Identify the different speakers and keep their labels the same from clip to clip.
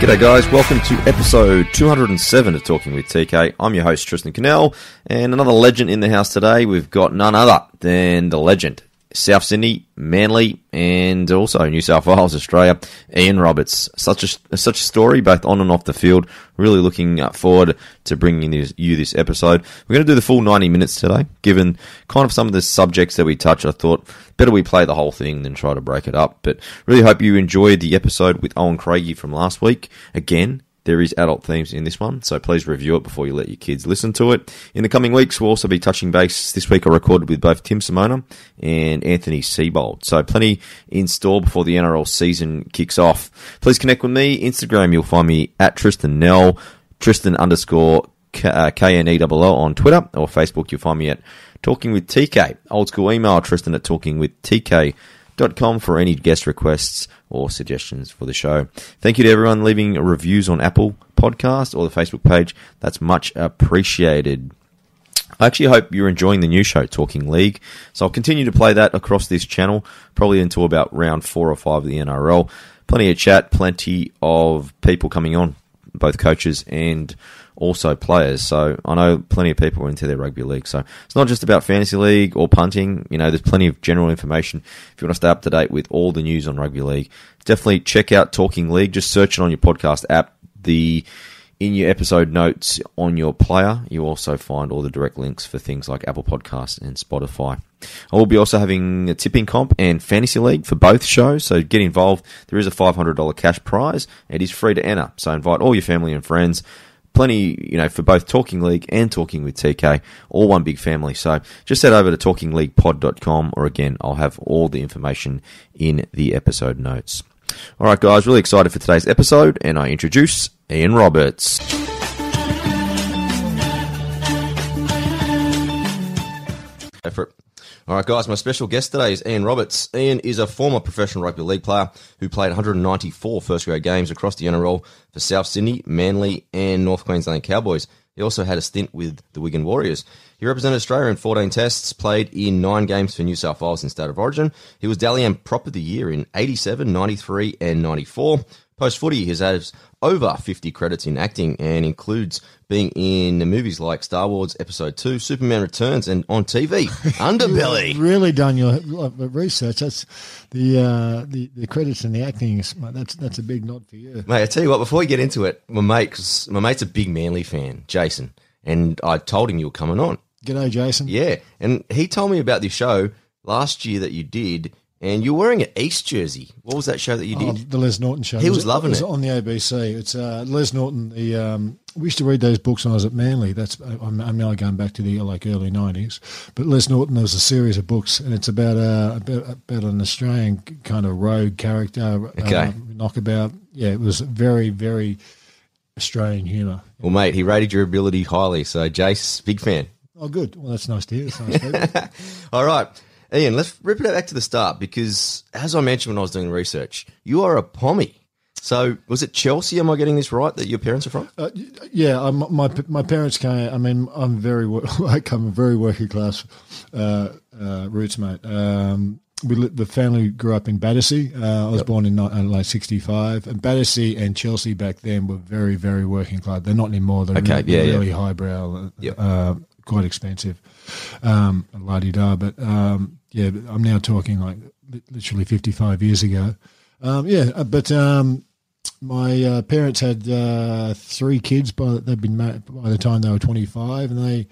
Speaker 1: G'day, guys. Welcome to episode 207 of Talking with TK. I'm your host, Tristan Cannell, and another legend in the house today. We've got none other than the legend, South Sydney, Manly, and also New South Wales, Australia, Ian Roberts. Such a, such a story, both on and off the field. Really looking uh, forward to bringing this, you this episode. We're going to do the full 90 minutes today, given kind of some of the subjects that we touch. I thought better we play the whole thing than try to break it up. But really hope you enjoyed the episode with Owen Craigie from last week. Again, there is adult themes in this one, so please review it before you let your kids listen to it. In the coming weeks, we'll also be touching base. This week, I recorded with both Tim Simona and Anthony Seabold, so plenty in store before the NRL season kicks off. Please connect with me. Instagram, you'll find me at Tristan Nell, Tristan underscore K- uh, KNEWL on Twitter or Facebook. You'll find me at Talking with TK. Old school email, Tristan at Talking with TK com for any guest requests or suggestions for the show. Thank you to everyone leaving reviews on Apple Podcast or the Facebook page. That's much appreciated. I actually hope you're enjoying the new show, Talking League. So I'll continue to play that across this channel, probably until about round four or five of the NRL. Plenty of chat, plenty of people coming on, both coaches and also players. So I know plenty of people are into their rugby league. So it's not just about fantasy league or punting. You know, there's plenty of general information. If you want to stay up to date with all the news on rugby league, definitely check out Talking League. Just search it on your podcast app. The in your episode notes on your player, you also find all the direct links for things like Apple Podcasts and Spotify. I will be also having a tipping comp and fantasy league for both shows, so get involved. There is a $500 cash prize. It is free to enter, so invite all your family and friends. Plenty, you know, for both Talking League and Talking with TK, all one big family. So just head over to talkingleaguepod.com, or again, I'll have all the information in the episode notes. All right, guys, really excited for today's episode, and I introduce Ian Roberts. Effort. All right, guys, my special guest today is Ian Roberts. Ian is a former professional rugby league player who played 194 first grade games across the NRL for South Sydney, Manly, and North Queensland Cowboys. He also had a stint with the Wigan Warriors. He represented Australia in 14 tests, played in nine games for New South Wales in State of Origin. He was Dally M Prop of the Year in 87, 93, and 94. Post footy, he has over 50 credits in acting and includes being in the movies like Star Wars Episode 2, Superman Returns, and on TV, Underbelly.
Speaker 2: You've really done your uh, research. That's the uh, the, the credits and the acting. Is, mate, that's that's a big nod for you.
Speaker 1: Mate, I tell you what, before we get into it, my mate, 'cause my mate's a big Manly fan, Jason, and I told him you were coming on.
Speaker 2: G'day, Jason.
Speaker 1: Yeah, and he told me about this show last year that you did, and you were wearing an East jersey. What was that show that you
Speaker 2: Oh,
Speaker 1: did?
Speaker 2: the Les Norton show.
Speaker 1: He was loving
Speaker 2: was
Speaker 1: it.
Speaker 2: on the ABC. It's uh, Les Norton. The um, we used to read those books when I was at Manly. That's I'm, I'm now going back to the like early nineties. But Les Norton there's a series of books, and it's about uh, about, about an Australian kind of rogue character.
Speaker 1: Okay.
Speaker 2: Uh, knockabout. Yeah, it was very very Australian humour.
Speaker 1: Well, mate, he rated your ability highly, so Jace, big fan.
Speaker 2: Oh, good. Well, that's nice to hear. That's nice to hear.
Speaker 1: All right, Ian, let's rip it back to the start because, as I mentioned when I was doing research, you are a pommy. So, was it Chelsea? Am I getting this right? That your parents are from?
Speaker 2: Uh, yeah, I'm, my my parents came. I mean, I'm very wo- I come from very working class uh, uh, roots, mate. Um, we li- the family grew up in Battersea. Uh, I was born in ni- uh, like '65, and Battersea and Chelsea back then were very very working class. They're not anymore. They're
Speaker 1: Okay,
Speaker 2: re-
Speaker 1: yeah, yeah.
Speaker 2: really highbrow, uh,
Speaker 1: Yep.
Speaker 2: uh, quite expensive, um, la di da. But um, yeah, but I'm now talking like li- literally 55 years ago. Um, yeah, uh, but um, my uh, parents had uh, three kids by they'd been married by the time they were 25, and they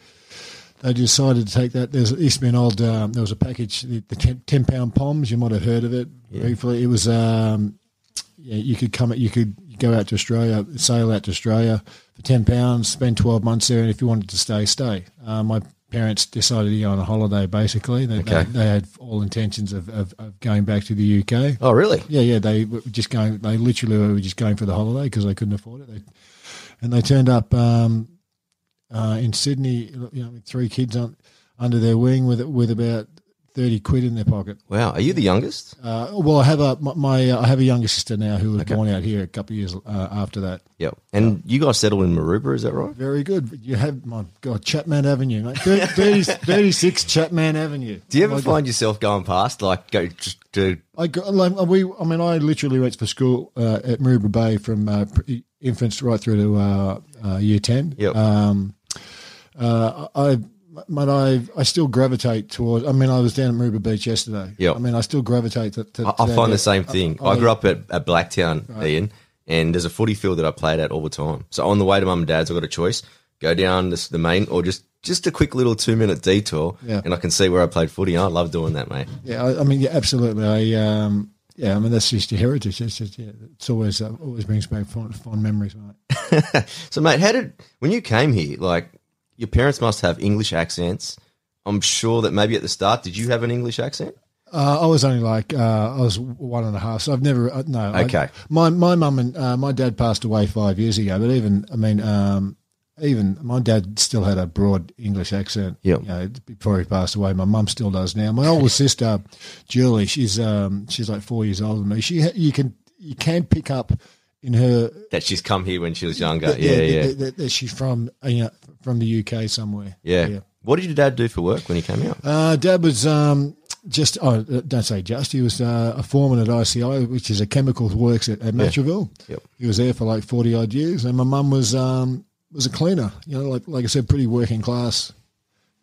Speaker 2: they decided to take that. There's used to be an old um, there was a package the, the ten, 10 pound poms. You might have heard of it briefly. It was um, yeah, you could come you could go out to Australia, sail out to Australia for ten pounds, spend twelve months there, and if you wanted to stay, stay. Uh, my parents decided to go on a holiday. Basically, they,
Speaker 1: Okay.
Speaker 2: they, they had all intentions of, of, of going back to the UK.
Speaker 1: Oh, really?
Speaker 2: Yeah, yeah. They were just going. They literally were just going for the holiday because they couldn't afford it. They, and they turned up um, uh, in Sydney, you know, with three kids on, under their wing with with about thirty quid in their pocket.
Speaker 1: Wow. Are you the youngest?
Speaker 2: Uh, well, I have a my, my uh, I have a younger sister now who was born out here a couple of years uh, after that.
Speaker 1: Yep. And you guys settled in Maroubra, is that right?
Speaker 2: Very good. You have my God Chapman Avenue, mate. 30, 30 36 Chapman Avenue. Oh
Speaker 1: Do you ever
Speaker 2: My God.
Speaker 1: find yourself going past, like, go just to
Speaker 2: I got, like, uh, we, I mean, I literally went for school uh, at Maroubra Bay from uh, pre- infants right through to uh, uh, year ten.
Speaker 1: Yep.
Speaker 2: Um, uh, I, but I, I still gravitate towards. I mean, I was down at Maroubra Beach yesterday.
Speaker 1: Yep.
Speaker 2: I mean, I still gravitate to. to
Speaker 1: I, I
Speaker 2: to
Speaker 1: find
Speaker 2: that-
Speaker 1: the same thing. I,
Speaker 2: I-
Speaker 1: grew up at, at Blacktown, Ian, and there's a footy field that I played at all the time. So on the way to mum and dad's, I've got a choice: go down this, the main, or just just a quick little two minute detour,
Speaker 2: Yeah.
Speaker 1: and I can see where I played footy. I love doing that, mate.
Speaker 2: Yeah, I, I mean, yeah, absolutely. I, um, yeah, I mean, that's just your heritage. It's, just, yeah, it's always uh, always brings back fond, fond memories, mate.
Speaker 1: So, mate, how did when you came here? Like, your parents must have English accents. I'm sure that maybe at the start, did you have an English accent?
Speaker 2: Uh, I was only like uh, I was one and a half, so I've never uh, no. I-
Speaker 1: Okay.
Speaker 2: my my mum and uh, my dad passed away five years ago, but even I mean, um, even my dad still had a broad English accent.
Speaker 1: Yep.
Speaker 2: you know, before he passed away, my mum still does now. My older sister, Julie, she's um, she's like four years older than me. She ha- you can you can pick up in her
Speaker 1: That she's come here when she was younger.
Speaker 2: that-
Speaker 1: Yeah,
Speaker 2: that-
Speaker 1: yeah, yeah.
Speaker 2: that- that- that she's from uh, you know, from the UK somewhere.
Speaker 1: What did your dad do for work when he came out?
Speaker 2: Uh, Dad was um, just, oh, don't say just, he was uh, a foreman at ICI, which is a chemicals works at, at Matraville.
Speaker 1: Yep.
Speaker 2: He was there for like 40 odd years. And my mum was um, was a cleaner, you know, like, like I said, pretty working class,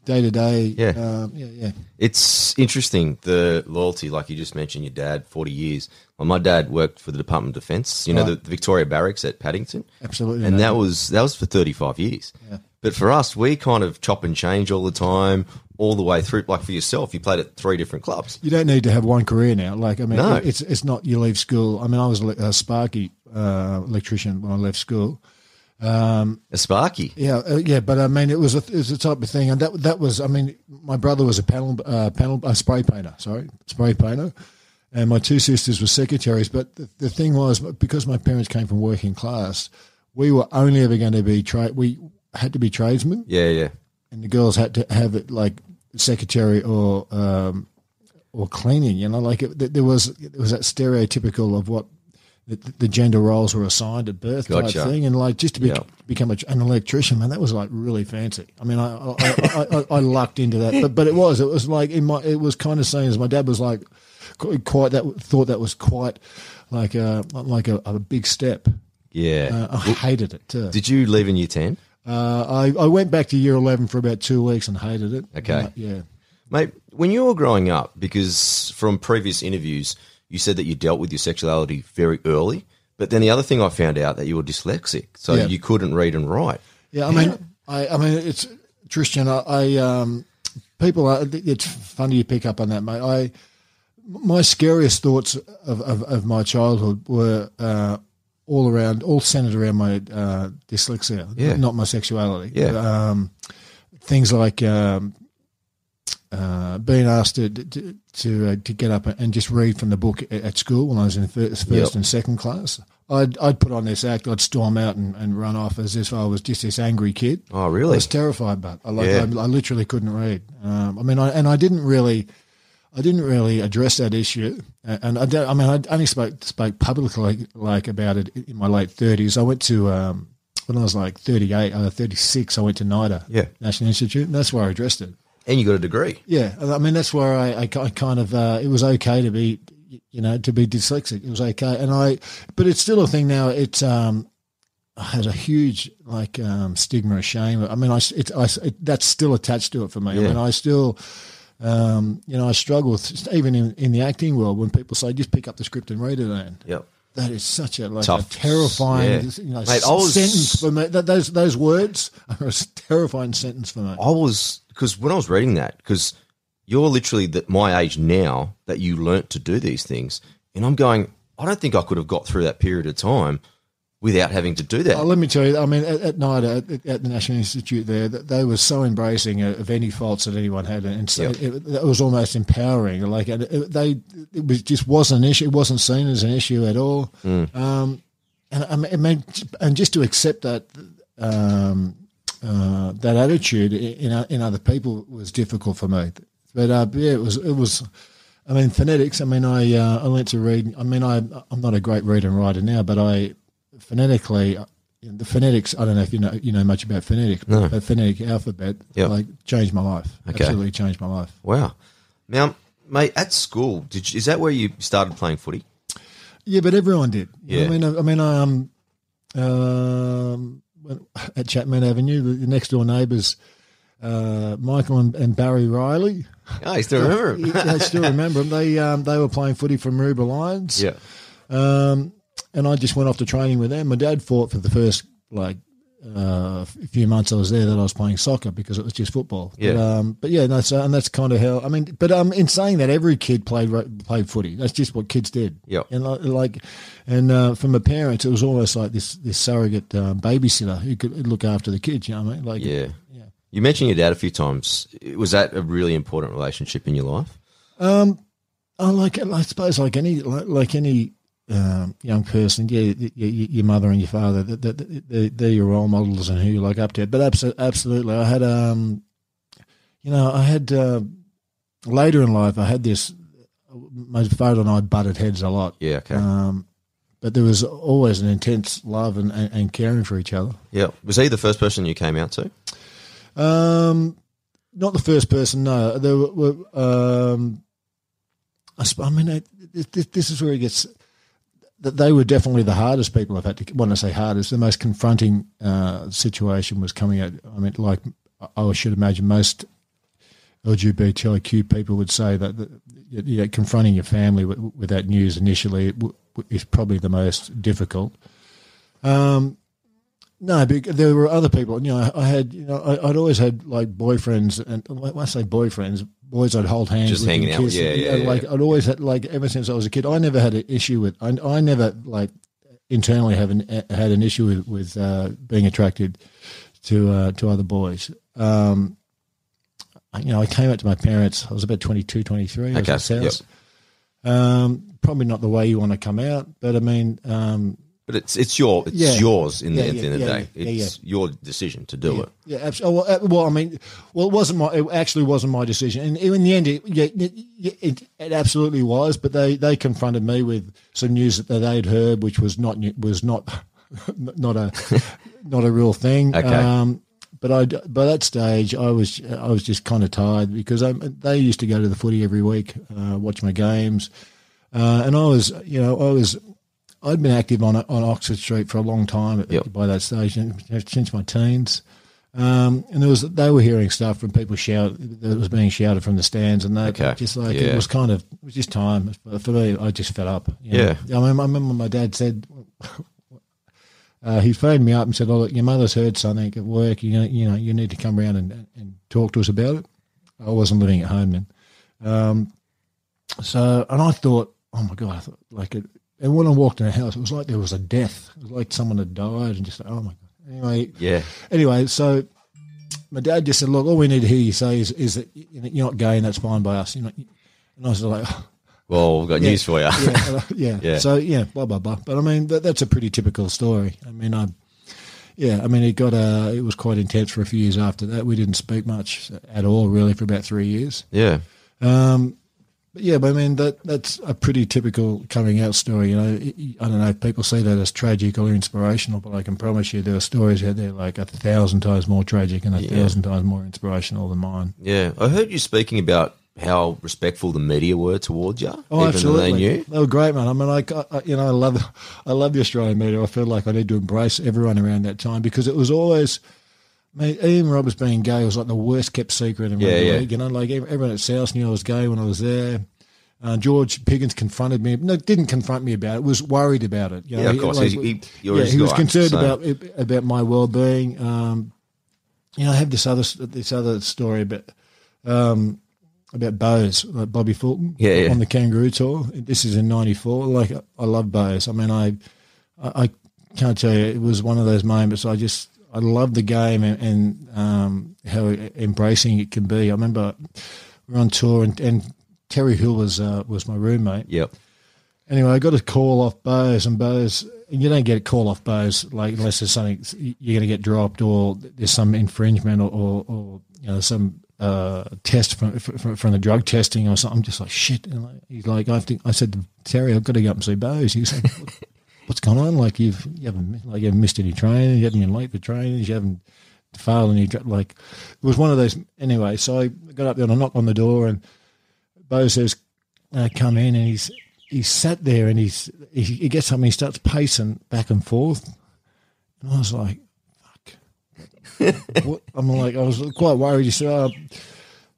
Speaker 2: day to day.
Speaker 1: Yeah.
Speaker 2: Um, yeah, yeah.
Speaker 1: It's interesting the loyalty, like you just mentioned, your dad, 40 years. Well, my dad worked for the Department of Defence, you know,
Speaker 2: Right.
Speaker 1: the, the Victoria Barracks at Paddington.
Speaker 2: Absolutely.
Speaker 1: And that was that was for 35 years. But for us, we kind of chop and change all the time, all the way through. Like for yourself, you played at three different clubs.
Speaker 2: you don't need to have one career now. Like, I mean,
Speaker 1: No.
Speaker 2: it's it's not you leave school. I mean, I was a le- a Sparky uh, electrician when I left school.
Speaker 1: A Sparky.
Speaker 2: Yeah, uh, yeah, but I mean, it was a, it was the type of thing, and that that was. I mean, my brother was a panel uh, panel uh, spray painter. Sorry, spray painter, and my two sisters were secretaries. But the, the thing was, because my parents came from working class, we were only ever going to be trade. We had to be tradesmen,
Speaker 1: Yeah, yeah.
Speaker 2: and the girls had to have it like secretary or um, or cleaning. You know, like it, there was it was that stereotypical of what the, the gender roles were assigned at birth
Speaker 1: Gotcha.
Speaker 2: type thing, and like just to be,
Speaker 1: Yeah.
Speaker 2: become a, an electrician, man, that was like really fancy. I mean, I I, I, I, I lucked into that, but but it was it was like in my it was kind of seen as my dad was like qu- quite that thought that was quite like a like a, a big step.
Speaker 1: Yeah.
Speaker 2: Uh, I hated it too.
Speaker 1: did you leave in year 10?
Speaker 2: Uh, I, I went back to year 11 for about two weeks and hated it.
Speaker 1: Okay.
Speaker 2: Uh, yeah.
Speaker 1: Mate, when you were growing up, because from previous interviews, you said that you dealt with your sexuality very early. But then the other thing I found out that you were dyslexic, so
Speaker 2: Yeah.
Speaker 1: you couldn't read and write.
Speaker 2: Yeah. I mean, I, I mean, it's Tristan. I, I um, people are, it's funny you pick up on that, mate. I, my scariest thoughts of, of, of my childhood were, uh, all around, all centered around my, uh, dyslexia,
Speaker 1: Yeah.
Speaker 2: not my sexuality.
Speaker 1: Yeah.
Speaker 2: Um, things like, um, uh, being asked to to to, uh, to get up and just read from the book at, at school when I was in first, first
Speaker 1: Yep.
Speaker 2: and second class. I'd I'd put on this act, I'd storm out and, and run off as if I was just this angry kid.
Speaker 1: Oh,
Speaker 2: I
Speaker 1: really?
Speaker 2: was terrified, but I like
Speaker 1: Yeah.
Speaker 2: I, I literally couldn't read. Um, I mean, I, and I didn't really, I didn't really address that issue. A- And I, don't, I mean, I only spoke spoke publicly like about it in my late thirties. I went to um, when I was like 38, uh, 36, I went to NIDA,
Speaker 1: Yeah.
Speaker 2: National Institute, and that's where I addressed it.
Speaker 1: And you got a degree.
Speaker 2: Yeah, I mean that's where I, I ki- I kind of uh, it was okay to be you know to be dyslexic. It was okay, and I but it's still a thing now. It's um has a huge like um, stigma of shame. I mean, I s- it's I, s- it, that's still attached to it for me. I
Speaker 1: Yeah.
Speaker 2: mean, I still. Um, you know, I struggle with, even in, in the acting world when people say just pick up the script and read it. And
Speaker 1: Yep.
Speaker 2: that is such a like
Speaker 1: Tough.
Speaker 2: a terrifying
Speaker 1: Yeah.
Speaker 2: you know,
Speaker 1: Mate,
Speaker 2: s-
Speaker 1: I was-
Speaker 2: sentence for me. That, those those words are a terrifying sentence for me.
Speaker 1: I was because when I was reading that, because you're literally that my age now that you learnt to do these things, and I'm going, I don't think I could have got through that period of time without having to do that.
Speaker 2: Oh, let me tell you, I mean, at, at night uh, at, at the National Institute there, that they were so embracing of of any faults that anyone had, and so
Speaker 1: Yep.
Speaker 2: it, it was almost empowering. Like and it, they, it was just wasn't an issue. It wasn't seen as an issue at all. Um, and I mean- I mean, and just to accept that um, uh, that attitude in in other people was difficult for me. But uh, but yeah, it was it was. I mean, phonetics. I mean, I uh, I learnt to read. I mean, I I'm not a great reader and writer now, but I phonetically the phonetics. I don't know if you know you know much about phonetics,
Speaker 1: No.
Speaker 2: but phonetic alphabet
Speaker 1: Yep.
Speaker 2: like changed my life.
Speaker 1: Okay.
Speaker 2: Absolutely changed my life.
Speaker 1: Wow. Now, mate, at school, did you, is that where you started playing footy?
Speaker 2: Yeah, but everyone did. You know
Speaker 1: Yeah.
Speaker 2: what I mean, I, I mean, um, um, when- at Chapman Avenue, the, the next door neighbours, uh, Michael and, and Barry Riley.
Speaker 1: Oh, you still remember him?
Speaker 2: I still remember them. They um, they were playing footy from Maroubra Lions.
Speaker 1: yeah.
Speaker 2: Um, and I just went off to training with them. My dad fought for the first like uh, f- few months I was there that I was playing soccer because it was just football. But,
Speaker 1: Yeah.
Speaker 2: um, but yeah, no, so, and that's kind of how I mean. But um, in saying that, every kid played ro- played footy. That's just what kids did.
Speaker 1: Yep.
Speaker 2: And li- like, and uh, from my parents, it was almost like this this surrogate um, babysitter who could look after the kids. You know what I mean? Like,
Speaker 1: Yeah.
Speaker 2: yeah.
Speaker 1: You mentioned your dad a few times. Was that a really important relationship in your life?
Speaker 2: Um, I like I suppose like any like, like any um, young person, yeah, y- y- y- your mother and your father, th th th they- they're your role models and who you look up to. But abso- absolutely, I had um, you know, I had uh, later in life, I had this. My father and I butted heads a lot,
Speaker 1: Yeah. Okay.
Speaker 2: um, but there was always an intense love and, and, and caring for each other.
Speaker 1: yeah. Was he the first person you came out to?
Speaker 2: Um, not the first person. No, there were. were um, I, sp- I mean, it, this, this is where it gets. That they were definitely the hardest people I've had to. When I say hardest, the most confronting uh, situation was coming out. I mean, like I- I should imagine most LGBTIQ people would say that, that you know, confronting your family with, with that news initially w- w- is probably the most difficult. Um, no, bec- there were other people. You know, I- I had you know I, I'd always had like boyfriends, and when I say boyfriends, boys I'd hold hands,
Speaker 1: Just
Speaker 2: with and
Speaker 1: hanging out with-
Speaker 2: kiss,
Speaker 1: yeah,
Speaker 2: you
Speaker 1: yeah,
Speaker 2: know,
Speaker 1: yeah.
Speaker 2: Like I'd always had like ever since I was a kid, I never had an issue with. I, I never like internally have an, had an issue with with uh, being attracted to uh, to other boys. Um, I- you know, I came out to my parents. I was about 22, 23. I was
Speaker 1: Okay,
Speaker 2: at the house. Um, probably not the way you want to come out, but I mean, um,
Speaker 1: But it's it's your it's
Speaker 2: Yeah.
Speaker 1: yours in the
Speaker 2: Yeah,
Speaker 1: end
Speaker 2: yeah,
Speaker 1: of the
Speaker 2: yeah,
Speaker 1: day.
Speaker 2: yeah, yeah,
Speaker 1: it's your decision to do it.
Speaker 2: yeah, absolutely. Well, uh, well, I mean, well, it wasn't my. It actually wasn't my decision, and in the end, it yeah, it, it, it absolutely was. But they they confronted me with some news that they'd heard, which was not new- was not not a not a real thing.
Speaker 1: Okay.
Speaker 2: Um, but I by that stage, I was I was just kind of tired because I, they used to go to the footy every week, uh, watch my games, uh, and I was you know I was. I'd been active on on Oxford Street for a long time
Speaker 1: Yep.
Speaker 2: by that stage, and since my teens. Um, and there was they were hearing stuff from people shout that was being shouted from the stands, and they
Speaker 1: Okay.
Speaker 2: just like
Speaker 1: Yeah.
Speaker 2: it was kind of it was just time for me. I just fed up. you
Speaker 1: Yeah.
Speaker 2: know. I, mean, I remember my dad said uh, he phoned me up and said, "Oh, look, your mother's heard something at work. You know, you know, you need to come round and, and talk to us about it." I wasn't living at home then, um, so and I thought, "Oh my god!" I thought like it. And when I walked in the house, it was like there was a death. It was like someone had died, and just oh my god. Anyway,
Speaker 1: Yeah.
Speaker 2: anyway, so my dad just said, "Look, all we need to hear you say is, is that you know, you're not gay, and that's fine by us." You know, and I was like,
Speaker 1: Well, we've got
Speaker 2: Yeah.
Speaker 1: news for you.
Speaker 2: yeah, and I- yeah.
Speaker 1: Yeah.
Speaker 2: So yeah, blah blah blah. But I mean, that, that's a pretty typical story. I mean, I, yeah, I mean, it got uh, it was quite intense for a few years after that. We didn't speak much at all, really, for about three years.
Speaker 1: yeah.
Speaker 2: Um, but yeah, but I mean that that's a pretty typical coming out story. You know, I don't know if people see that as tragic or inspirational, but I can promise you there are stories out there like a thousand times more tragic and a
Speaker 1: Yeah.
Speaker 2: thousand times more inspirational than mine.
Speaker 1: Yeah. I heard you speaking about how respectful the media were towards you,
Speaker 2: Oh,
Speaker 1: even
Speaker 2: absolutely.
Speaker 1: though they knew.
Speaker 2: were great, man. I mean, I, I- you know, I love, I love the Australian media. I feel like I need to embrace everyone around that time because it was always, I mean, Ian Roberts being gay was like the worst kept secret in
Speaker 1: Yeah,
Speaker 2: rugby
Speaker 1: yeah.
Speaker 2: league. You know, like ev- everyone at South knew I was gay when I was there. Uh, George Piggins confronted me. No, didn't confront me about it. Was worried about it. You know,
Speaker 1: Yeah, of
Speaker 2: He-
Speaker 1: course.
Speaker 2: like-
Speaker 1: He's- he- you're
Speaker 2: yeah,
Speaker 1: his
Speaker 2: he was
Speaker 1: guy,
Speaker 2: concerned
Speaker 1: so-
Speaker 2: about about my well being. Um, you know, I have this other this other story about um, about Bose, like Bobby Fulton,
Speaker 1: Yeah, yeah.
Speaker 2: on the Kangaroo tour. This is in '94. Like I love Bose. I mean, I, I, I can't tell you. It was one of those moments. I just I love the game and, and um, how embracing it can be. I remember we were on tour and, and Terry Hill was uh, was my roommate.
Speaker 1: Yep.
Speaker 2: Anyway, I got a call off Bose and Bose. And you don't get a call off Bose like unless there's something you're going to get dropped or there's some infringement or, or, or you know some uh, test from, from from the drug testing or something. I'm just like shit. And like, he's like, I think I said to Terry, I've got to go up and see Bose. He's like, what, what's going on? Like you've you haven't like you haven't missed any training. You haven't been late for trainings. You haven't failed any dr- like. It was one of those anyway. So I got up there and I knocked on the door and Bose says, uh, come in and he's he's sat there and he's he, he gets up and he starts pacing back and forth. And I was like, what? I'm like, I was quite worried. He said, oh.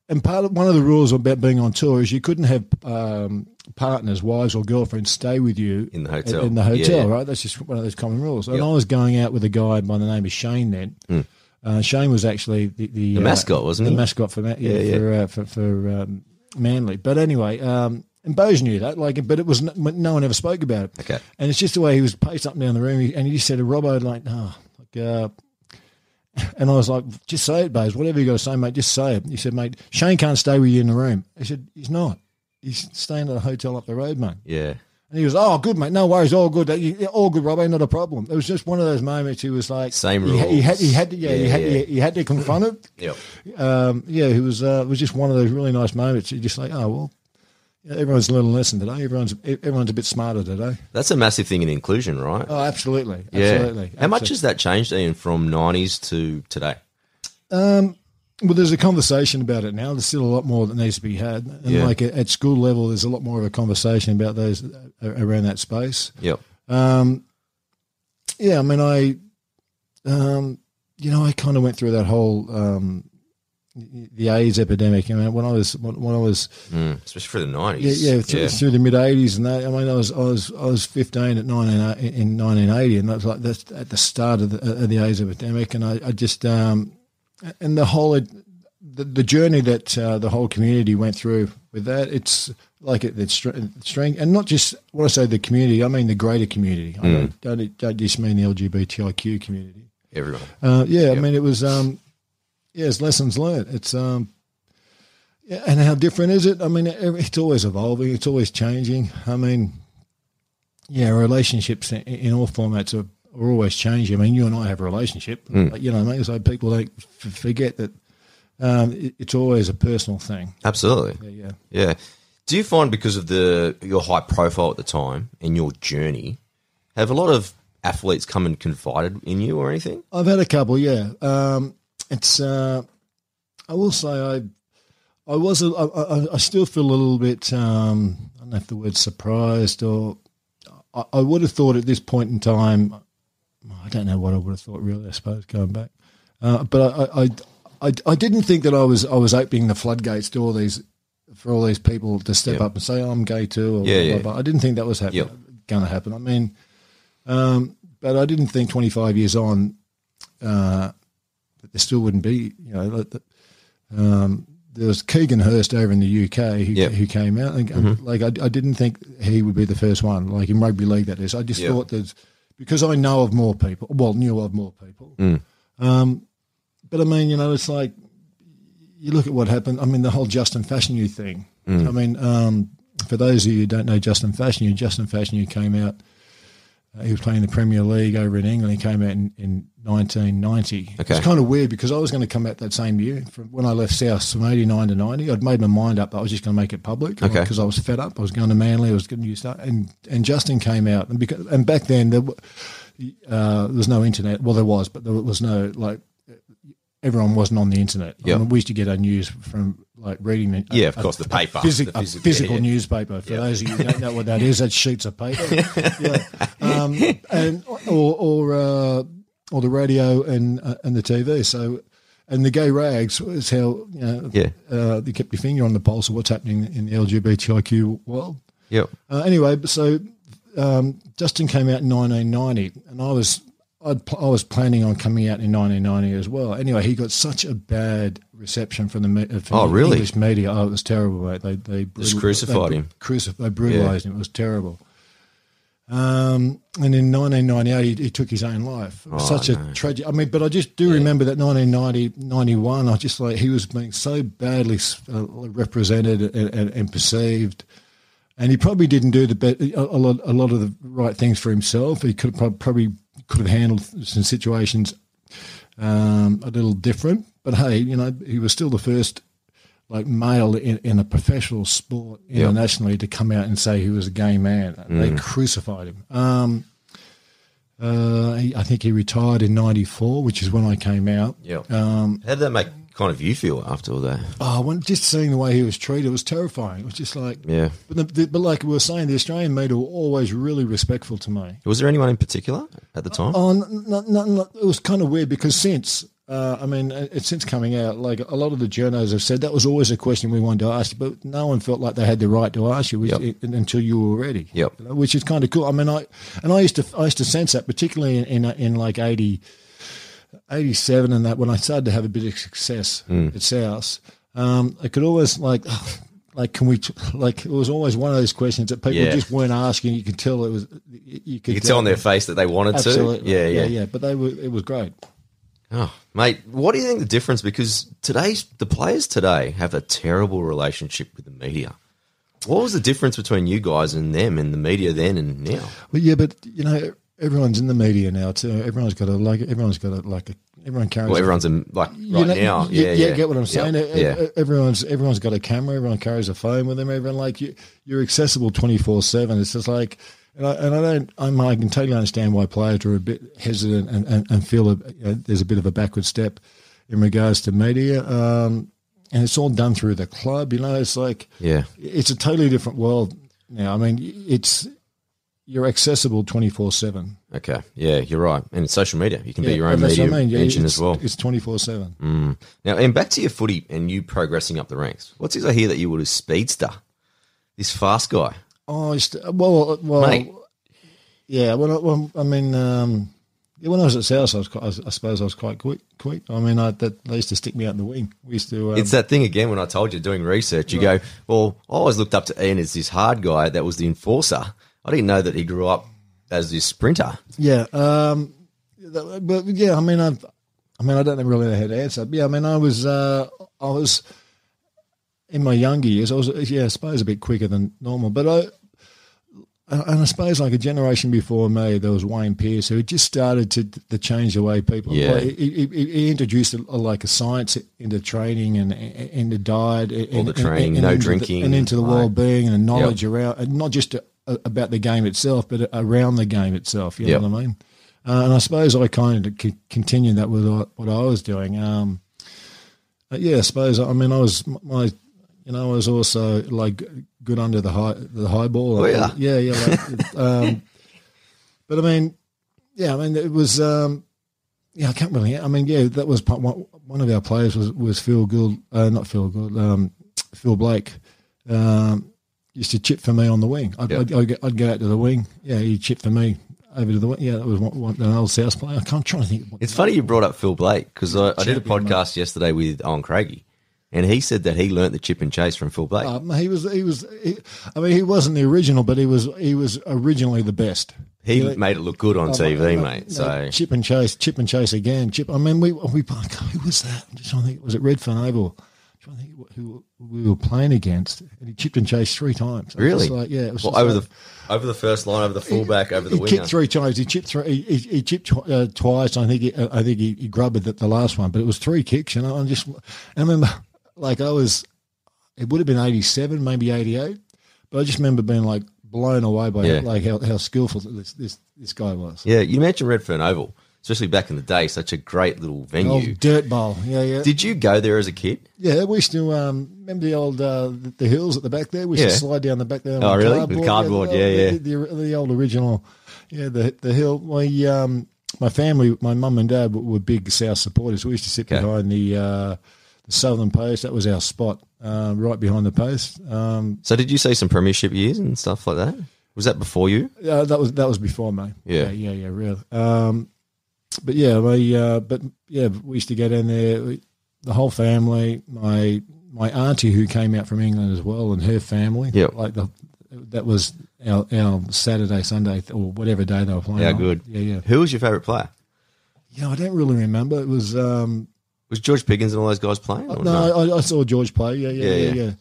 Speaker 2: and part of, one of the rules about being on tour is you couldn't have um, partners, wives, or girlfriends stay with you
Speaker 1: In the hotel.
Speaker 2: In the hotel,
Speaker 1: Yeah.
Speaker 2: right? That's just one of those common rules. And
Speaker 1: Yep.
Speaker 2: I was going out with a guy by the name of Shane then.
Speaker 1: Mm.
Speaker 2: Uh, Shane was actually the the,
Speaker 1: The
Speaker 2: uh,
Speaker 1: mascot, wasn't
Speaker 2: the
Speaker 1: he?
Speaker 2: mascot for Ma- yeah,
Speaker 1: Yeah,
Speaker 2: for, Uh, for for um, Manly. But anyway, um, and Bose knew that. Like, but it was no, no one ever spoke about it.
Speaker 1: Okay.
Speaker 2: And it's just the way he was paced up and down the room. He- And he just said to Robbo, like, no, like, uh, and I was like, just say it, Baze. Whatever you got to say, mate, just say it. He said, mate, Shane can't stay with you in the room. I said, he's not. He's staying at a hotel up the road, mate.
Speaker 1: Yeah.
Speaker 2: And he was, oh, good, mate. No worries. All good. That- you- All good, Robbo. Not a problem. It was just one of those moments he was like,
Speaker 1: Same
Speaker 2: he, he had, he
Speaker 1: rules.
Speaker 2: had to, yeah, he
Speaker 1: Yeah,
Speaker 2: had,
Speaker 1: yeah.
Speaker 2: He, he had to confront it
Speaker 1: Yep.
Speaker 2: um, yeah, it was uh, it was just one of those really nice moments. You're just like, oh well, you know, everyone's learning a lesson today. Everyone's e-, everyone's a bit smarter today.
Speaker 1: That's a massive thing in inclusion, right?
Speaker 2: Oh, absolutely,
Speaker 1: yeah.
Speaker 2: absolutely.
Speaker 1: How much
Speaker 2: Absolutely.
Speaker 1: has that changed, Ian, from 90s to today?
Speaker 2: Um, Well, there's a conversation about it now. There's still a lot more that needs to be had, and
Speaker 1: Yeah.
Speaker 2: like at, at school level, there's a lot more of a conversation about those uh, around that space.
Speaker 1: Yep.
Speaker 2: Um, yeah, I mean, I, um, you know, I kind of went through that whole um, the AIDS epidemic. I mean, when I was when, when I was
Speaker 1: Mm. Especially for the 90s.
Speaker 2: Yeah, yeah, through, through the mid '80s and that. I mean, I was I was I was 15 at 19 uh, in 1980, and that's like that's at the start of the, uh, of the AIDS epidemic, and I, I just um, and the whole uh, the, the journey that uh, the whole community went through with that. It's like it, it's str- strength, and not just when I say the community, I mean the greater community. I don't, don't don't just mean the LGBTIQ community.
Speaker 1: Everyone.
Speaker 2: Uh, yeah, I mean, it was, um, yeah, it's lessons learned. It's, um, yeah, and how different is it? I mean, it, it's always evolving, it's always changing. I mean, yeah, relationships in, in all formats are, are always changing. I mean, you and I have a relationship, like, you know, what I mean, so people don't f- forget that um, it, it's always a personal thing.
Speaker 1: Absolutely.
Speaker 2: Yeah, yeah.
Speaker 1: Yeah. Do you find because of the your high profile at the time and your journey, have a lot of athletes come and confided in you or anything?
Speaker 2: I've had a couple, yeah. Um, it's uh, I will say I I was a, I, I, I still feel a little bit um, I don't know if the word surprised or I, I would have thought at this point in time I don't know what I would have thought really I suppose going back, uh, but I I, I I didn't think that I was I was opening the floodgates to all these for all these people to step
Speaker 1: Yeah.
Speaker 2: up and say I'm gay too or
Speaker 1: Yeah, yeah.
Speaker 2: blah, blah, blah. I didn't think that was happen-
Speaker 1: Yeah.
Speaker 2: going to happen. I mean, um, but I didn't think 25 years on uh, that there still wouldn't be, you know, like the, um, there was Keegan Hurst over in the UK who,
Speaker 1: Yep. Mm-hmm.
Speaker 2: who came out. And, and, Like, I, I didn't think he would be the first one, like in rugby league, that is. I just
Speaker 1: Yep.
Speaker 2: thought that because I know of more people, well, knew of more people.
Speaker 1: Mm.
Speaker 2: Um, but I mean, you know, it's like you look at what happened. I mean, the whole Justin Fashionew thing.
Speaker 1: Mm.
Speaker 2: I mean, um, for those of you who don't know Justin Fashionew, Justin Fashionew came out. Uh, he was playing the Premier League over in England. He came out in, in 1990.
Speaker 1: Okay.
Speaker 2: It's kind of weird because I was going to come out that same year from when I left South from 89 to 90. I'd made my mind up. that I was just going to make it public
Speaker 1: Okay.
Speaker 2: because I was fed up. I was going to Manly. I was going to use that. And, and Justin came out. And, because, and back then, there, w- uh, there was no internet. Well, there was, but there was no, like, everyone wasn't on the internet. I
Speaker 1: Yeah.
Speaker 2: mean, we used to get our news from, like, reading the,
Speaker 1: Yeah, of course, the paper.
Speaker 2: physi-
Speaker 1: The
Speaker 2: a
Speaker 1: physi-
Speaker 2: physical
Speaker 1: yeah, yeah.
Speaker 2: newspaper. For those of you who don't know what that is, that's sheets of paper. yeah. um, and or or, uh, or the radio and uh, and the TV. So and the gay rags is how you know
Speaker 1: Yeah.
Speaker 2: uh, they kept your finger on the pulse of what's happening in the LGBTIQ world.
Speaker 1: Yep.
Speaker 2: Uh, anyway, but so um, Justin came out in 1990, and I was I'd pl- I was planning on coming out in 1990 as well. Anyway, he got such a bad reception from the, me- uh, from
Speaker 1: Oh,
Speaker 2: the
Speaker 1: really?
Speaker 2: English media. Oh, it was terrible. Mate. They they brutal-
Speaker 1: crucified
Speaker 2: they,
Speaker 1: him.
Speaker 2: Crucif- they brutalized him. It was terrible. Um, and in 1998, he, he took his own life. It was
Speaker 1: Oh,
Speaker 2: such a tragic. I mean, but I just do remember that 1990, 91. I just like he was being so badly uh, represented and, and, and perceived and he probably didn't do the be- a, a lot a lot of the right things for himself. He could have prob- probably could have handled some situations um, a little different. But hey, you know, he was still the first like male in, in a professional sport internationally to come out and say he was a gay man. They crucified him. Um, uh, he, I think he retired in '94, which is when I came out.
Speaker 1: Yeah. Um, How did that make kind of you feel after all that?
Speaker 2: Oh, when, just seeing the way he was treated was terrifying. It was just like,
Speaker 1: Yeah.
Speaker 2: But, the, the, but like we were saying, the Australian media were always really respectful to me.
Speaker 1: Was there anyone in particular at the time?
Speaker 2: Oh, no, no, no, it was kind of weird because since, uh, I mean, uh, it's since coming out, like a lot of the journos have said, that was always a question we wanted to ask you, but no one felt like they had the right to ask you which,
Speaker 1: Yep.
Speaker 2: it- until you were ready.
Speaker 1: Yep.
Speaker 2: You know, which is kind of cool. I mean, I and I used to I used to sense that particularly in in, in like 80, 87 and that when I started to have a bit of success
Speaker 1: Hmm.
Speaker 2: at South, um, I could always like. Like can we? t- Like it was always one of those questions that people
Speaker 1: Yeah.
Speaker 2: just weren't asking. You could tell it was. You, you could
Speaker 1: You could tell on their face that they wanted
Speaker 2: Absolutely.
Speaker 1: to. Yeah, yeah,
Speaker 2: yeah, But they were. It was great.
Speaker 1: Oh, mate, what do you think the difference? Because today's the players today have a terrible relationship with the media. What was the difference between you guys and them, and the media then and now?
Speaker 2: Well, yeah, but you know, everyone's in the media now too. Everyone's got a like. Everyone's got a like. A, everyone carries.
Speaker 1: Well, everyone's in, like right
Speaker 2: you know,
Speaker 1: now.
Speaker 2: you-
Speaker 1: yeah,
Speaker 2: you
Speaker 1: yeah,
Speaker 2: get what I'm saying.
Speaker 1: Yeah,
Speaker 2: E- e-
Speaker 1: yeah.
Speaker 2: Everyone's everyone's got a camera. Everyone carries a phone with them. Everyone like you, you're accessible 24 seven. It's just like, and I, and I don't. I'm, I can totally understand why players are a bit hesitant and and, and feel a, you know, there's a bit of a backward step in regards to media. Um, and it's all done through the club. You know, it's like
Speaker 1: yeah.
Speaker 2: it's a totally different world now. I mean, it's you're accessible twenty four seven.
Speaker 1: Okay. Yeah, you're right. And it's social media. You can be your own media engine as well. Mm.
Speaker 2: It's twenty four seven.
Speaker 1: Now, and back to your footy and you progressing up the ranks. What's this I hear that you were a speedster? This fast guy.
Speaker 2: Oh, it's, well, uh, well,
Speaker 1: Mate.
Speaker 2: yeah. When I, when, I mean, um, yeah, when I was at South, I was, quite, I, was- I suppose I was quite quick. Quick. I mean, I, that, they used to stick me out in the wing. We used to. Um,
Speaker 1: It's that thing again when I told you doing research, you go, Well, I always looked up to Ian as this hard guy that was the enforcer. I didn't know that he grew up as this sprinter.
Speaker 2: Yeah. Um, that- but yeah, I mean, I've, I mean, I don't really know how to answer. But yeah, I mean, I was, uh, I was in my younger years. I was, yeah, I suppose a bit quicker than normal. But I, and I suppose like a generation before me, there was Wayne Pierce who had just started to to change the way people.
Speaker 1: Yeah.
Speaker 2: Like, he, he, he introduced a, like a science into training and into diet, and,
Speaker 1: All the training, no
Speaker 2: into the-
Speaker 1: drinking,
Speaker 2: and into the
Speaker 1: like-
Speaker 2: well-being and knowledge around, and not just uh, about the game itself, but around the game itself. You
Speaker 1: Yep.
Speaker 2: know what I mean? Uh, and I suppose I kind of c- continued that with what what I was doing. Um, uh, yeah, I suppose. I mean, I was m- my, you know, I was also like good under the high the high ball.
Speaker 1: Oh, yeah.
Speaker 2: yeah, yeah. like, um, but I mean, yeah, I mean, it was. Um, yeah, I can't really. I mean, yeah, that was part, one, one of our players was was Phil Good, uh, not Phil Good, um, Phil Blake. Um, used to chip for me on the wing. I'd,
Speaker 1: Yeah.
Speaker 2: I'd, I'd, go, I'd go out to the wing. Yeah, he'd chip for me over to the wing. Yeah, that was one, one, an old South player. I can't, I'm trying to think. What,
Speaker 1: It's funny you brought up Phil Blake because I, I did a
Speaker 2: Champion, mate.
Speaker 1: podcast yesterday with Owen Craigie, and he said that he learnt the chip and chase from Phil Blake.
Speaker 2: Um, he was, he was. He, I mean, he wasn't the original, but he was. He was originally the best.
Speaker 1: he made it look good
Speaker 2: Oh,
Speaker 1: on TV, mate.
Speaker 2: You
Speaker 1: So
Speaker 2: know, chip and chase, chip and chase again. Chip. I mean, we we. God, Who was that? I'm just trying to think. Was it Redfern Oval? I'm trying to think who we were playing against, and he chipped and chased three times. It was
Speaker 1: really,
Speaker 2: just like yeah, it was
Speaker 1: Well,
Speaker 2: just
Speaker 1: over
Speaker 2: like-
Speaker 1: the over the first line, over the fullback, over the
Speaker 2: he
Speaker 1: winger.
Speaker 2: kicked three times. He chipped three. He, he, he chipped tw- uh, twice. I think. He, uh, I think he, he grubbed at the last one, but it was three kicks. And I, I just, I remember, like I was, it would have been eighty-seven, maybe eighty-eight, but I just remember being like blown away by
Speaker 1: Yeah.
Speaker 2: like how, how skillful this this this guy was.
Speaker 1: Yeah, you mentioned Redfern Oval, especially back in the day, such a great little
Speaker 2: The
Speaker 1: venue.
Speaker 2: Old dirt bowl. Yeah, yeah,
Speaker 1: Did you go there as a kid?
Speaker 2: yeah. We used to um, remember the old uh, the, the hills at the back there. We used
Speaker 1: Yeah.
Speaker 2: to slide down the back there. on
Speaker 1: Oh,
Speaker 2: the
Speaker 1: really? With cardboard,
Speaker 2: the-
Speaker 1: yeah, yeah.
Speaker 2: The, the, the old original, yeah. The the hill. My um, my family, my mum and dad were, were big South supporters. We used to sit
Speaker 1: Okay.
Speaker 2: behind the uh, the southern post. That was our spot, uh, right behind the post. Um,
Speaker 1: So did you see some premiership years and stuff like that? Was that before you?
Speaker 2: uh, that was that was before me.
Speaker 1: Yeah.
Speaker 2: yeah, yeah, yeah, really. Um, but yeah, we uh, but yeah, we used to get in there. We, the whole family, my my auntie who came out from England as well, and her family.
Speaker 1: Yeah.
Speaker 2: like the that was our, our Saturday, Sunday, or whatever day they were playing.
Speaker 1: Yeah,
Speaker 2: on.
Speaker 1: good.
Speaker 2: Yeah, yeah.
Speaker 1: Who was your favourite player?
Speaker 2: Yeah, I don't really remember. It was um,
Speaker 1: Was George Pickens and all those guys playing? Or
Speaker 2: no, I, I saw George play. Yeah, yeah,
Speaker 1: Yeah,
Speaker 2: yeah, yeah.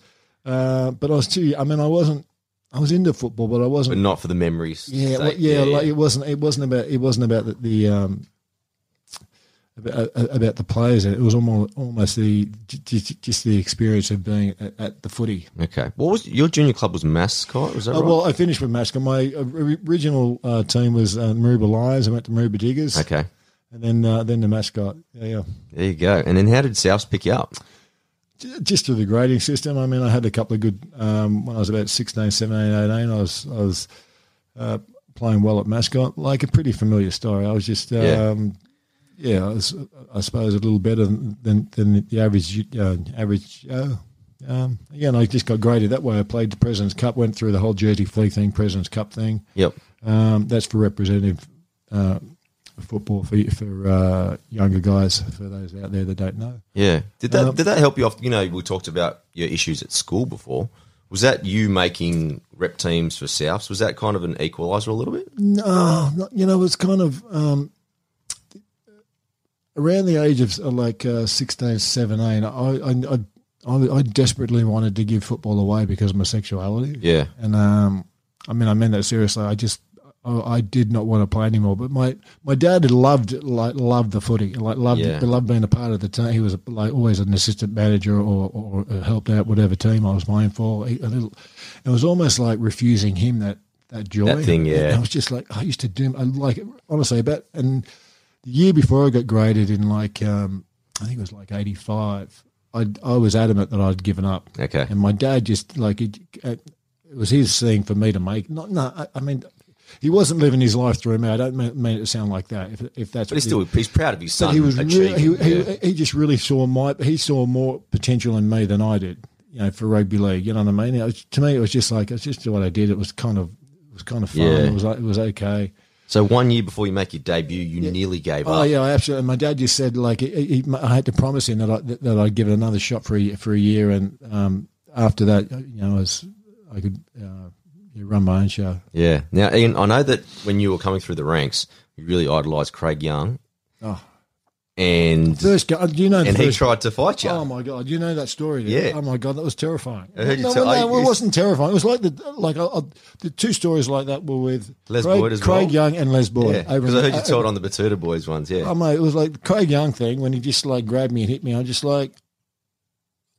Speaker 2: Uh, but I was too. I mean, I wasn't. I was into football, but I wasn't.
Speaker 1: but not for the memories.
Speaker 2: Yeah,
Speaker 1: sake.
Speaker 2: well, yeah, like it wasn't. It wasn't about. It wasn't about the, the um, about, about the players. It was almost almost the just, just the experience of being at, at the footy.
Speaker 1: Okay. What was your junior club was mascot? Was that
Speaker 2: Uh,
Speaker 1: right?
Speaker 2: well, I finished with Mascot. My uh, ri- original uh, team was uh, Maruba Lions. I went to Maruba Diggers,
Speaker 1: okay.
Speaker 2: and then uh, then the Mascot. Yeah, yeah.
Speaker 1: There you go. And then how did Souths pick you up?
Speaker 2: J- Just through the grading system. I mean, I had a couple of good um, when I was about 16, 17, 18. I was I was uh, playing well at Mascot. Like a pretty familiar story. I was just um,
Speaker 1: Yeah.
Speaker 2: yeah. I, was, I suppose a little better than than the average uh, average. Uh, um, again, I just got graded that way. I played the Presidents Cup, went through the whole Jersey Flea thing, Presidents Cup thing.
Speaker 1: Yep.
Speaker 2: Um, that's for representative uh, football for for uh, younger guys. For those out there that don't know,
Speaker 1: Yeah. Did that
Speaker 2: Um,
Speaker 1: did that help you off? You know, we talked about your issues at school before. Was that you making rep teams for Souths? Was that kind of an equaliser a little bit?
Speaker 2: no, not, Oh, you know, it's kind of um, around the age of uh, like uh, 16, 17, I, I, I, I, I desperately wanted to give football away because of my sexuality.
Speaker 1: Yeah.
Speaker 2: And um, I mean, I meant that seriously. I just, I, I did not want to play anymore. But my, my dad had loved like loved the footy, like loved
Speaker 1: Yeah. That thing, yeah.
Speaker 2: And I was just like, I used to do. I like honestly, about and the year before I got graded in like um, I think it was like eighty five. I, I was adamant that I'd given up.
Speaker 1: Okay.
Speaker 2: And my dad just like it, it was his thing for me to make. Not no, I, I mean, he wasn't living his life through me. I don't mean, mean it to sound like that. If if that's
Speaker 1: But he's still he's proud of his
Speaker 2: but
Speaker 1: son.
Speaker 2: he was really, he,
Speaker 1: achieving,
Speaker 2: he,
Speaker 1: yeah.
Speaker 2: he just really saw my he saw more potential in me than I did. You know, for rugby league, you know what I mean. It was, to me, it was just like it's just what I did. It was kind of it was kind of fun.
Speaker 1: Yeah.
Speaker 2: It was like, it was okay.
Speaker 1: So one year before you make your debut, you nearly gave
Speaker 2: Oh
Speaker 1: up.
Speaker 2: yeah, I absolutely. And my dad just said like he, he, I had to promise him that I that, that I'd give it another shot for a year, for a year, and um, after that, you know, I was I could uh, yeah, run my own show.
Speaker 1: Yeah. Now, Ian, I know that when you were coming through the ranks, you really idolised Craig Young.
Speaker 2: Oh.
Speaker 1: And
Speaker 2: First, go- uh, you know, the
Speaker 1: and he
Speaker 2: first,
Speaker 1: tried to fight you.
Speaker 2: Oh my god, you know that story? did you?
Speaker 1: Yeah.
Speaker 2: Oh my god, that was terrifying.
Speaker 1: I heard you
Speaker 2: no,
Speaker 1: tell- I-
Speaker 2: no, well,
Speaker 1: you-
Speaker 2: it wasn't terrifying. It was like the like I, I, the two stories like that were with
Speaker 1: Les
Speaker 2: Craig,
Speaker 1: Boyd as
Speaker 2: Craig
Speaker 1: well?
Speaker 2: Young and Les Boyd.
Speaker 1: yeah.
Speaker 2: over
Speaker 1: Because I
Speaker 2: in-
Speaker 1: heard you
Speaker 2: uh,
Speaker 1: told on the Batuta Boys ones. Yeah.
Speaker 2: Oh, mate, it was like the Craig Young thing when he just like grabbed me and hit me. I'm just like,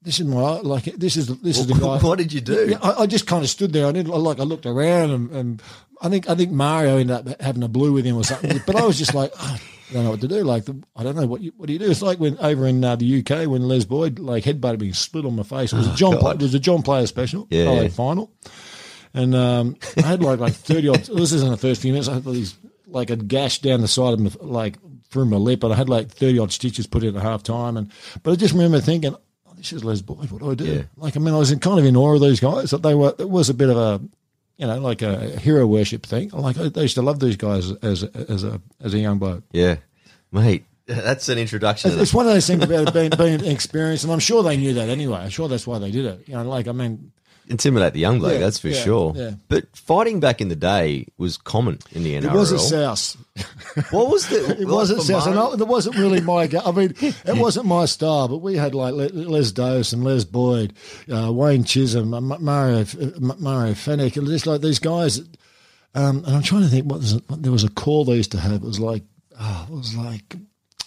Speaker 2: this is my like this is this is the guy.
Speaker 1: what did you do?
Speaker 2: Yeah, oh. I, I just kind of stood there. I didn't like. I looked around, and, and I think I think Mario ended up having a blue with him or something. But I was just like, oh, I don't know what to do. Like, the, I don't know what you, what do you do. It's like when over in uh, the UK when Les Boyd like headbutted me, split on my face. It was a John. Pla-
Speaker 1: Oh, God.
Speaker 2: it was a John Player special.
Speaker 1: Yeah,
Speaker 2: LA
Speaker 1: yeah.
Speaker 2: final, and um, I had like like thirty odd. This is in the first few minutes. I had these like a gash down the side of my like through my lip, and I had like thirty odd stitches put in at half time. And but I just remember thinking. oh, This is Les Boyd. What do I do?
Speaker 1: Yeah.
Speaker 2: Like, I mean, I was in kind of in awe of these guys. That they were, it was a bit of a, you know, like a hero worship thing. Like, I, I used to love these guys as as a as a young bloke.
Speaker 1: Yeah. Mate, that's an introduction. to
Speaker 2: It's one of those things about it being being experienced, and I'm sure they knew that anyway. I'm sure that's why they did it. You know, like, I mean,
Speaker 1: that. Intimidate the young bloke,
Speaker 2: Yeah,
Speaker 1: that's for
Speaker 2: yeah,
Speaker 1: sure.
Speaker 2: yeah.
Speaker 1: But fighting back in the day was common in the NRL.
Speaker 2: it was a souse.
Speaker 1: What was the?
Speaker 2: It wasn't South, and I, it wasn't really my. ga- I mean, it wasn't my style, but we had like Le- Les Dose and Les Boyd, uh, Wayne Chisholm, uh, Ma- Mario F- uh, Ma- Mario Fennick, and just like these guys. that- Um, and I'm trying to think what, was, what there was a call they used to have. It was like, oh, it was like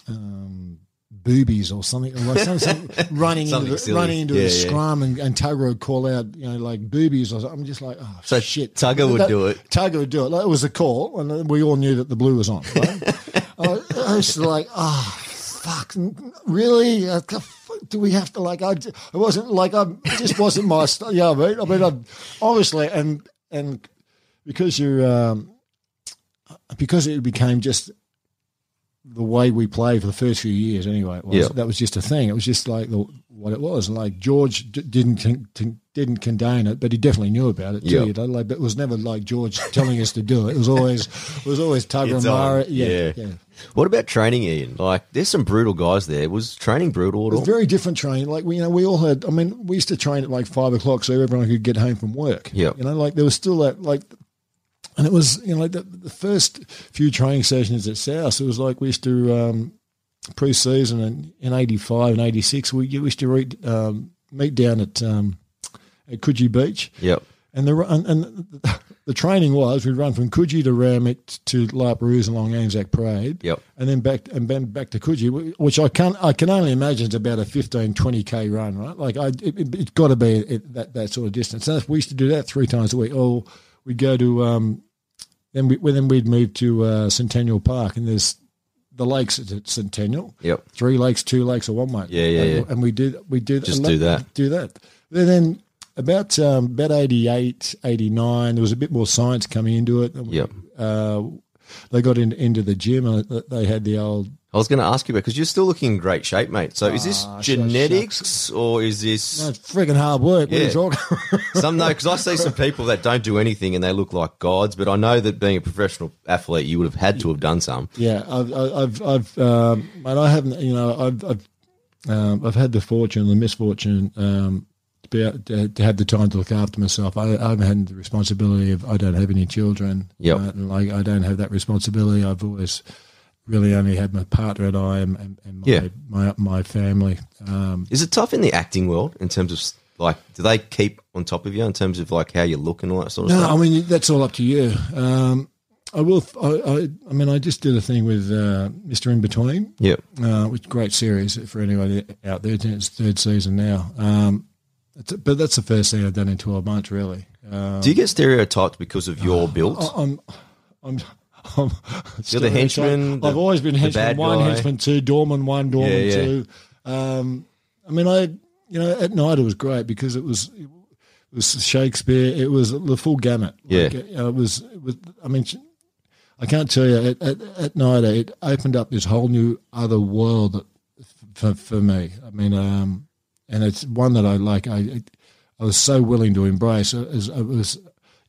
Speaker 2: um, boobies or something, or like some, some running
Speaker 1: Something
Speaker 2: into the,
Speaker 1: silly.
Speaker 2: running into
Speaker 1: Yeah,
Speaker 2: a
Speaker 1: yeah.
Speaker 2: scrum, and, and Tugger would call out, you know, like boobies. Or something. I'm just like, oh
Speaker 1: So
Speaker 2: shit,
Speaker 1: Tugger would
Speaker 2: That-
Speaker 1: do it.
Speaker 2: Tiger would do it. Like, it was a call, and we all knew that the blue was on. Right? I, I was like, oh, fuck, n- really? Uh, the fuck Do we have to like? I, it wasn't like I it just wasn't my style. Yeah, you know what I mean, I mean, I obviously, and and because you're um, because it became just the way we played for the first few years. Anyway, it was,
Speaker 1: Yeah.
Speaker 2: that was just a thing. It was just like the, what it was. And like George d- didn't con- con- didn't condone it, but he definitely knew about it. Too,
Speaker 1: Yeah.
Speaker 2: you know? like, but it was never like George telling us to do it. It was always it was always Tugger
Speaker 1: It's
Speaker 2: and Mara.
Speaker 1: on. Yeah.
Speaker 2: Yeah, yeah.
Speaker 1: What about training, Ian? Like, there's some brutal guys there. Was training brutal at
Speaker 2: It
Speaker 1: all?
Speaker 2: was very different training. Like we, you know, we all had. I mean, we used to train at like five o'clock so everyone could get home from work.
Speaker 1: Yeah.
Speaker 2: you know, like there was still that like, and it was you know like the, the first few training sessions at South, it was like we used to um, pre-season in, in '85 and '86. We, we used to read, um, meet down at um, at Coogee Beach.
Speaker 1: yep.
Speaker 2: And the and, and the training was we'd run from Coogee to Ramwick to La Perouse along Anzac Parade.
Speaker 1: Yep.
Speaker 2: And then back and then back to Coogee, which I can I can only imagine is about a 15, 20 k run, right? Like I, it, it, has got to be at that that sort of distance. And we used to do that three times a week. Or we'd go to um, then we well, then we'd move to uh, Centennial Park, and there's the lakes at Centennial.
Speaker 1: Yep.
Speaker 2: Three lakes, two lakes, or one lake.
Speaker 1: Yeah, yeah,
Speaker 2: and,
Speaker 1: yeah.
Speaker 2: And we did we did
Speaker 1: Just
Speaker 2: and
Speaker 1: do that.
Speaker 2: do that. Then, then about um, about 88, 89, there was a bit more science coming into it.
Speaker 1: Yep.
Speaker 2: Uh, they got in, into the gym and they had the old
Speaker 1: I was going to ask you about because you're still looking in great shape, mate. So is this
Speaker 2: Ah, shucks,
Speaker 1: genetics or is this
Speaker 2: That's freaking hard work. What are
Speaker 1: Yeah.
Speaker 2: you talking?
Speaker 1: some? No, because I see some people that don't do anything and they look like gods. But I know that being a professional athlete, you would have had to have done some.
Speaker 2: yeah, I've, I've, I've, um, and I haven't, you know, I've, I've, um, I've had the fortune, the misfortune, um, to be able to, to have the time to look after myself. I, I haven't had the responsibility of I don't have any children.
Speaker 1: Yep.
Speaker 2: Uh, and like I don't have that responsibility. I've always really only had my partner and I and, and, and my,
Speaker 1: Yeah.
Speaker 2: my my family. Um,
Speaker 1: Is it tough in the acting world in terms of like, do they keep on top of you in terms of like how you look and all that sort of
Speaker 2: No,
Speaker 1: stuff?
Speaker 2: I mean that's all up to you. Um, I will. I, I, I mean, I just did a thing with uh, Mister In Between,
Speaker 1: Yeah,
Speaker 2: uh, which great series for anybody out there. It's third season now. Um, it's, but that's the first thing I've done in twelve months, really. Um,
Speaker 1: Do you get stereotyped because of your build?
Speaker 2: I, I'm, I'm, I'm.
Speaker 1: You're the henchman,
Speaker 2: I've
Speaker 1: the-
Speaker 2: always been
Speaker 1: the
Speaker 2: henchman
Speaker 1: bad
Speaker 2: one,
Speaker 1: guy.
Speaker 2: henchman two, doorman one, doorman
Speaker 1: Yeah, yeah.
Speaker 2: two. Um, I mean, I you know at night it was great because it was it was Shakespeare, it was the full gamut. Like,
Speaker 1: Yeah.
Speaker 2: you know, it uh, was it was. I mean. I can't tell you at, at, at night it opened up this whole new other world that- for, for me. I mean, um, and it's one that I like. I I was so willing to embrace. It was, it was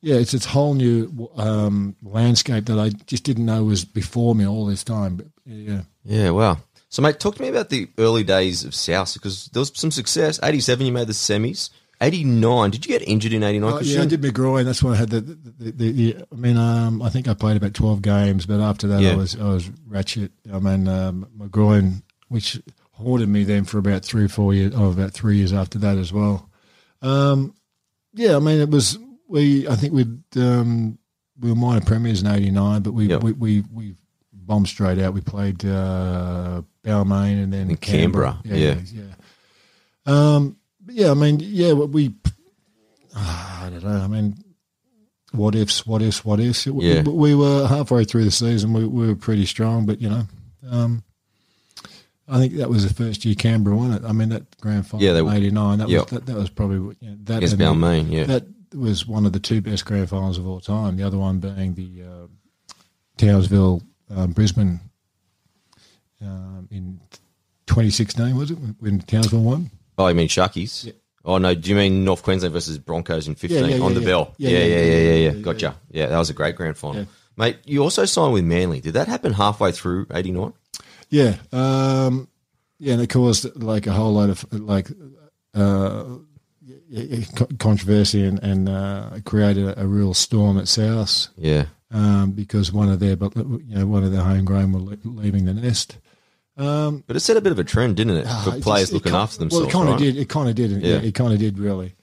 Speaker 2: yeah, it's this whole new um, landscape that I just didn't know was before me all this time. But yeah,
Speaker 1: Yeah, wow. So, mate, talk to me about the early days of South because there was some success. 87, you made the semis. 89, did you get injured in 89?
Speaker 2: Oh,
Speaker 1: 'Cause
Speaker 2: yeah, I
Speaker 1: you-
Speaker 2: did my groin. That's why I had the the, the, the I mean, um, I think I played about twelve games, but after that,
Speaker 1: Yeah.
Speaker 2: I was I was ratchet. I mean, um, my groin, which haunted me then for about three or four years, oh, about three years after that as well. Um, yeah, I mean, it was we. I think we um, we were minor premiers in '89, but we,
Speaker 1: Yep.
Speaker 2: we we we bombed straight out. We played uh, Balmain and then
Speaker 1: And Canberra, yeah.
Speaker 2: yeah. yeah. Um, but yeah, I mean, yeah, what we I don't know. I mean, what ifs, what ifs, what ifs. It-
Speaker 1: Yeah.
Speaker 2: We, we were halfway through the season. We, we were pretty strong, but you know, um, I think that was the first year Canberra won it. I mean, that grand final,
Speaker 1: Yeah, they-
Speaker 2: in '89. That
Speaker 1: yeah.
Speaker 2: was that, that was probably what- you know, that.
Speaker 1: Against
Speaker 2: and the-
Speaker 1: Balmain, yeah.
Speaker 2: That was one of the two best grand finals of all time. The other one being the uh, Townsville, um, Brisbane, um, in 2016. Was it when- when Townsville won?
Speaker 1: Oh, you mean Sharkies?
Speaker 2: Yeah.
Speaker 1: Oh, no, do you mean North Queensland versus Broncos in 15
Speaker 2: Yeah, yeah,
Speaker 1: on
Speaker 2: yeah,
Speaker 1: the
Speaker 2: yeah.
Speaker 1: bell? Yeah
Speaker 2: Yeah,
Speaker 1: yeah yeah, yeah,
Speaker 2: yeah, yeah,
Speaker 1: yeah,
Speaker 2: yeah, yeah,
Speaker 1: Gotcha. Yeah, that was a great grand final.
Speaker 2: Yeah.
Speaker 1: Mate, you also signed with Manly. Did that happen halfway through 89?
Speaker 2: Yeah, um, yeah, and it caused like a whole lot of like uh, y- y- co- controversy and, and uh, created a, a real storm at South
Speaker 1: Yeah.
Speaker 2: um, because one of their but you know one of their homegrown were le- leaving the nest. Um,
Speaker 1: But it set a bit of a trend, didn't it?
Speaker 2: ah,
Speaker 1: For
Speaker 2: it
Speaker 1: players
Speaker 2: just- it
Speaker 1: looking
Speaker 2: kin-
Speaker 1: after themselves.
Speaker 2: Well, it kind of
Speaker 1: right?
Speaker 2: did. It kind of did. Yeah,
Speaker 1: Yeah.
Speaker 2: it kind of did really.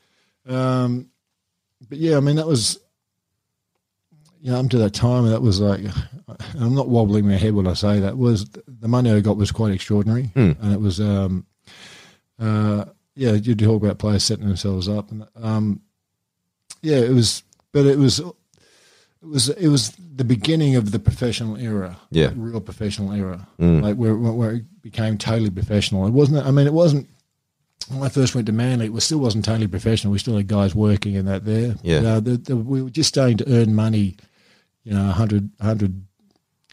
Speaker 2: Um, but yeah, I mean that was. You know, up to that time, that was like, and I'm not wobbling my head when I say that. Was the money I got was quite extraordinary,
Speaker 1: Hmm.
Speaker 2: and it was um, uh, yeah, you talk about players setting themselves up, and um, yeah, it was, but it was, it was, it was the beginning of the professional era,
Speaker 1: Yeah.
Speaker 2: real professional era,
Speaker 1: Mm.
Speaker 2: like where where it became totally professional. It wasn't, I mean, it wasn't. When I first went to Manly, it was, still wasn't totally professional. We still had guys working and that there.
Speaker 1: Yeah.
Speaker 2: You know, the, the, we were just starting to earn money, you know, 100, 100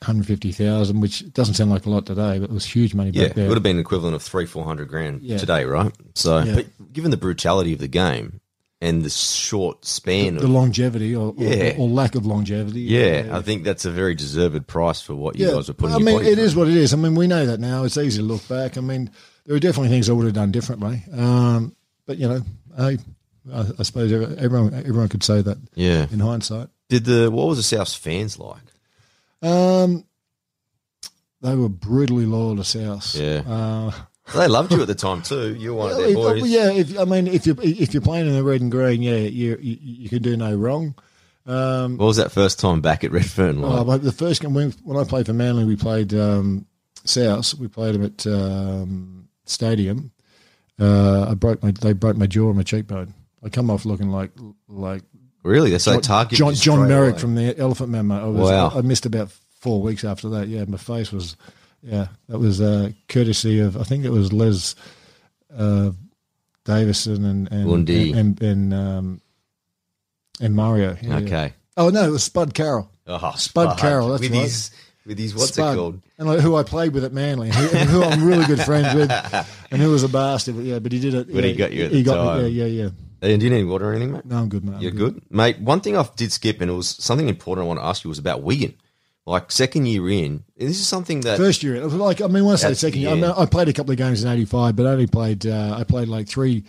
Speaker 2: 150,000, which doesn't sound like a lot today, but it was huge money
Speaker 1: Yeah,
Speaker 2: back there.
Speaker 1: it would have been an equivalent of three, four hundred grand
Speaker 2: Yeah.
Speaker 1: today, right? So,
Speaker 2: Yeah.
Speaker 1: but given the brutality of the game and the short span
Speaker 2: the
Speaker 1: of,
Speaker 2: longevity or, or-
Speaker 1: Yeah.
Speaker 2: or, lack of longevity.
Speaker 1: yeah, I think that's a very deserved price for what you
Speaker 2: Yeah.
Speaker 1: guys are putting.
Speaker 2: I
Speaker 1: your
Speaker 2: mean,
Speaker 1: body
Speaker 2: it
Speaker 1: through.
Speaker 2: is what it is. I mean, we know that now. It's easy to look back. I mean, there are definitely things I would have done differently. Um, but you know, I, I, I suppose every- everyone everyone could say that
Speaker 1: Yeah.
Speaker 2: in hindsight.
Speaker 1: Did the what was the South's fans like?
Speaker 2: Um, they were brutally loyal to South.
Speaker 1: Yeah.
Speaker 2: Uh,
Speaker 1: They loved you at the time too. You were one of
Speaker 2: Well,
Speaker 1: their
Speaker 2: if-
Speaker 1: boys.
Speaker 2: Yeah, if, I mean, if you if you're playing in the red and green, yeah, you you, you can do no wrong. Um,
Speaker 1: What was that first time back at Redfern
Speaker 2: oh,
Speaker 1: like?
Speaker 2: but the first game when, when I played for Manly, we played um, South. We played them at um, Stadium. Uh, I broke my they broke my jaw and my cheekbone. I come off looking like like
Speaker 1: really? That's so
Speaker 2: John,
Speaker 1: targeted.
Speaker 2: John,
Speaker 1: you
Speaker 2: John
Speaker 1: straight
Speaker 2: Merrick
Speaker 1: away.
Speaker 2: from the Elephant Man. mate. I was,
Speaker 1: Wow.
Speaker 2: I missed about four weeks after that. Yeah, my face was, yeah, that was uh, courtesy of I think it was Les uh, Davison and and
Speaker 1: Lundy.
Speaker 2: and and, um, and Mario. Yeah, yeah.
Speaker 1: Okay.
Speaker 2: Oh no, it was Spud Carroll.
Speaker 1: Oh,
Speaker 2: Spud Carroll, that's
Speaker 1: with
Speaker 2: right.
Speaker 1: his with his what's
Speaker 2: Spud,
Speaker 1: it called?
Speaker 2: And like, who I played with at Manly, and who, and who I'm really good friends with, and who was a bastard. But yeah, but he did it.
Speaker 1: But he
Speaker 2: yeah,
Speaker 1: got you at
Speaker 2: he
Speaker 1: the
Speaker 2: got me-
Speaker 1: time.
Speaker 2: Yeah, yeah, yeah.
Speaker 1: And do you need water or anything, mate?
Speaker 2: No, I'm good, mate. I'm
Speaker 1: You're good, mate. One thing I did skip, and it was something important I want to ask you was about Wigan. Like second year in, and this is something that
Speaker 2: First year, it was like I mean, when I say
Speaker 1: That's-
Speaker 2: second year, I,
Speaker 1: yeah.
Speaker 2: mean, I played a couple of games in '85, but I only played uh, I played like three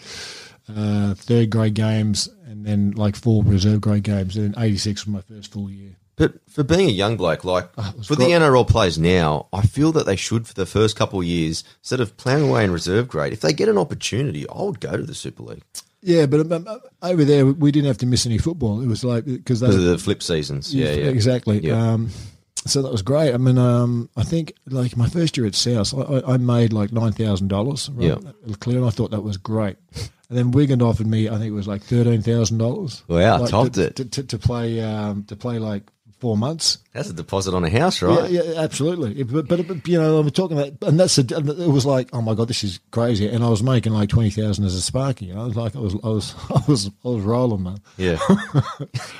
Speaker 2: uh, third grade games and then like four reserve grade games. And then '86 was my first full year.
Speaker 1: But for being a young bloke, like
Speaker 2: Oh, was
Speaker 1: for
Speaker 2: great.
Speaker 1: the NRL players now, I feel that they should for the first couple of years, instead of playing away in reserve grade, if they get an opportunity, I would go to the Super League
Speaker 2: Yeah, but um, um, over there we didn't have to miss any football. It was like because
Speaker 1: for
Speaker 2: those
Speaker 1: the flip seasons. Yeah, yeah.
Speaker 2: exactly.
Speaker 1: Yeah.
Speaker 2: Um, so that was great. I mean, um, I think like my first year at South, I, I- I made like nine thousand dollars. clear, and I thought that was great. And then Wigan offered me, I think it was like thirteen thousand dollars.
Speaker 1: Wow,
Speaker 2: like,
Speaker 1: topped
Speaker 2: to,
Speaker 1: it.
Speaker 2: to, to, to play um, to play like four months.
Speaker 1: That's a deposit on a house, right?
Speaker 2: Yeah, yeah, absolutely. It- But, but, but, you know, I'm talking about, and that's a, and it was like, oh my god, this is crazy. And I was making like twenty thousand as a sparky. I was like, I was, I was, I was, I was rolling, man.
Speaker 1: Yeah.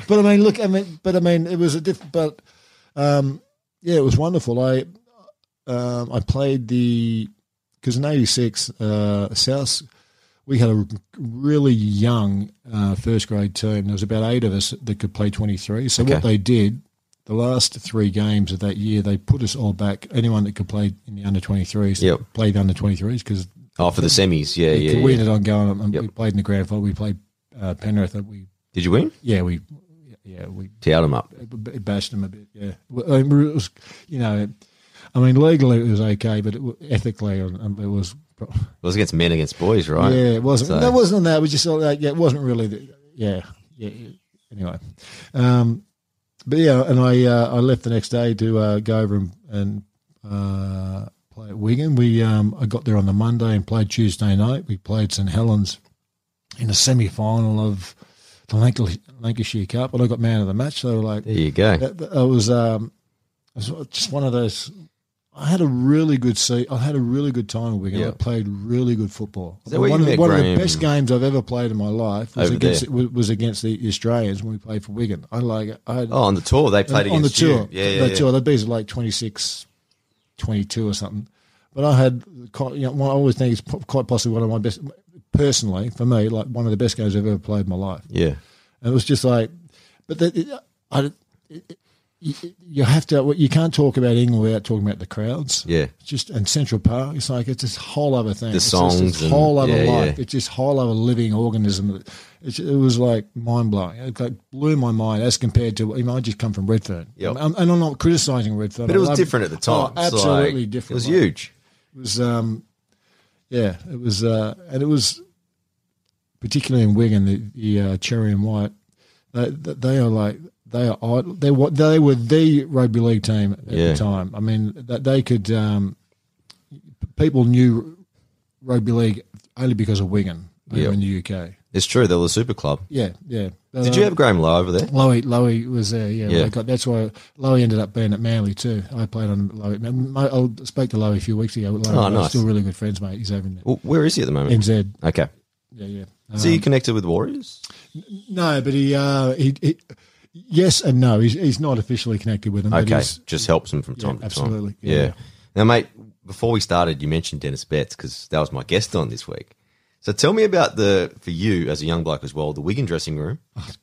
Speaker 2: But I mean, look, I mean, but I mean, it was a diff. But um, yeah, it was wonderful. I um, I played the because in '86 uh, South we had a really young uh, first grade team. There was about eight of us that could play 23. So
Speaker 1: Okay.
Speaker 2: what they did. The last three games of that year, they put us all back. Anyone that could play in the under 23s
Speaker 1: Yep.
Speaker 2: played under 23s because
Speaker 1: oh, for the semis. Yeah, yeah.
Speaker 2: we
Speaker 1: yeah.
Speaker 2: ended on going. And
Speaker 1: Yep.
Speaker 2: We played in the grand final. We played uh, Penrith. and We
Speaker 1: Did you win?
Speaker 2: yeah we yeah we
Speaker 1: Tout them up.
Speaker 2: it b- it bashed him a bit. Yeah, Well, I mean, it was, you know, it, I mean, legally it was okay, but it, wa- ethically um, it was.
Speaker 1: It was against men against boys, right?
Speaker 2: Yeah, it wasn't.
Speaker 1: So-
Speaker 2: That wasn't that. It was just sort of like yeah, it wasn't really. The, yeah, yeah. yeah. Anyway, um, but yeah, and I uh, I left the next day to uh, go over and, and uh, play at Wigan. We um, I got there on the Monday and played Tuesday night. We played St Helens in the semi final of the Lanc- Lancashire Cup, and I got man of the match. So like
Speaker 1: There you go.
Speaker 2: that, that- that was um, it was just one of those. I had a really good se- I had a really good time at Wigan.
Speaker 1: Yeah.
Speaker 2: I played really good football.
Speaker 1: Is that where
Speaker 2: one
Speaker 1: you
Speaker 2: of, the,
Speaker 1: met
Speaker 2: one of the
Speaker 1: Graham?
Speaker 2: best games I've ever played in my life was
Speaker 1: Over
Speaker 2: against
Speaker 1: there.
Speaker 2: was, was against the Australians when we played for Wigan. I like I had,
Speaker 1: Oh, on the tour, they played
Speaker 2: on, on the
Speaker 1: against you.
Speaker 2: tour.
Speaker 1: Yeah, yeah.
Speaker 2: the
Speaker 1: yeah.
Speaker 2: tour. They beat us like 26, 22 or something. But I had quite. You know, one- I always think it's po- quite possibly one of my best. Personally, for me, like one of the best games I've ever played in my life.
Speaker 1: Yeah.
Speaker 2: And it was just like, but the, it, I, it, you, you have to, you can't talk about England without talking about the crowds.
Speaker 1: Yeah.
Speaker 2: Just and Central Park, it's like it's this whole other thing. it's
Speaker 1: songs
Speaker 2: just this
Speaker 1: and-
Speaker 2: whole other
Speaker 1: yeah,
Speaker 2: life.
Speaker 1: yeah.
Speaker 2: It's this whole other living organism. It's, it was like mind blowing. It like blew my mind as compared to. You know, I just come from Redfern,
Speaker 1: Yep.
Speaker 2: and, and I'm not criticizing Redfern,
Speaker 1: But it was
Speaker 2: I love-
Speaker 1: different at the time.
Speaker 2: Oh,
Speaker 1: It's like-
Speaker 2: absolutely different.
Speaker 1: It was
Speaker 2: Like,
Speaker 1: huge.
Speaker 2: it was um yeah it was uh and it was particularly in wigan the, the uh, cherry and white they, they are like they are idol- they were they were the rugby league team at
Speaker 1: Yeah.
Speaker 2: the time i mean that they could um people knew rugby league only because of wigan over
Speaker 1: Yeah.
Speaker 2: in the uk
Speaker 1: It's true. They were the super club.
Speaker 2: yeah yeah
Speaker 1: Did you have Graham Lowe over there?
Speaker 2: Lowy, Lowy was there, yeah.
Speaker 1: Yeah.
Speaker 2: I got, that's why Lowy ended up being at Manly too. I played on Lowy. I I spoke to Lowy a few weeks ago. Lowy,
Speaker 1: Oh,
Speaker 2: we're
Speaker 1: nice.
Speaker 2: Still really good friends, mate. He's over in Um,
Speaker 1: Well, where is he at the moment?
Speaker 2: NZ.
Speaker 1: Okay.
Speaker 2: Yeah, yeah. Uh,
Speaker 1: So you connected with Warriors?
Speaker 2: No, but he, uh, he, he, yes and no. He's, he's not officially connected with them. But
Speaker 1: Okay,
Speaker 2: he's,
Speaker 1: just helps them from time to
Speaker 2: absolutely.
Speaker 1: time.
Speaker 2: Yeah, yeah.
Speaker 1: Now, mate, before we started, you mentioned Dennis Betts because that was my guest on this week. So tell me about the for you as a young bloke as well, the Wigan dressing room,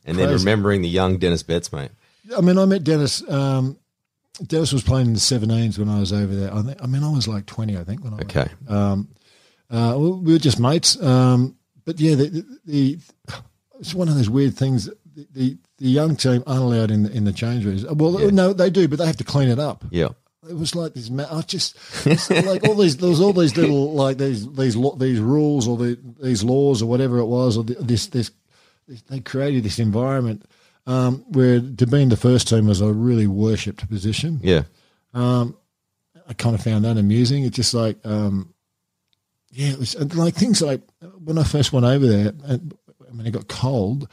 Speaker 1: and then
Speaker 2: Oh, crazy.
Speaker 1: remembering the young Dennis Betts, mate.
Speaker 2: I mean, I met Dennis. Um, Dennis was playing in the 17s when I was over there. I, think, I mean, I was like 20, I think, when I went
Speaker 1: Okay,
Speaker 2: Uh, we we were just mates. Um, but yeah, the, the, the it's one of those weird things. The, the the young team aren't allowed in the, in the change rooms. Uh, Well,
Speaker 1: Yeah.
Speaker 2: no, they do, but they have to clean it up.
Speaker 1: yeah,
Speaker 2: It was like this. ma- I just it's like all these. There was all these little like these these lo- these rules or the, these laws or whatever it was or the, this this. They created this environment um, where to be in the first team was a really worshipped position.
Speaker 1: Yeah.
Speaker 2: I kind of found that amusing. It's just like, um, yeah, it was and like things like when I first went over there, and when it got cold,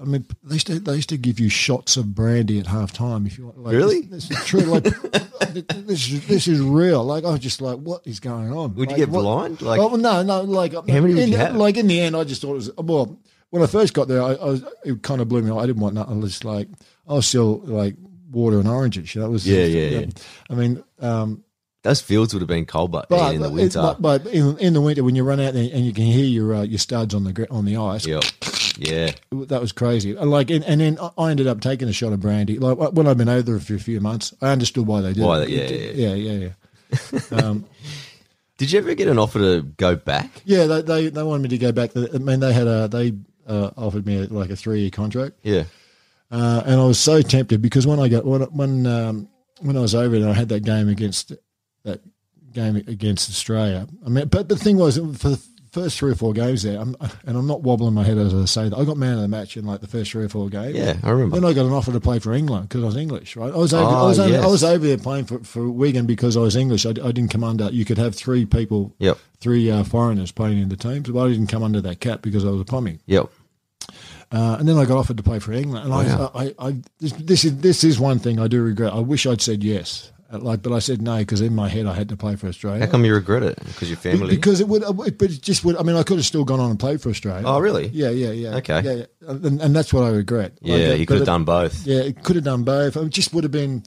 Speaker 2: I mean, they used to, they used to give you shots of brandy at half time if you want. Like,
Speaker 1: Really?
Speaker 2: This, this is true. Like, this, is, this is real. Like, I was just like, what is going on?
Speaker 1: Would you
Speaker 2: Like,
Speaker 1: get
Speaker 2: what-
Speaker 1: blind? Like,
Speaker 2: oh well, no, no. Like
Speaker 1: many would
Speaker 2: in,
Speaker 1: you have?
Speaker 2: Like in the end, I just thought it was well. When I first got there, I, I was, it kind of blew me. away. I didn't want nothing. I was like, I was still like water and oranges. You know, it was
Speaker 1: Yeah, yeah, yeah.
Speaker 2: I mean, um,
Speaker 1: those fields would have been cold, but,
Speaker 2: but
Speaker 1: in the
Speaker 2: it-
Speaker 1: winter.
Speaker 2: but, but in, in the winter when you run out there and you can hear your uh, your studs on the gr- on the ice,
Speaker 1: yeah. Yeah.
Speaker 2: that was crazy. And Like, and, and then I- I ended up taking a shot of brandy. Like when I've been over there for a few months, I understood why they did.
Speaker 1: Why
Speaker 2: it.
Speaker 1: they- yeah,
Speaker 2: It- yeah, yeah, yeah.
Speaker 1: Did you ever get an offer to go back?
Speaker 2: Yeah, they, they they wanted me to go back. I mean, they had a they uh, offered me like a three year contract.
Speaker 1: Yeah.
Speaker 2: uh, and I was so tempted because when I got when when um, when I was over there, I had that game against that game against Australia. I mean, but the thing was for the first three or four games there, I'm, and I'm not wobbling my head as I say that. I got man of the match in like the first three or four games.
Speaker 1: Yeah, I remember.
Speaker 2: Then I got an offer to play for England because I was English, right? I was over,
Speaker 1: Ah,
Speaker 2: I was over, I
Speaker 1: yes.
Speaker 2: was over there playing for, for Wigan because I was English. I, d- I didn't come under. You could have three people,
Speaker 1: Yep.
Speaker 2: three uh, foreigners playing in the teams, but I didn't come under that cap because I was a Pommy.
Speaker 1: Yep.
Speaker 2: Uh, and then I got offered to play for England, and
Speaker 1: Wow.
Speaker 2: I, I, I this, this is this is one thing I do regret. I wish I'd said yes, Uh, like, but I said no because in my head I had to play for Australia.
Speaker 1: How come you regret it? Because your family.
Speaker 2: Because it would, it- but it just would. I mean, I could have still gone on and played for Australia.
Speaker 1: oh, really?
Speaker 2: Yeah, yeah, yeah.
Speaker 1: Okay.
Speaker 2: Yeah, yeah. And, and that's what I regret. Like,
Speaker 1: Yeah,
Speaker 2: uh,
Speaker 1: you
Speaker 2: but
Speaker 1: could have
Speaker 2: it-
Speaker 1: done both.
Speaker 2: Yeah, it could have done both. It just would have been,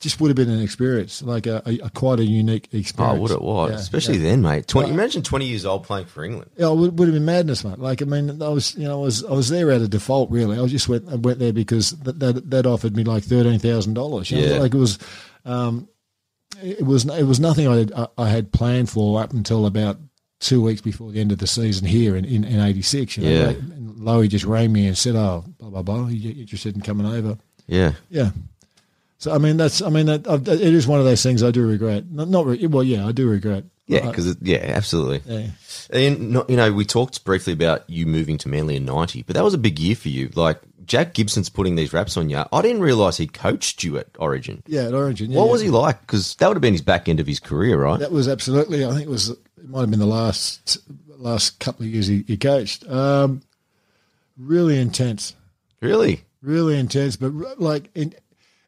Speaker 2: just would have been an experience, like a, a, a quite a unique
Speaker 1: Oh,
Speaker 2: experience.
Speaker 1: would it? What?
Speaker 2: Yeah,
Speaker 1: Especially
Speaker 2: yeah.
Speaker 1: then, mate. 20, imagine 20 years old playing for England.
Speaker 2: Yeah, it would, would have been madness, mate. Like, I mean, I was, you know, I was, I was there out of default, really. I just went, I went there because that that, that offered me like thirteen thousand dollars.
Speaker 1: Yeah.
Speaker 2: like it was, um, it was, it was nothing I had, I- I had planned for up until about two weeks before the end of the season here in in, in '86. You know?
Speaker 1: Yeah.
Speaker 2: Like, and Lowy just rang me and said, "Oh, blah blah blah, you interested in coming over?"
Speaker 1: Yeah.
Speaker 2: Yeah. So I mean, that's, I mean, that, I've, it is one of those things I do regret. Not, not re- well, yeah, I do regret.
Speaker 1: Yeah,
Speaker 2: I-
Speaker 1: because, yeah, absolutely.
Speaker 2: yeah.
Speaker 1: And not, you know, we talked briefly about you moving to Manly in '90, but that was a big year for you. Like Jack Gibson's putting these raps on you. I didn't realise he coached you at Origin.
Speaker 2: Yeah, at Origin. yeah,
Speaker 1: What
Speaker 2: yeah.
Speaker 1: was he like? Because that would have been his back end of his career, right?
Speaker 2: That was absolutely. I think it was. It might have been the last last couple of years he, he coached. Um, really intense,
Speaker 1: Really?
Speaker 2: really intense. But r- like, in,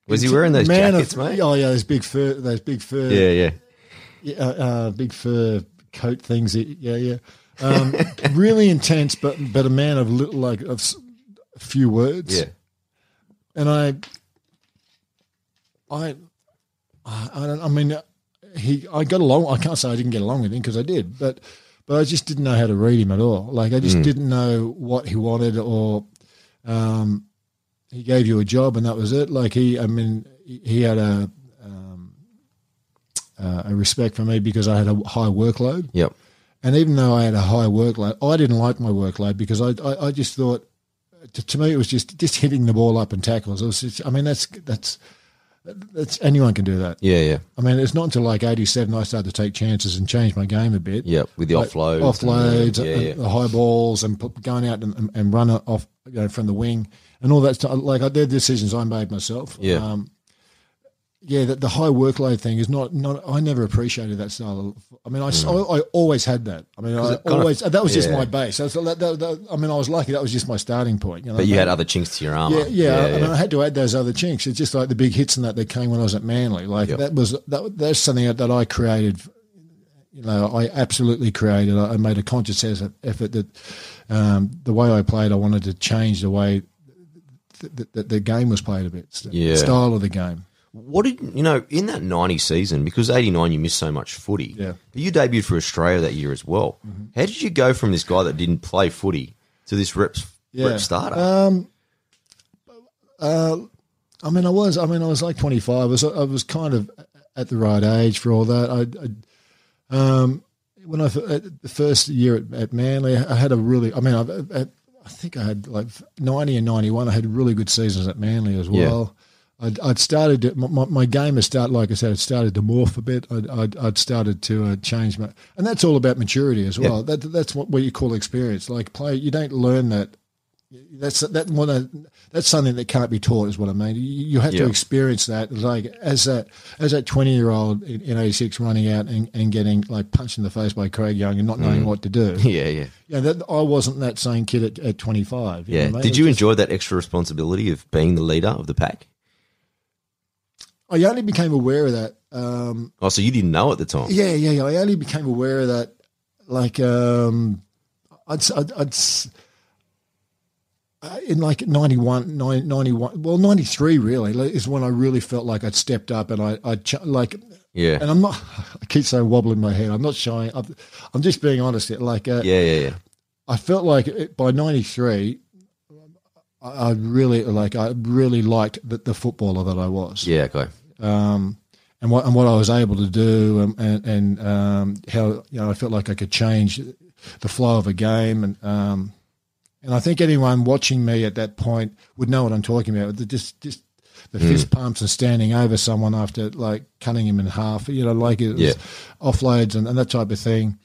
Speaker 1: Was he wearing those
Speaker 2: man
Speaker 1: jackets,
Speaker 2: of,
Speaker 1: mate?
Speaker 2: Oh yeah, those big fur, those big fur,
Speaker 1: Yeah, yeah.
Speaker 2: yeah, uh, uh, big fur coat things. that- Yeah, yeah. Um, really intense, but but a man of little like of s- few words.
Speaker 1: Yeah.
Speaker 2: and I, I, I I don't. I mean, he. I got along. I can't say I didn't get along with him because I did, but but I just didn't know how to read him at all. Like I just didn't know what he wanted, or um, he gave you a job and that was it. Like he. I mean, he he had a. Um, uh, a respect for me because I had a high workload,
Speaker 1: Yep.
Speaker 2: and even though I had a high workload, I didn't like my workload because I I, I just thought to, to me it was just just hitting the ball up and tackles. It was just, I mean that's that's that's anyone can do that.
Speaker 1: Yeah, yeah.
Speaker 2: I mean it's not until like eighty seven I started to take chances and change my game a bit.
Speaker 1: Yep. With the
Speaker 2: Like,
Speaker 1: offloads. and
Speaker 2: offloads,
Speaker 1: the-
Speaker 2: and, uh,
Speaker 1: Yeah, yeah.
Speaker 2: the high balls, and p- going out and, and running off you know, from the wing and all that stuff. Like I did decisions I made myself.
Speaker 1: Yeah.
Speaker 2: Um, yeah, that the high workload thing is not not. I never appreciated that style. Of, I mean, I, s- I- I always had that. I mean, I
Speaker 1: Mm. it kind of-
Speaker 2: always that was just
Speaker 1: yeah.
Speaker 2: my base. That's, that, that, that- I mean, I was lucky. That was just my starting point. You know,
Speaker 1: But you had other chinks to your armor.
Speaker 2: yeah, yeah. I
Speaker 1: yeah.
Speaker 2: mean, I had to add those other chinks. It's just like the big hits and that that came when I was at Manly. Like
Speaker 1: Yep.
Speaker 2: that was that that's something that, that I created. You know, I absolutely created. I I made a conscious es- effort that um, the way I played, I wanted to change the way th- th- that the game was played a bit. s-
Speaker 1: Yeah.
Speaker 2: style of the game.
Speaker 1: What did you know in that ninety season? Because eighty nine, you missed so much footy.
Speaker 2: Yeah. Mm-hmm.
Speaker 1: but you debuted for Australia that year as well. How did you go from this guy that didn't play footy to this reps
Speaker 2: Yeah.
Speaker 1: rep starter?
Speaker 2: Um, uh, I mean, I was. I mean, I was like twenty five. I was. I was kind of at the right age for all that. I, I um, when I f- at the first year at, at Manly, I had a really. I mean, I, at, I think I had like ninety and ninety one. I had really good seasons at Manly as
Speaker 1: Yeah.
Speaker 2: well. I'd, I'd started to, my- my, my game has started like I said it started to morph a bit I'd, I'd, I'd started to uh, change my and that's all about maturity as well that, that's what, what you call experience like play you don't learn that that's that one. of- That's something that can't be taught, is what I mean. You, you have
Speaker 1: Yeah.
Speaker 2: to experience that, like as that as that twenty year old in, in eighty six running out and, and getting like punched in the face by Craig Young and not
Speaker 1: Mm.
Speaker 2: knowing what to do.
Speaker 1: Yeah, yeah,
Speaker 2: Yeah, that, I wasn't that same kid at, at twenty five.
Speaker 1: yeah. Did you enjoy that extra responsibility of being the leader of the pack?
Speaker 2: I only became aware of that. Um,
Speaker 1: Oh, so you didn't know at the time.
Speaker 2: Yeah, yeah, yeah. I only became aware of that, like, um, I'd, s- I'd, I'd s- uh, in like 91, nine- 91, well, 93 really like, is when I really felt like I'd stepped up and I, I ch- like,
Speaker 1: yeah,
Speaker 2: and I'm not, I keep saying wobbling my head. I'm not shying. I'm, I'm just being honest. here. Like, uh,
Speaker 1: yeah, yeah. yeah.
Speaker 2: I felt like it, by 93, I, I really, like, I really liked the, the footballer that I was
Speaker 1: Yeah, okay.
Speaker 2: um, and what and what I was able to do, um, and, and um, how you know I felt like I could change the flow of a game, and um, and I think anyone watching me at that point would know what I'm talking about. The, just just the
Speaker 1: Hmm.
Speaker 2: fist pumps and standing over someone after like cutting him in half, you know, like it was
Speaker 1: Yeah.
Speaker 2: offloads and, and that type of thing.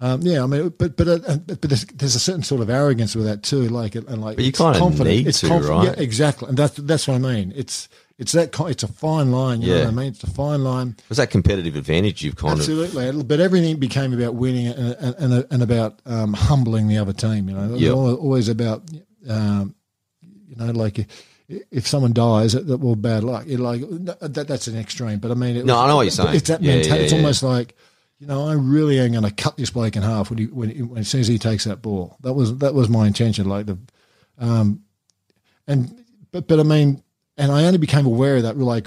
Speaker 2: Um, yeah, I mean, but but uh, but there's, there's a certain sort of arrogance with that too, like and like
Speaker 1: But you
Speaker 2: it's
Speaker 1: kinda
Speaker 2: confident.
Speaker 1: need
Speaker 2: it's
Speaker 1: to,
Speaker 2: conf-
Speaker 1: right?
Speaker 2: Yeah, exactly, and that's that's what I mean. It's it's that ki- it's a fine line. You
Speaker 1: Yeah.
Speaker 2: know what I mean? It's a fine line.
Speaker 1: Was that competitive advantage you've kind
Speaker 2: Absolutely, but everything became about winning and and, and about um, humbling the other team. You know, it was
Speaker 1: Yeah.
Speaker 2: al- always about um, you know like. i- If someone dies, that well, bad luck. It like that, that's an extreme, but I mean, it
Speaker 1: No, I know what you're
Speaker 2: but
Speaker 1: saying.
Speaker 2: It's that
Speaker 1: Yeah,
Speaker 2: mentality.
Speaker 1: yeah,
Speaker 2: it's
Speaker 1: yeah.
Speaker 2: almost like you know, I really am going to cut this bloke in half when he when, he- when as soon as he takes that ball. That was that was my intention. Like the, um, and but but I mean, and I only became aware of that. Like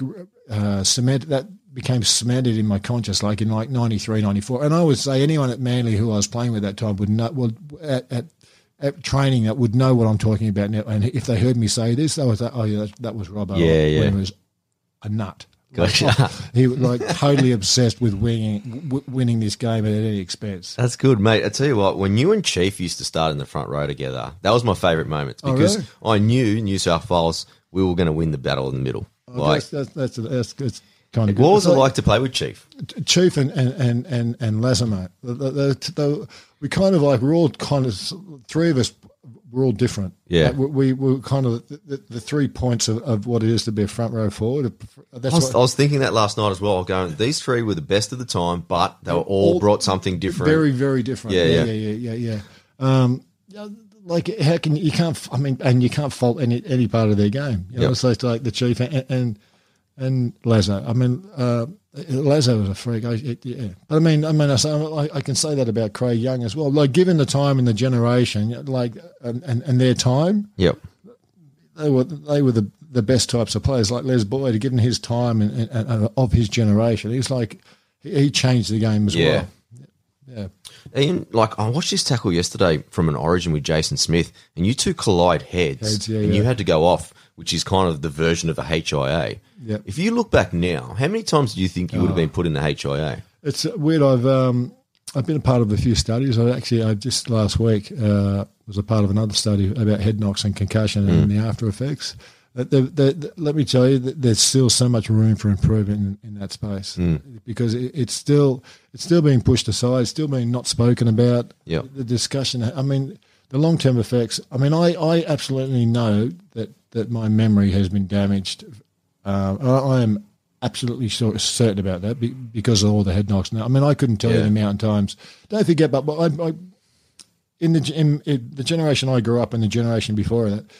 Speaker 2: uh, cement that became cemented in my conscious like in like 93 94 and i would say anyone at manly who i was playing with that time would know well at, at, at training that would know what i'm talking about now and if they heard me say this they would say oh yeah that, that was rob
Speaker 1: Yeah, yeah.
Speaker 2: when he was a nut
Speaker 1: of?
Speaker 2: he was like totally obsessed with winning, w- winning this game at any expense.
Speaker 1: That's good, mate. I tell you what, when you and Chief used to start in the front row together, that was my favourite moment
Speaker 2: Oh,
Speaker 1: because
Speaker 2: really?
Speaker 1: I knew New South Wales we were going to win the battle in the middle. like,
Speaker 2: Oh, that's that's that's, that's, that's kind of good.
Speaker 1: what was
Speaker 2: It's
Speaker 1: it like to play with Chief?
Speaker 2: Chief and and and and, and Lassimo? The- the- the- the- we kind of like we're all kind of three of us. We're all different.
Speaker 1: Yeah.
Speaker 2: Like, we, we were kind of the, the, the three points of, of what it is to be a front row forward. That's
Speaker 1: I was, I
Speaker 2: what,
Speaker 1: was thinking that last night as well. Going, these three were the best of the time, but they were all,
Speaker 2: All
Speaker 1: brought something different.
Speaker 2: very very different.
Speaker 1: Yeah,
Speaker 2: yeah,
Speaker 1: yeah.
Speaker 2: yeah, yeah, yeah. yeah. Um, yeah, like how can you can't? f- I mean, and you can't fault any any part of their game. You know,
Speaker 1: Yep.
Speaker 2: so it's like the chief and and, and Lazo. I mean, uh, Lazo was a freak. I, it, yeah, but I mean, I mean, I, say, I, I can say that about Craig Young as well. Like, given the time and the generation, like and, and, and their time,
Speaker 1: Yep.
Speaker 2: they were they were the, the best types of players. Like Les Boyd, given his time and, and, and of his generation, he's like he he changed the game as
Speaker 1: Yeah.
Speaker 2: well. Yeah.
Speaker 1: Ian, like I watched this tackle yesterday from an origin with Jason Smith, and you two collide heads,
Speaker 2: Heads, yeah,
Speaker 1: and you
Speaker 2: yeah.
Speaker 1: had to go off, which is kind of the version of a HIA.
Speaker 2: Yep.
Speaker 1: If you look back now, how many times do you think you would have been put in the HIA?
Speaker 2: It's weird. I've um, I've been a part of a few studies. I actually I just last week uh, was a part of another study about head knocks and concussion and the after effects. Uh, the- the- the- let me tell you, that there's still so much room for improvement in, in that space because it, it's still it's still being pushed aside, still being not spoken about.
Speaker 1: Yeah.
Speaker 2: the discussion. I mean, the long term effects. I mean, I, I absolutely know that that my memory has been damaged. Um, I, I am absolutely sort of certain about that be- because of all the head knocks. Now, I mean, I couldn't tell
Speaker 1: Yeah.
Speaker 2: you the amount of times. Don't forget, but, but I, I in the in, in the generation I grew up and the generation before that,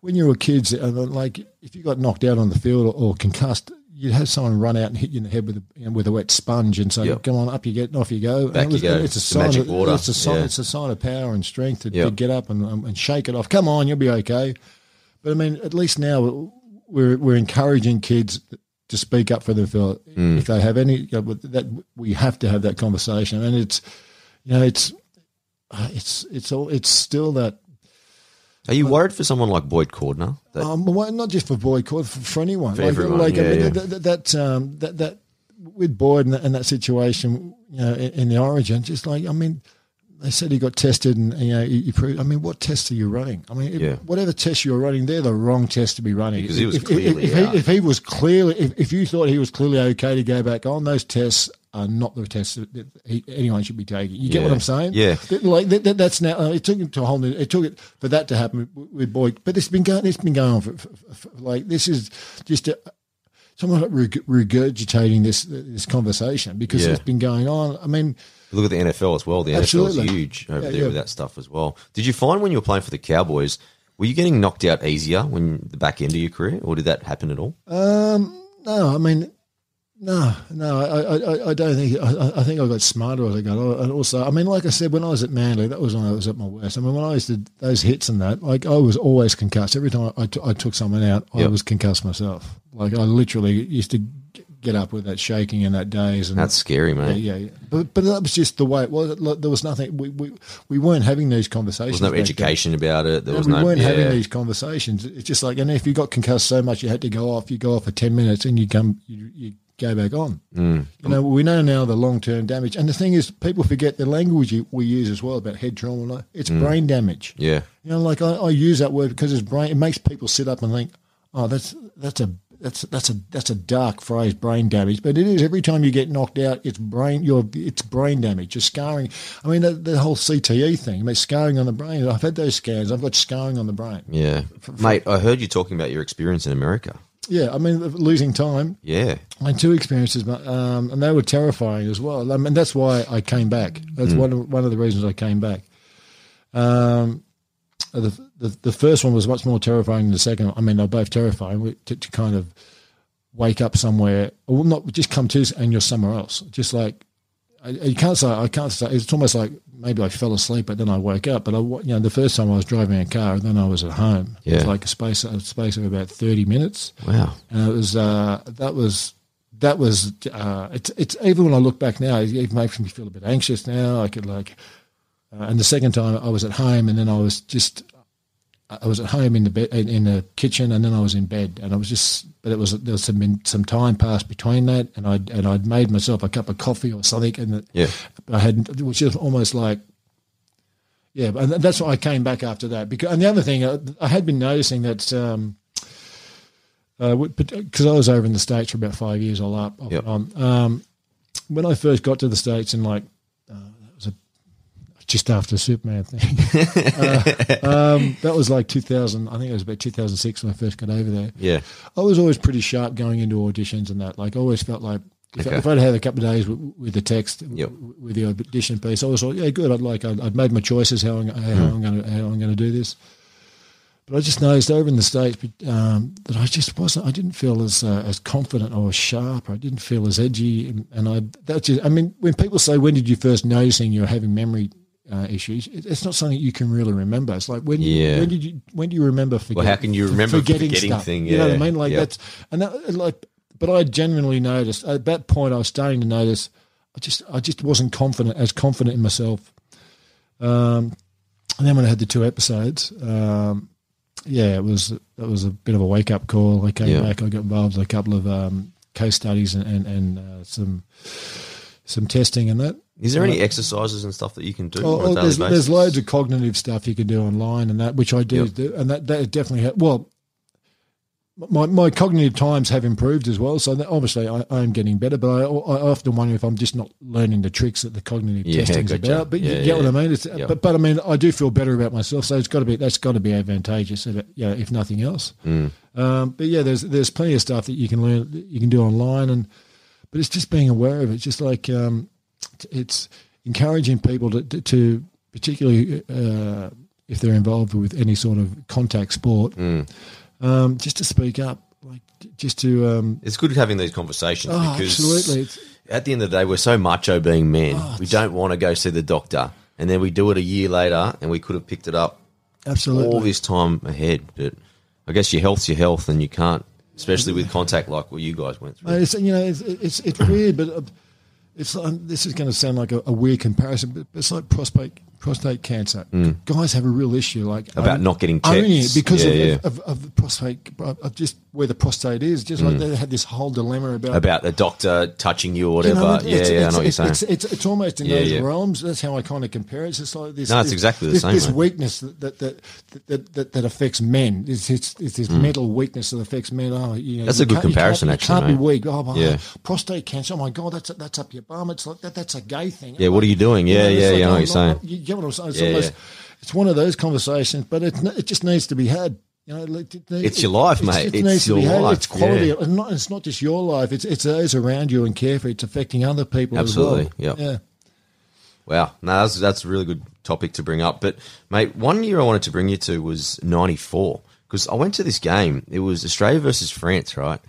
Speaker 2: when you were kids, and then, like if you got knocked out on the field or, or concussed, you'd have someone run out and hit you in the head with a you know, with a wet sponge and say,
Speaker 1: Yep.
Speaker 2: "Come on, up you get, and off you go." And
Speaker 1: Back
Speaker 2: it was-
Speaker 1: you go.
Speaker 2: It's a
Speaker 1: The
Speaker 2: sign.
Speaker 1: magic
Speaker 2: of,
Speaker 1: water.
Speaker 2: It's a sign.
Speaker 1: Yeah.
Speaker 2: It's a sign of power and strength to, to
Speaker 1: Yep.
Speaker 2: get up and um, and shake it off. Come on, you'll be okay. But I mean, at least now we're we're encouraging kids to speak up for themselves if they have any. You know, but that we have to have that conversation, and it's you know it's uh, it's it's all it's still that.
Speaker 1: Are you worried for someone like Boyd Cordner? That,
Speaker 2: Um, well, not just for boycott for, for anyone.
Speaker 1: For
Speaker 2: like,
Speaker 1: everyone,
Speaker 2: like,
Speaker 1: yeah,
Speaker 2: I mean,
Speaker 1: yeah.
Speaker 2: That, that, that, um, that that with Boyd and, and that situation, you know, in, in the origin, just like I mean, they said he got tested, and you know, he, he proved. I mean, what tests are you running? I mean, if-
Speaker 1: Yeah.
Speaker 2: whatever tests you're running, they're the wrong tests to be running.
Speaker 1: Because he was
Speaker 2: if,
Speaker 1: clearly
Speaker 2: if, if,
Speaker 1: out.
Speaker 2: he, if he was clearly, if, if you thought he was clearly okay to go back on those tests, are not the tests that he- anyone should be taking. You get what
Speaker 1: Yeah.
Speaker 2: I'm saying?
Speaker 1: Yeah.
Speaker 2: That- Like that, that- that's now. uh, It took him to a whole new. It took it for that to happen with, with Boyd. But it's been going. It's been going on for, for, for like this is just a, somewhat like reg- regurgitating this this conversation because
Speaker 1: Yeah.
Speaker 2: it's been going on. I mean,
Speaker 1: Look at the NFL as well. The NFL is
Speaker 2: Absolutely.
Speaker 1: huge over
Speaker 2: Yeah,
Speaker 1: there
Speaker 2: yeah.
Speaker 1: with that stuff as well. Did you find when you were playing for the Cowboys, were you getting knocked out easier when the back end of your career, or did that happen at all?
Speaker 2: Um, no, I mean, no, no, I, I, I- I don't think. I, I- I think I got smarter as I got. older. And also, I mean, like I said, when I was at Manly, that was when I was at my worst. I mean, when I used to those hits and that, like I was always concussed. Every time I, t- I took someone out, I
Speaker 1: Yep.
Speaker 2: was concussed myself. Like I literally used to g- get up with that shaking and that daze and
Speaker 1: That's scary,
Speaker 2: yeah,
Speaker 1: mate.
Speaker 2: yeah, yeah. But but that was just the way it was. Like, there was nothing. We, we we weren't having these
Speaker 1: There was
Speaker 2: conversations.
Speaker 1: no
Speaker 2: back then.
Speaker 1: education about it. There
Speaker 2: No,
Speaker 1: was
Speaker 2: we
Speaker 1: no.
Speaker 2: weren't having
Speaker 1: yeah.
Speaker 2: these conversations. It's just like, and if you got concussed so much, you had to go off. You go off for ten minutes, and you come, you, you go back on. Mm. You know, we know now the long term damage. And the thing is, people forget the language you, we use as well about head trauma. It's
Speaker 1: Mm.
Speaker 2: brain damage.
Speaker 1: Yeah.
Speaker 2: You know, like I, I use that word because it's brain. It makes people sit up and think, "Oh, that's that's a that's that's a that's a dark phrase, brain damage." But it is. Every time you get knocked out, it's brain. Your it's brain damage. You're scarring. I mean, the, the whole CTE thing. I mean, scarring on the brain. I've had those scans. I've got scarring on the brain.
Speaker 1: Yeah. Mate, I heard you talking about your experience in America.
Speaker 2: Yeah, I mean, losing time.
Speaker 1: Yeah.
Speaker 2: I had two experiences, but um, and they were terrifying as well. I mean, that's why I came back. That's one of, one of the reasons I came back. Um, the, the the first one was much more terrifying than the second. one. I mean, they're both terrifying we- to, to kind of wake up somewhere, or not just come to and you're somewhere else. Just like I, you can't say I can't say it's almost like maybe I fell asleep, but then I woke up. But I, wa- you know, the first time I was driving a car, and then I was at home. It was
Speaker 1: Yeah.
Speaker 2: like a space a space of about thirty minutes
Speaker 1: Wow.
Speaker 2: and it was uh, that was that was uh, it's it's even when I look back now, it, it makes me feel a bit anxious now. I could like, uh, and the second time I was at home, and then I was just I was at home in the bed in, in the kitchen, and then I was in bed, and I was just but it was there was some some time passed between that, and I and I'd made myself a cup of coffee or something, and the,
Speaker 1: Yeah.
Speaker 2: I had it was just almost like yeah, but and that's why I came back after that. Because and the other thing, uh, I, I had been noticing that um, uh, because I was over in the states for about five years, all up, off
Speaker 1: Yep.
Speaker 2: and on. Um, when I first got to the states, and like uh, that was a, just after the Superman thing, uh, um, that was like 2000. I think it was about 2006 when I first got over there.
Speaker 1: Yeah.
Speaker 2: I was always pretty sharp going into auditions and that. Like, I always felt like if,
Speaker 1: Okay.
Speaker 2: if I'd had a couple of days with, with the text,
Speaker 1: Yep.
Speaker 2: w- with the audition piece, I was like, yeah, good. I'd like, I'd, I'd made my choices how I'm, how
Speaker 1: Mm-hmm.
Speaker 2: I'm going to how I'm going to do this. But I just noticed over in the states but, um, that I just wasn't. I didn't feel as uh, as confident or as sharp. I didn't feel as edgy. And, and I that's just. I mean, when people say, "When did you first noticing you're having memory uh, issues?" it- It's not something you can really remember. It's like when
Speaker 1: Yeah.
Speaker 2: when did you when do you remember forgetting?
Speaker 1: Well, how can you remember forgetting
Speaker 2: stuff?
Speaker 1: thing?
Speaker 2: You know what
Speaker 1: Yeah,
Speaker 2: I mean? Like
Speaker 1: yeah.
Speaker 2: that's and that, like, but I genuinely noticed at that point. I was starting to notice. I just I just wasn't confident as confident in myself. Um, and then when I had the two episodes, um, yeah, it was it was a bit of a wake up call. I came
Speaker 1: Yeah.
Speaker 2: back. I got involved in a couple of um, case studies and and, and uh, some some testing and that.
Speaker 1: Is there any exercises and stuff that you can do
Speaker 2: Oh,
Speaker 1: on a
Speaker 2: oh,
Speaker 1: daily
Speaker 2: there's,
Speaker 1: basis?
Speaker 2: there's loads of cognitive stuff you can do online and that, which I do,
Speaker 1: Yep.
Speaker 2: do and that, that definitely ha- well. My, my cognitive times have improved as well, so that obviously I, I am getting better. But I, I often wonder if I'm just not learning the tricks that the cognitive
Speaker 1: Yeah,
Speaker 2: testing's
Speaker 1: gotcha.
Speaker 2: about. But
Speaker 1: Yeah,
Speaker 2: you get
Speaker 1: yeah,
Speaker 2: what I mean. It's,
Speaker 1: Yep.
Speaker 2: But but I mean, I do feel better about myself, so it's got to be that's got to be advantageous, if, it- you know, if nothing else.
Speaker 1: Mm.
Speaker 2: Um, but yeah, there's there's plenty of stuff that you can learn, that you can do online, and but it's just being aware of it. Just like um, t- it's encouraging people to, to, to particularly uh, if they're involved with any sort of contact sport, um, just to speak up, like j- just to. Um,
Speaker 1: it's good having these conversations
Speaker 2: oh,
Speaker 1: because
Speaker 2: absolutely! It's,
Speaker 1: at the end of the day, we're so macho being men.
Speaker 2: Oh,
Speaker 1: we don't want to go see the doctor. And then we do it a year later and we could have picked it up
Speaker 2: absolutely.
Speaker 1: all this time ahead. But I guess your health's your health and you can't, especially with contact like what you guys went through.
Speaker 2: Mate, it's you know it's it's, it's weird, but uh, it's um, this is going to sound like a, a weird comparison, but it's like prostate prostate cancer. Guys have a real issue like
Speaker 1: Hmm. About
Speaker 2: own-
Speaker 1: not getting
Speaker 2: owning
Speaker 1: checked.
Speaker 2: it because
Speaker 1: Yeah,
Speaker 2: of,
Speaker 1: yeah.
Speaker 2: Of, of the prostate, of just where the prostate is. Just like they had this whole dilemma about
Speaker 1: Hmm. about the doctor touching you or
Speaker 2: you
Speaker 1: whatever.
Speaker 2: know,
Speaker 1: yeah,
Speaker 2: it's-
Speaker 1: yeah, I know what you're
Speaker 2: it's,
Speaker 1: saying.
Speaker 2: It's, it's, it's almost in
Speaker 1: Yeah,
Speaker 2: those
Speaker 1: yeah.
Speaker 2: realms. That's how I kind of compare it. It's just like this.
Speaker 1: No, it's
Speaker 2: this-
Speaker 1: exactly the
Speaker 2: this,
Speaker 1: same,
Speaker 2: This
Speaker 1: mate.
Speaker 2: weakness that that that that, that affects men. It's, it's, it's this mental weakness that affects men. Oh, you know,
Speaker 1: Mm. That's
Speaker 2: you
Speaker 1: a good
Speaker 2: can't- you
Speaker 1: comparison,
Speaker 2: can't- You
Speaker 1: actually,
Speaker 2: can't be weak. Oh, my
Speaker 1: Yeah.
Speaker 2: prostate cancer. Oh my God, that's that's up your bum. It's like that. That's a gay thing.
Speaker 1: Yeah, what are you doing?
Speaker 2: You
Speaker 1: Yeah,
Speaker 2: know, it's
Speaker 1: yeah,
Speaker 2: like,
Speaker 1: yeah, I know
Speaker 2: oh,
Speaker 1: what you're saying.
Speaker 2: no, You get what I'm saying? It's,
Speaker 1: Yeah,
Speaker 2: almost, it's one of those conversations, but it it just needs to be had. You know, like, it-
Speaker 1: It's your life,
Speaker 2: it's-
Speaker 1: mate.
Speaker 2: it
Speaker 1: It's
Speaker 2: needs to
Speaker 1: your
Speaker 2: be had.
Speaker 1: life,
Speaker 2: It's quality.
Speaker 1: yeah.
Speaker 2: And not, it's not just your life. It's it's those around you and care for. It's affecting other people.
Speaker 1: Absolutely,
Speaker 2: As well.
Speaker 1: yep. Wow, no, that's that's a really good topic to bring up. But mate, one year I wanted to bring you to was '94 because I went to this game. It was Australia versus France, right?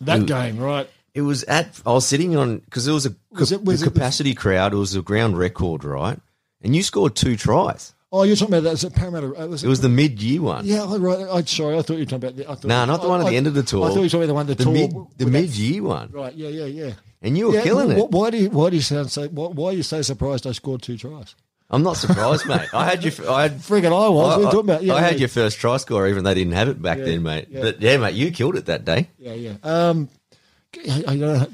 Speaker 2: That
Speaker 1: It-
Speaker 2: game, right?
Speaker 1: It was at I was sitting on because it was a
Speaker 2: Was it- was
Speaker 1: the
Speaker 2: it-
Speaker 1: capacity crowd. It was a ground record, right? And you scored two tries.
Speaker 2: Oh, you're talking about that? Is it Parramatta? uh, Was
Speaker 1: It was the mid-year one.
Speaker 2: Yeah, I- right. I'm sorry. I thought you were talking about the. I thought-
Speaker 1: No, not the
Speaker 2: I-
Speaker 1: one at the
Speaker 2: I-
Speaker 1: end of the tour.
Speaker 2: I thought you were talking about the one at
Speaker 1: The
Speaker 2: the, tour.
Speaker 1: mid
Speaker 2: with
Speaker 1: the
Speaker 2: that-
Speaker 1: mid-year one,
Speaker 2: Right. Yeah. Yeah. Yeah.
Speaker 1: and you were
Speaker 2: yeah,
Speaker 1: killing
Speaker 2: wh-
Speaker 1: it.
Speaker 2: Why do you, why do you sound so? Why, why are you so surprised? I scored two tries.
Speaker 1: I'm not surprised, mate. I had you. I had
Speaker 2: Friggin' I was.
Speaker 1: I,
Speaker 2: we were
Speaker 1: I-
Speaker 2: talking about. Yeah,
Speaker 1: I
Speaker 2: yeah.
Speaker 1: had your first try score, even though they didn't have it back
Speaker 2: Yeah,
Speaker 1: then, mate.
Speaker 2: yeah.
Speaker 1: But yeah, mate, you killed it that day.
Speaker 2: Yeah, yeah. Um, I, I don't know.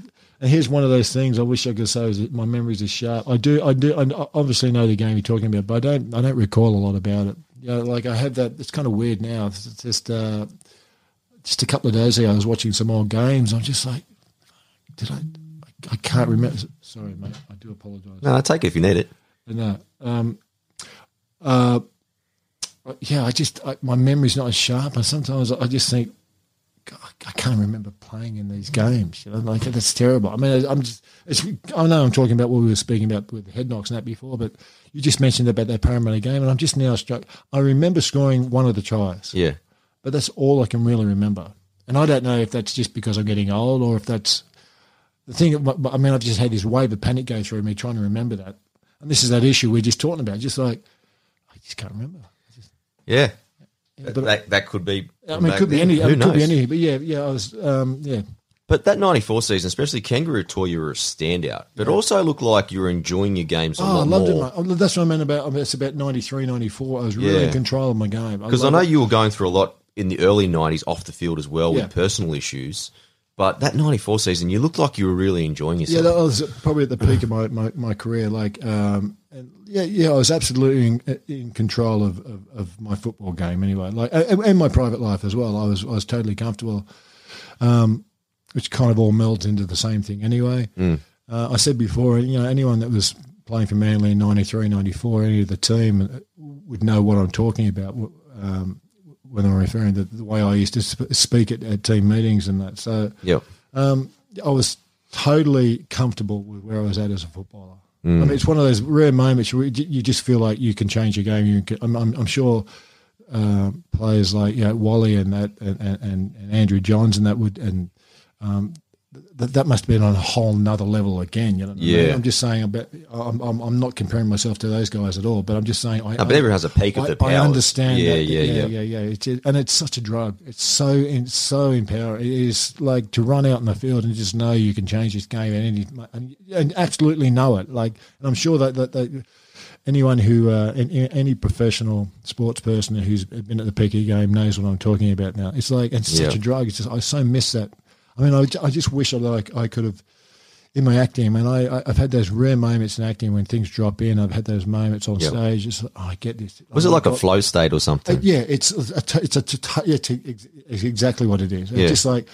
Speaker 2: And here's one of those things. I wish I could say is that my memories are sharp. I do, I do, I obviously know the game you're talking about, but I don't, I don't recall a lot about it. You know, like I have that. It's kind of weird now. It's it's just, uh, just a couple of days ago, I was watching some old games. I'm just like, did I? I, I can't remember. Sorry, mate. I do apologise.
Speaker 1: No, I take it if you need it.
Speaker 2: No. Um, uh, yeah, I just I, my memory's not as sharp, and sometimes I just think "God, I can't remember playing in these games. You know, like that's terrible. I mean, I'm just. It's, I know I'm talking about what we were speaking about with the head knocks and that before, but you just mentioned about that Parramatta game, and I'm just now struck. I remember scoring one of the tries,
Speaker 1: Yeah.
Speaker 2: but that's all I can really remember. And I don't know if that's just because I'm getting old or if that's the thing. I mean, I've just had this wave of panic go through me trying to remember that. And this is that issue we're just talking about. Just like, I just can't remember.
Speaker 1: Yeah.
Speaker 2: Yeah, but-
Speaker 1: that, that could be.
Speaker 2: I mean, it
Speaker 1: back
Speaker 2: could be
Speaker 1: then.
Speaker 2: any.
Speaker 1: Who
Speaker 2: I mean, it could be
Speaker 1: knows?
Speaker 2: any. But yeah, yeah, I was. Um, yeah,
Speaker 1: But that 94 season, especially Kangaroo Tour, you were a standout. But also looked like you were enjoying your games a
Speaker 2: Oh, I
Speaker 1: lot
Speaker 2: loved
Speaker 1: more.
Speaker 2: it. Mate. That's what I meant about. I mean, it's about 93, 94. I was really
Speaker 1: Yeah.
Speaker 2: in control of my game.
Speaker 1: Because I,
Speaker 2: love
Speaker 1: know
Speaker 2: it.
Speaker 1: you were going through a lot in the early 90s off the field as well
Speaker 2: Yeah.
Speaker 1: with personal issues. But that 94 season, you looked like you were really enjoying
Speaker 2: Yeah,
Speaker 1: yourself.
Speaker 2: that was probably at the peak of my, my, my career. Like, um, and yeah, yeah, I was absolutely in, in control of, of, of my football game anyway. Like, and, and my private life as well. I was I was totally comfortable, um, which kind of all melds into the same thing anyway. Uh, I said before, you know, anyone that was playing for Manly in 93, 94, any of the team uh, would know what I'm talking about. wh- Um, when I'm referring to the way I used to sp- speak at, at team meetings and that, so
Speaker 1: Yep.
Speaker 2: I was totally comfortable with where I was at as a footballer.
Speaker 1: Mm.
Speaker 2: I mean, it's one of those rare moments where you you just feel like you can change your game. You can, I'm, I'm, I'm sure um, players like you know, Wally and that and, and, and Andrew Johns and that would and um, th- that must have been on a whole nother level again. You know, what I mean?
Speaker 1: Yeah.
Speaker 2: I'm just saying about I'm, I'm I'm not comparing myself to those guys at all, but I'm just saying I.
Speaker 1: No, but everyone has a peak of
Speaker 2: I,
Speaker 1: their powers.
Speaker 2: I understand.
Speaker 1: Yeah,
Speaker 2: that.
Speaker 1: yeah, yeah.
Speaker 2: yeah, yeah, yeah. It's, it, and it's such a drug. It's so it's so empowering. It is like to run out in the field and just know you can change this game at any and, and absolutely know it. Like, and I'm sure that that, that anyone who uh, an- an- any professional sports person who's been at the peak of the game knows what I'm talking about now. It's like it's such
Speaker 1: Yeah.
Speaker 2: a drug. It's just I so miss that. I mean, I, j- I just wish I like I could have in my acting, and I, I- I've had those rare moments in acting when things drop in. I've had those moments on
Speaker 1: Yeah.
Speaker 2: stage. It's like, oh, I get this.
Speaker 1: Was it like a flow state or something?
Speaker 2: uh, Yeah, it's a t- it's a t- t- yeah, t- ex- it's exactly what it is. It's
Speaker 1: Yeah.
Speaker 2: just like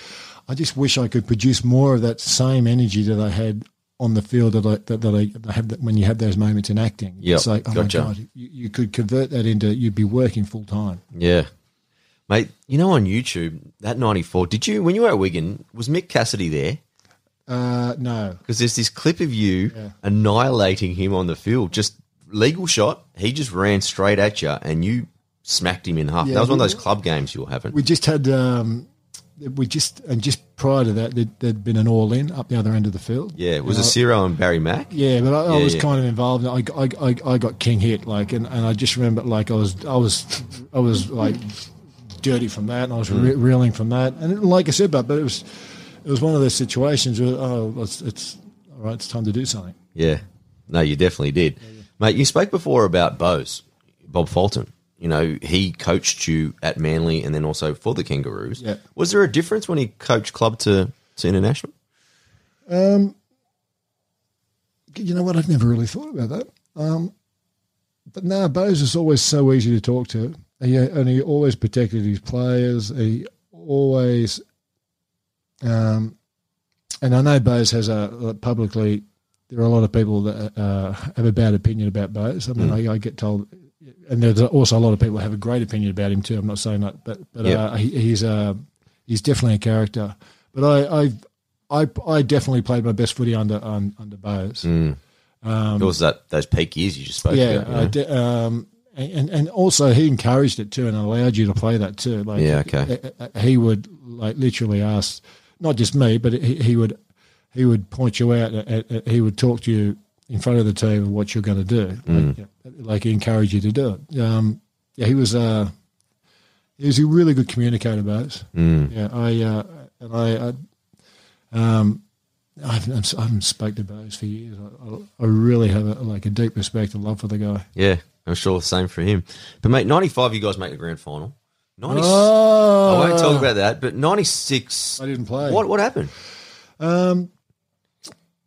Speaker 2: I just wish I could produce more of that same energy that I had on the field that I that, that I that I have that, when you have those moments in acting.
Speaker 1: Yep,
Speaker 2: It's like oh
Speaker 1: gotcha.
Speaker 2: my god, you, you could convert that into you'd be working full time.
Speaker 1: Yeah. Mate, you know on YouTube, that 94, did you, when you were at Wigan, was Mick Cassidy there?
Speaker 2: Uh, no,
Speaker 1: Because there's this clip of you
Speaker 2: Yeah.
Speaker 1: annihilating him on the field. Just legal shot. He just ran straight at you and you smacked him in half.
Speaker 2: Yeah,
Speaker 1: that was one of
Speaker 2: we-
Speaker 1: those club games you were having.
Speaker 2: we just had um, we just and just prior to that there'd, there'd been an all in up the other end of the field.
Speaker 1: yeah, it was a
Speaker 2: And I-
Speaker 1: Ciro and Barry Mack.
Speaker 2: Uh, Yeah, but I, I
Speaker 1: Yeah,
Speaker 2: was
Speaker 1: yeah.
Speaker 2: kind of involved. I, I, I, I got king hit like, and, and I just remember like I was I was I was like dirty from that, and I was re-
Speaker 1: Mm.
Speaker 2: reeling from that, and it, like I said, but but it was it was one of those situations where oh it's, it's all right, it's time to do something.
Speaker 1: Yeah. No, you definitely did. Mate, you spoke before about Bose, Bob Fulton. You know, he coached you at Manly and then also for the Kangaroos.
Speaker 2: Yeah.
Speaker 1: Was there a difference when he coached club to, to international?
Speaker 2: You know what? I've never really thought about that. Um, but no, Bose is always so easy to talk to, and he, and he always protected his players. He always, um, and I know Bose has a publicly. There are a lot of people that uh, have a bad opinion about Bose. I mean, I, I get told, and there's also a lot of people have a great opinion about him too. I'm not saying that, but but
Speaker 1: Yeah.
Speaker 2: uh, he, he's uh, he's definitely a character. But I I I, I definitely played my best footy under un, under Bose.
Speaker 1: it was that those peak years you just spoke
Speaker 2: Mm. Um, Yeah,
Speaker 1: about. you
Speaker 2: I
Speaker 1: know?
Speaker 2: de- um, and and also he encouraged it too, and allowed you to play that too. Like,
Speaker 1: Yeah, okay.
Speaker 2: uh, uh, He would like literally ask, not just me, but he, he would he would point you out. uh, uh, he would talk to you in front of the team of what you're going to do. Like,
Speaker 1: Mm.
Speaker 2: yeah, like he encouraged you to do it. Um, yeah, he was. Uh, he was a really good communicator, Bose.
Speaker 1: Mm.
Speaker 2: Yeah, I uh, and I, I um, I've, I've, I haven't spoke to Bose for years. I, I, I really have a, like a deep respect and love for the guy.
Speaker 1: Yeah, I'm sure the same for him. But mate, 95, you guys make the grand final. 90, I
Speaker 2: Oh,
Speaker 1: won't talk about that. But 96,
Speaker 2: I didn't play.
Speaker 1: What what happened?
Speaker 2: Um,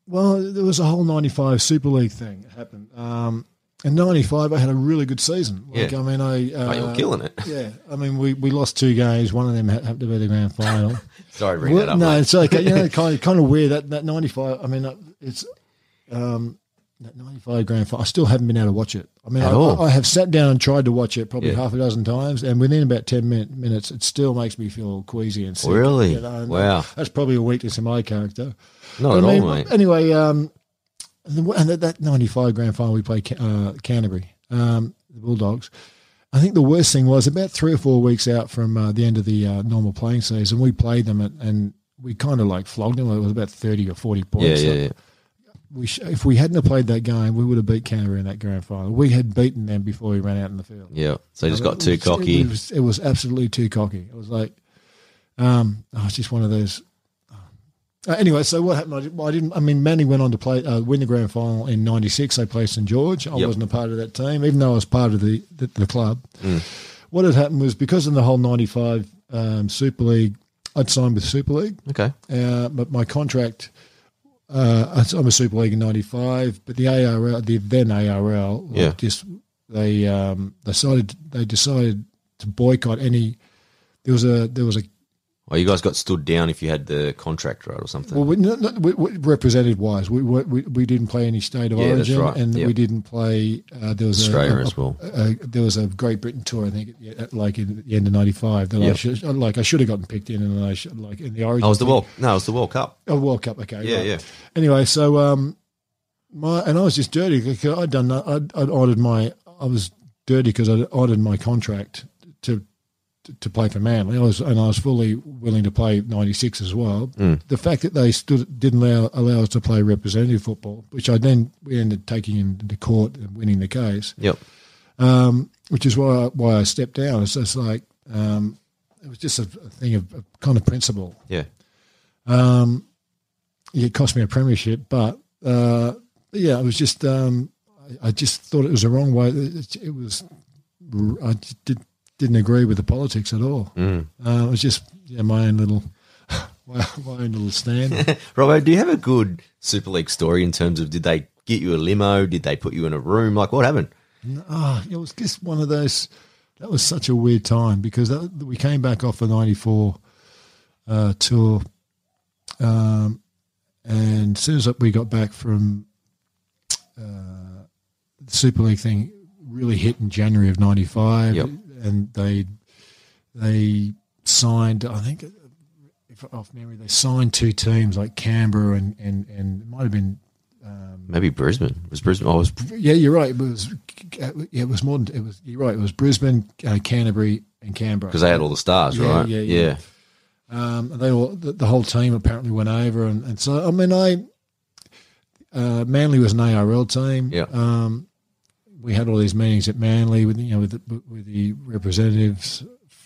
Speaker 2: well, there was a whole '95 Super League thing that happened. Um, in '95, I had a really good season. Like,
Speaker 1: Yeah.
Speaker 2: I mean, I uh,
Speaker 1: Oh, you're killing it.
Speaker 2: Yeah, I mean, we, we lost two games. One of them ha- happened to be the grand final.
Speaker 1: Sorry, to bring that
Speaker 2: Well,
Speaker 1: up.
Speaker 2: no,
Speaker 1: mate.
Speaker 2: it's okay. You know, kind of, kind of weird that that ninety five. I mean, uh, it's um, that ninety five grand final. I still haven't been able to watch it. I mean,
Speaker 1: At
Speaker 2: I,
Speaker 1: all?
Speaker 2: I, have sat down and tried to watch it probably
Speaker 1: Yeah.
Speaker 2: half a dozen times, and within about ten min- minutes, it still makes me feel queasy and sick.
Speaker 1: Really?
Speaker 2: You know, and uh,
Speaker 1: Wow.
Speaker 2: That's probably a weakness in my character.
Speaker 1: Not at
Speaker 2: But I mean,
Speaker 1: all, mate.
Speaker 2: Anyway, um, and the- and that, that 95 grand final we played Ca- uh, Canterbury, um, the Bulldogs. I think the worst thing was about three or four weeks out from uh, the end of the uh, normal playing season, we played them and, and we kind of like flogged them. It was about 30 or 40
Speaker 1: Yeah,
Speaker 2: points.
Speaker 1: yeah,
Speaker 2: So
Speaker 1: yeah.
Speaker 2: We sh- if we hadn't have played that game, we would have beat Canterbury in that grand final. We had beaten them before we ran out in the field.
Speaker 1: Yeah. So you just got
Speaker 2: It
Speaker 1: too
Speaker 2: was- It
Speaker 1: cocky.
Speaker 2: was, it was absolutely too cocky. It was like, um, oh, it's just one of those. Uh, anyway, so what happened? I didn't- I didn't. I mean, Manly went on to play uh, win the grand final in '96. They played St George. I
Speaker 1: Yep.
Speaker 2: wasn't a part of that team, even though I was part of the the, the club.
Speaker 1: Mm.
Speaker 2: What had happened was because in the whole '95 um, Super League, I'd signed with Super League.
Speaker 1: Okay.
Speaker 2: Uh, but my contract, uh, I'm a Super League in '95, but the ARL, the then ARL, like,
Speaker 1: Yeah.
Speaker 2: just they um, decided they decided to boycott any. There was a there was a
Speaker 1: Well, you guys got stood down if you had the contract right or something.
Speaker 2: well, we, no, no, we, we, represented wise, we, we we- we didn't play any state of
Speaker 1: Yeah, that's
Speaker 2: origin,
Speaker 1: right.
Speaker 2: and
Speaker 1: Yep.
Speaker 2: we didn't play. Uh, there was a-
Speaker 1: Australia
Speaker 2: a,
Speaker 1: as well.
Speaker 2: a- there was a Great Britain tour, I think, at- at- like in the end of '95. That I
Speaker 1: Yep.
Speaker 2: should, like I should have gotten picked in, and I should, like in the origin.
Speaker 1: oh, it was the
Speaker 2: thing.
Speaker 1: World. No, it was the World Cup.
Speaker 2: Oh, World Cup. Okay.
Speaker 1: Yeah,
Speaker 2: right.
Speaker 1: yeah.
Speaker 2: Anyway, so um, my and I was just dirty because I'd done that. I'd, I'd ordered my. I was dirty because I'd ordered my contract to to play for Manly. I was and I was fully willing to play '96 as well. The fact that they stood didn't allow, allow us to play representative football, which I then we ended taking into court and winning the case
Speaker 1: Yep.
Speaker 2: um, which is why I, why I stepped down. It's just like um, it was just a, a thing of of kind of principle.
Speaker 1: Yeah.
Speaker 2: It cost me a premiership, but uh, yeah, it was just um, I, I just thought it was the wrong way. It, it was I just did, didn't agree with the politics at all. Uh, it was just yeah, my own little my, my own little stand.
Speaker 1: Robbo, do you have a good Super League story in terms of did they get you a limo? Did they put you in a room? Like what happened?
Speaker 2: Ah, it was just one of those. That was such a weird time because that, we came back off the '94 uh, tour, um, and as soon as we got back from uh, the Super League thing, really hit in January of '95,
Speaker 1: Yep.
Speaker 2: and they they signed. I think, if off memory, they signed two teams like Canberra and and and it might have been
Speaker 1: Maybe Brisbane. Was Brisbane? Oh, it was
Speaker 2: yeah, you're right. It was yeah, it was more than it was. You're right. It was Brisbane, uh, Canterbury, and Canberra.
Speaker 1: because they had all the stars,
Speaker 2: Yeah,
Speaker 1: right?
Speaker 2: yeah, yeah. Um, they all the, the whole team apparently went over, and, and so I mean, I uh, Manly was an ARL team.
Speaker 1: Yeah.
Speaker 2: Um, we had all these meetings at Manly with you know with the, with the representatives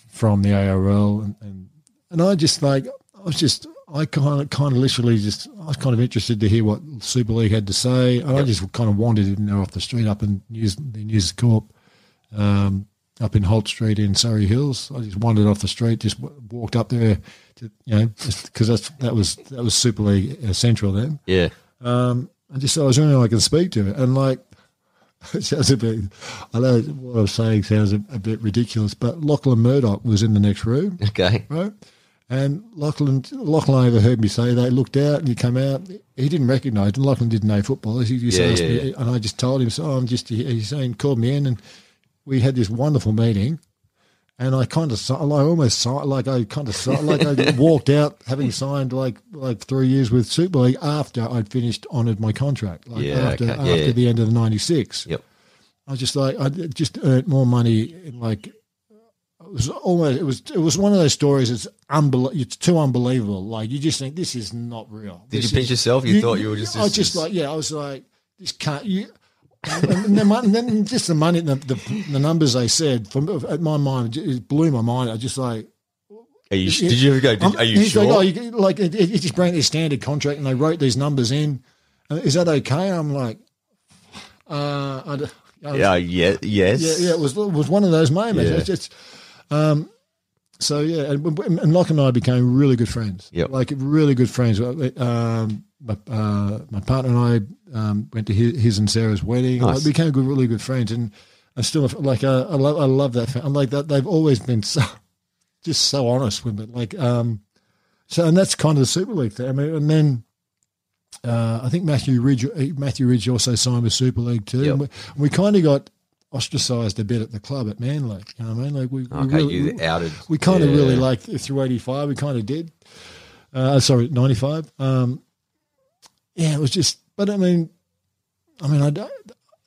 Speaker 2: from the ARL, and, and and I just like I was just I kind of, kind of literally just, I was kind of interested to hear what Super League had to say. And I just kind of wandered in there off the street up in News, the News Corp, um, up in Holt Street in Surrey Hills. I just wandered off the street, just w- walked up there, to, you know, because that's that was that was Super League uh, Central then.
Speaker 1: Yeah.
Speaker 2: I just thought I was the only one I can speak to it. And like, it sounds a bit, I know what I'm saying sounds a, a bit ridiculous, but Lachlan Murdoch was in the next room,
Speaker 1: Okay.
Speaker 2: right? And Lachlan, Lachlan overheard me say they looked out and he came out. He didn't recognise, and Lachlan didn't know football. He just
Speaker 1: Yeah,
Speaker 2: asked
Speaker 1: yeah,
Speaker 2: me, and I just told him, so I'm just, here." he's saying, called me in, and we had this wonderful meeting. And I kind of, si- I almost, si- like I kind of, si- like I walked out having signed like like three years with Super League after I'd finished honoured my contract, like
Speaker 1: Yeah,
Speaker 2: after
Speaker 1: okay, yeah.
Speaker 2: after the end of the '96.
Speaker 1: Yep.
Speaker 2: I was just like I just earned more money. In like it was almost it was it was one of those stories. It's unbelievable. It's too unbelievable. Like you just think this is not real.
Speaker 1: Did
Speaker 2: This
Speaker 1: you pinch
Speaker 2: is-
Speaker 1: yourself? You, thought you were just.
Speaker 2: I was just like yeah. I was like this can't you. and, then, and then just the money, the, the, the numbers they said from at my mind, it blew my mind. I just like
Speaker 1: Are you, did you ever go? Did,
Speaker 2: I'm-
Speaker 1: are you
Speaker 2: he's
Speaker 1: sure?
Speaker 2: Like, oh, you, like it, it, it just bring their standard contract, and they wrote these numbers in. Uh, Is that okay? I'm like, uh, I, d- I was-
Speaker 1: yeah. oh, Yeah. Yes.
Speaker 2: yeah, yeah, it was it was one of those moments.
Speaker 1: Yeah.
Speaker 2: It's just, um, so yeah, and, and Locke and I became really good friends.
Speaker 1: Yep.
Speaker 2: like really good friends. Um, my, uh, my partner and I um, went to his, his and Sarah's wedding.
Speaker 1: Nice.
Speaker 2: Like, became good, really good friends, and I still like uh, I love I love that. fam- I'm like that. They've always been so just so honest with me. Like um, so, and that's kind of the Super League thing. I mean, and then. Uh, I think Matthew Ridge, Matthew Ridge also signed with Super League too.
Speaker 1: Yep.
Speaker 2: And we, we kind of got ostracised a bit at the club at Manly. You know what I mean? Like we, we
Speaker 1: Okay.
Speaker 2: really,
Speaker 1: you outed.
Speaker 2: we kind of
Speaker 1: yeah.
Speaker 2: really like through eighty five. We kind of did. Uh, sorry, ninety five. Um, yeah, it was just. But I mean, I mean, I don't.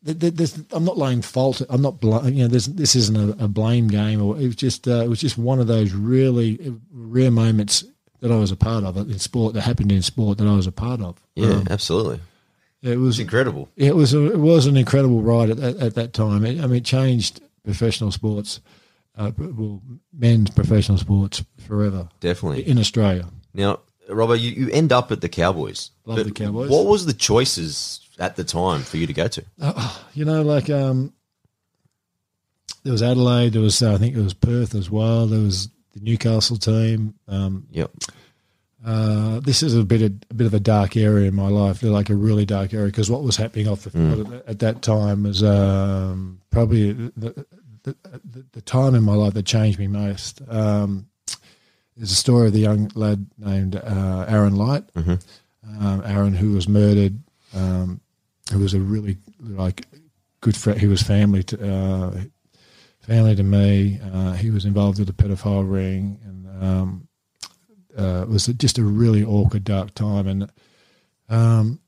Speaker 2: there- there- There's, I'm not laying fault. I'm not. bl- You know, there's, this isn't a, a blame game. Or it was just. Uh, it was just one of those really rare moments that I was a part of in sport that happened in sport that I was a part of.
Speaker 1: Yeah.
Speaker 2: Um,
Speaker 1: absolutely.
Speaker 2: it was
Speaker 1: It's incredible.
Speaker 2: yeah, It was a, it was an incredible ride at that, at that time. It, I mean, it changed professional sports, uh, well, men's professional sports forever
Speaker 1: Definitely.
Speaker 2: in Australia.
Speaker 1: Now, Robert, you, you end up at the Cowboys.
Speaker 2: Love
Speaker 1: But
Speaker 2: the Cowboys.
Speaker 1: What was the choices at the time for you to go to?
Speaker 2: You know, like um, there was Adelaide. There was uh, I think it was Perth as well. There was the Newcastle team. Um,
Speaker 1: Yep.
Speaker 2: uh, this is a bit of, a bit of a dark area in my life, like a really dark area, because what was happening off the field at, at that time was um, probably the, the, the, the time in my life that changed me most. Um, there's a story of the young lad named uh, Aaron Light, um, Aaron who was murdered. Um, who was a really like good friend. He was family to uh, family to me. Uh, he was involved with a pedophile ring, and um, uh, it was just a really awkward, dark time. And um,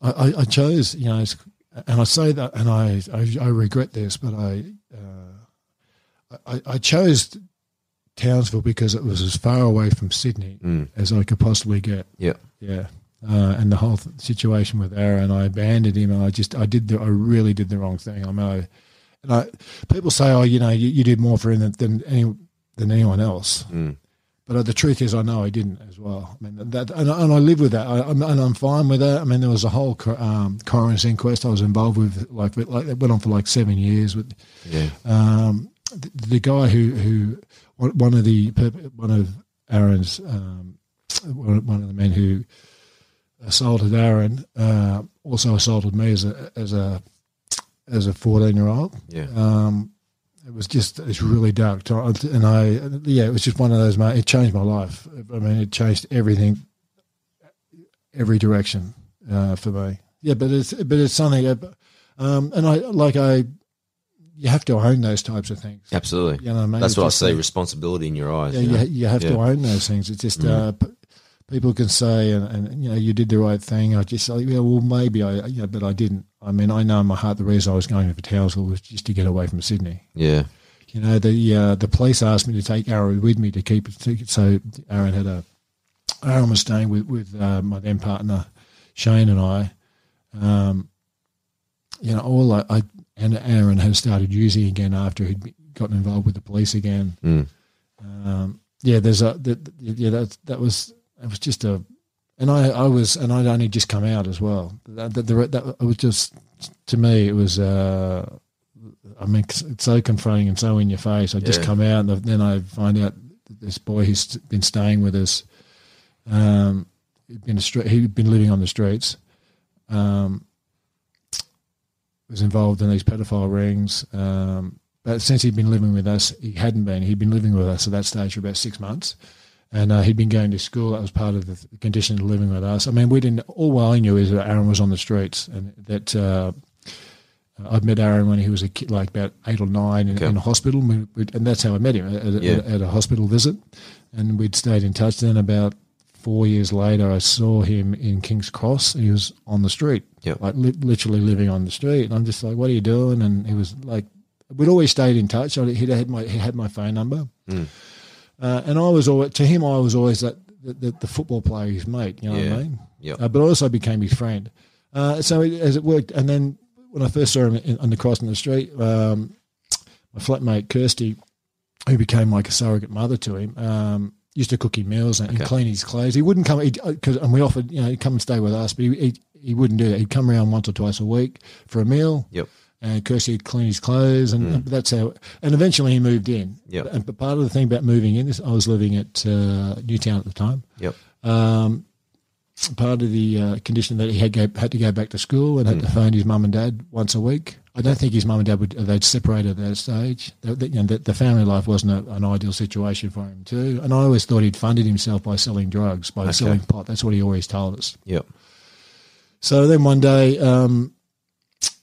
Speaker 2: I, I- I chose, you know, it's- and I say that, and I I, I regret this, but I, uh, I I chose Townsville because it was as far away from Sydney
Speaker 1: Mm.
Speaker 2: as I could possibly get.
Speaker 1: Yeah.
Speaker 2: Yeah. Uh, and the whole th- situation with Aaron, I abandoned him. And I just, I did, the, I really did the wrong thing. I mean, I, and I, people say, oh, you know, you, you did more for him than, than, any, than anyone else.
Speaker 1: Mm.
Speaker 2: But uh, the truth is, I know I didn't as well. I mean, that, and, I- and I live with that, I, I'm, and I'm fine with that. I mean, there was a whole cor- um, coroner's inquest I was involved with, like, with- like that went on for like seven years. With
Speaker 1: Yeah.
Speaker 2: um, the, the guy who who one one of the one of Aaron's um, one one of the men who assaulted Aaron uh, also assaulted me as a as a as a fourteen year old.
Speaker 1: Yeah.
Speaker 2: Um, it was just it's really dark time, and I yeah, it was just one of those. mo- It changed my life. I mean, it changed everything, every direction uh, for me. Yeah, but it's but it's something. that- Um, and I like I, you have to own those types of things.
Speaker 1: Absolutely.
Speaker 2: You know, what I mean?
Speaker 1: That's
Speaker 2: It's
Speaker 1: what I
Speaker 2: just
Speaker 1: say.
Speaker 2: like-
Speaker 1: Responsibility in your eyes.
Speaker 2: yeah,
Speaker 1: you
Speaker 2: you,
Speaker 1: know?
Speaker 2: you have to
Speaker 1: Yeah. Mm.
Speaker 2: own those things. It's just uh, p- people can say, and, and you know, you did the right thing. I just say, yeah, well, maybe I, you know, but I didn't. I mean, I know in my heart the reason I was going for Townsville was just to get away from Sydney.
Speaker 1: Yeah.
Speaker 2: You know, the uh, the police asked me to take Aaron with me to keep it. to- So Aaron had a Aaron was staying with with uh, my then partner Shane and I. Um, you know, all I, I and Aaron had started using again after he'd be- gotten involved with the police again.
Speaker 1: Mm.
Speaker 2: Um, yeah, there's a that, yeah that's that was it was just a, and I, I was, and I'd only just come out as well. That, that, the- that it was just, to me, it was, uh, I mean, it's it's so confronting and so in your face. I just
Speaker 1: Yeah.
Speaker 2: come out, and then I find out that this boy who's been staying with us, um, he'd been a stre- he'd been living on the streets, um, was involved in these pedophile rings. Um, but since he'd been living with us, he hadn't been. He'd been living with us at that stage for about six months and uh, he'd been going to school. That was part of the th- condition of living with us. I mean, we didn't. All I knew is that Aaron was on the streets, and that uh, I'd met Aaron when he was a kid, like about eight or nine, in,
Speaker 1: Okay.
Speaker 2: in a hospital, and, we- we- and that's how I met him at, at,
Speaker 1: Yeah.
Speaker 2: at a hospital visit. And we'd stayed in touch. Then about four years later, I saw him in King's Cross. He was on the street,
Speaker 1: Yep.
Speaker 2: like li- literally living on the street. And I'm just like, "What are you doing?" And he was like, "We'd always stayed in touch. I- He'd had my he had my phone number."
Speaker 1: mm,
Speaker 2: Uh, and I was always to him. I was always that the, the, the football player, his mate. You know
Speaker 1: Yeah.
Speaker 2: what I mean?
Speaker 1: Yep.
Speaker 2: Uh, but I also became his friend. Uh, so it, as it worked, and then when I first saw him in, on the cross in the street, um, my flatmate Kirsty, who became like a surrogate mother to him, um, used to cook him meals and, and
Speaker 1: Okay.
Speaker 2: clean his clothes. He wouldn't come because, and we offered, you know, he'd come and stay with us, but he, he he wouldn't do that. He'd come around once or twice a week for a meal
Speaker 1: Yep.
Speaker 2: and Kirsty would clean his clothes, and that's how. And eventually he moved in.
Speaker 1: Yep.
Speaker 2: And but part of the thing about moving in is I was living at uh, Newtown at the time.
Speaker 1: Yep.
Speaker 2: Part of the uh, condition that he had go, had to go back to school and had to phone his mum and dad once a week. I don't think his mum and dad would they'd separated at that stage. They, they- you know, the, the family life wasn't a, an ideal situation for him too. And I always thought he'd funded himself by selling drugs, by selling pot. That's what he always told us.
Speaker 1: Yep.
Speaker 2: So then one day, um,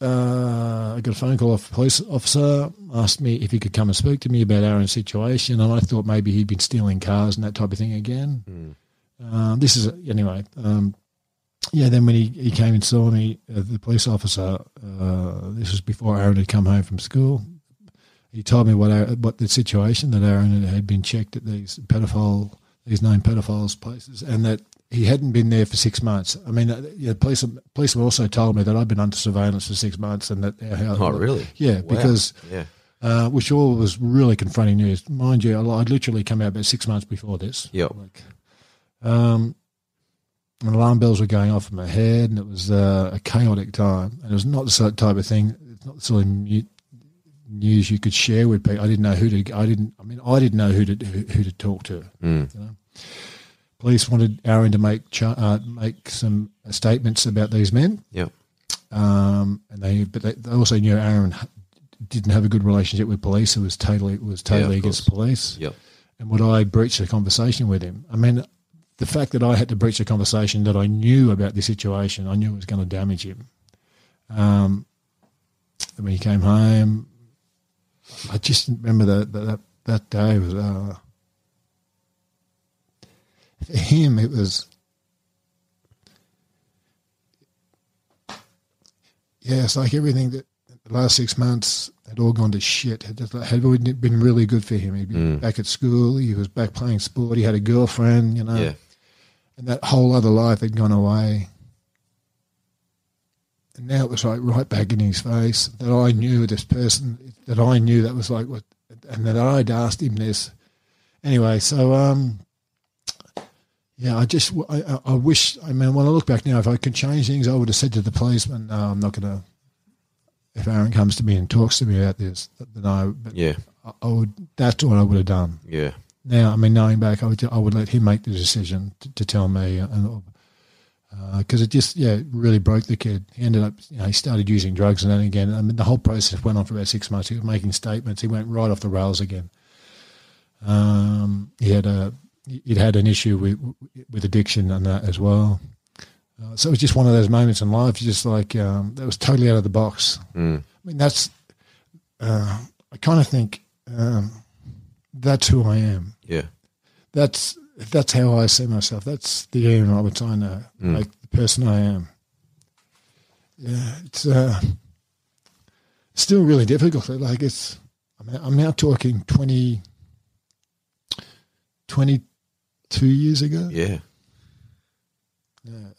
Speaker 2: uh, I got a phone call off a police officer, asked me if he could come and speak to me about Aaron's situation, and I thought maybe he'd been stealing cars and that type of thing again. Um, this is anyway. Um, yeah, then when he, he came and saw me, uh, the police officer, uh, this was before Aaron had come home from school. He told me what Aaron, what the situation that Aaron had been checked at these pedophile these known pedophiles places, and that he hadn't been there for six months. I mean, uh, yeah, police police also told me that I'd been under surveillance for six months, and that our house.
Speaker 1: Oh, really?
Speaker 2: Yeah,
Speaker 1: Wow.
Speaker 2: because
Speaker 1: Yeah.
Speaker 2: uh, which all was really confronting news, mind you. I- I'd literally come out about six months before this.
Speaker 1: Yep.
Speaker 2: Like, um, and alarm bells were going off in my head, and it was uh, a chaotic time. And it was not the sort of type of thing. It's not the sort of mu- news you could share with people. I didn't know who to. I didn't. I mean, I didn't know who to who, who to talk to.
Speaker 1: Mm.
Speaker 2: You know? Police wanted Aaron to make cha- uh, make some uh, statements about these men
Speaker 1: Yep.
Speaker 2: um, and they but they, they also knew Aaron h- didn't have a good relationship with police. It was totally was totally
Speaker 1: of
Speaker 2: against police.
Speaker 1: Yep.
Speaker 2: And would I breach the conversation with him? I mean, the fact that I had to breach the conversation that I knew about the situation, I knew it was going to damage him. Um, and when he came home, I just remember that that that, that day was uh, for him. It was. Yeah, it's like everything that the last six months had all gone to shit. Had, just- had really been really good for him. He'd been back at school. He was back playing sport. He had a girlfriend, you know,
Speaker 1: Yeah.
Speaker 2: and that whole other life had gone away. And now it was like right back in his face that I knew this person, that I knew that was like what, and that I'd asked him this. Anyway, so um, yeah, I just I, I- I wish. I mean, when I look back now, if I could change things, I would have said to the policeman, "No, I'm not going to." If Aaron comes to me and talks to me about this, then I, but
Speaker 1: Yeah.
Speaker 2: I- I would. That's what I would have done.
Speaker 1: Yeah.
Speaker 2: Now, I mean, knowing back, I would I would let him make the decision to, to tell me, uh, and because it just yeah it really broke the kid. He ended up you know he started using drugs, and then again, I mean, the whole process went on for about six months. He was making statements. He went right off the rails again. Um, he had a he'd had an issue with with addiction and that as well. Uh, so it was just one of those moments in life, just like um, that was totally out of the box.
Speaker 1: Mm.
Speaker 2: I mean, that's uh, I kind of think um, that's who I am
Speaker 1: Yeah.
Speaker 2: that's that's how I see myself. That's the Ian Roberts I know, like the person I am. Yeah, it's uh, still really difficult. Like it's, I'm, I'm now talking 20, 22 years ago.
Speaker 1: Yeah.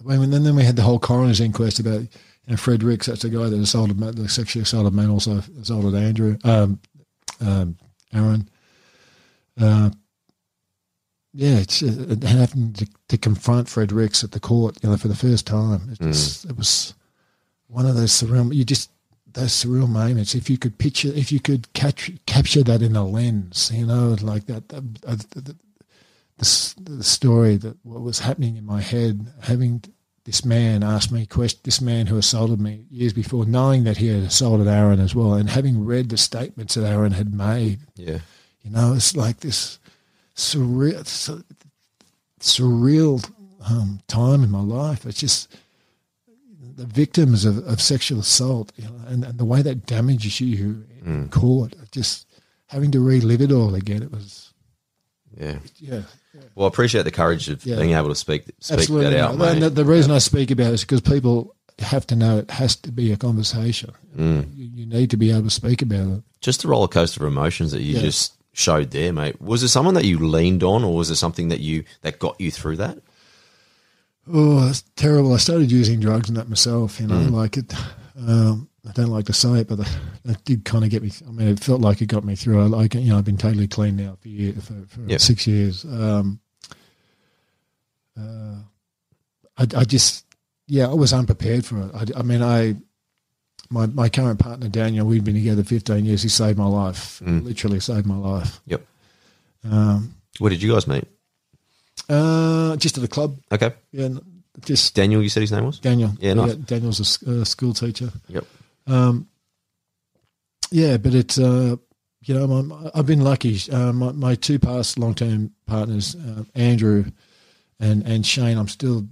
Speaker 2: I mean, then then we had the whole coroner's inquest about you know, Fred Ricks. That's the guy that assaulted, Ma- that sexually assaulted men, also assaulted Andrew, um, um, Aaron. Uh, yeah, it's uh, having to, to confront Fred Ricks at the court, you know, for the first time. It, just, it was one of those surreal. You just those surreal moments. If you could picture, if you could catch, capture that in a lens, you know, like that. that uh, the, the, the, s- the story that what was happening in my head, having this man ask me question, this man who assaulted me years before, knowing that he had assaulted Aaron as well, and having read the statements that Aaron had made
Speaker 1: Yeah.
Speaker 2: you know, it's like this surreal, su- surreal um, time in my life. It's just the victims of, of sexual assault, you know, and, and the way that damages you in court. Just having to relive it all again. It was,
Speaker 1: Yeah.
Speaker 2: yeah,
Speaker 1: Well, I appreciate the courage of
Speaker 2: Yeah.
Speaker 1: being able to speak speak
Speaker 2: absolutely.
Speaker 1: that out,
Speaker 2: and the,
Speaker 1: mate.
Speaker 2: the reason I speak about it is because people have to know it has to be a conversation.
Speaker 1: Mm.
Speaker 2: You, you need to be able to speak about it.
Speaker 1: Just the roller coaster of emotions that you
Speaker 2: Yeah.
Speaker 1: just showed there, mate. Was there someone that you leaned on, or was there something that you that got you through that?
Speaker 2: Oh, that's terrible. I started using drugs and that myself, you know, like it. Um, I don't like to say it, but that, that did kind of get me. I mean, it felt like it got me through. I like, you know, I've been totally clean now for year, for, for
Speaker 1: Yep.
Speaker 2: six years. Um, uh, I, I just, yeah, I was unprepared for it. I, I mean, I, my, my current partner, Daniel, we've been together 15 years. He saved my life,
Speaker 1: Mm.
Speaker 2: literally saved my life.
Speaker 1: Yep.
Speaker 2: Um,
Speaker 1: Where did you guys meet?
Speaker 2: uh, just at the club.
Speaker 1: Okay,
Speaker 2: Yeah. n- Just
Speaker 1: Daniel, you said his name was.
Speaker 2: Daniel.
Speaker 1: Yeah, nice.
Speaker 2: Daniel's a s- uh, school teacher.
Speaker 1: Yep.
Speaker 2: Um, yeah, but it's uh, you know my, I've been lucky. Uh, my, my two past long term partners, uh, Andrew and and Shane, I'm still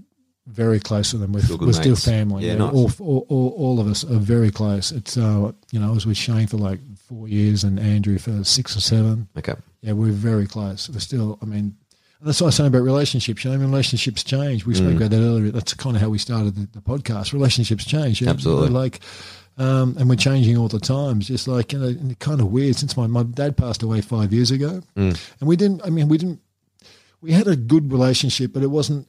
Speaker 2: very close with them. We're,
Speaker 1: Still good
Speaker 2: we're still
Speaker 1: mates.
Speaker 2: family.
Speaker 1: Yeah,
Speaker 2: You know,
Speaker 1: nice.
Speaker 2: all, all, all all of us are very close. It's uh, you know I was with Shane for like four years and Andrew for six or seven.
Speaker 1: Okay.
Speaker 2: Yeah, we're very close. We're still, I mean, and that's what I was saying about relationships. You know, I mean, relationships change. We spoke
Speaker 1: Mm.
Speaker 2: about that earlier. That's kind of how we started the, the podcast. Relationships change. you know,
Speaker 1: Absolutely.
Speaker 2: Like, um, and we're changing all the time. It's just like, you know, and it's kind of weird since my, my dad passed away five years ago.
Speaker 1: Mm.
Speaker 2: And we didn't, I mean, we didn't, we had a good relationship, but it wasn't,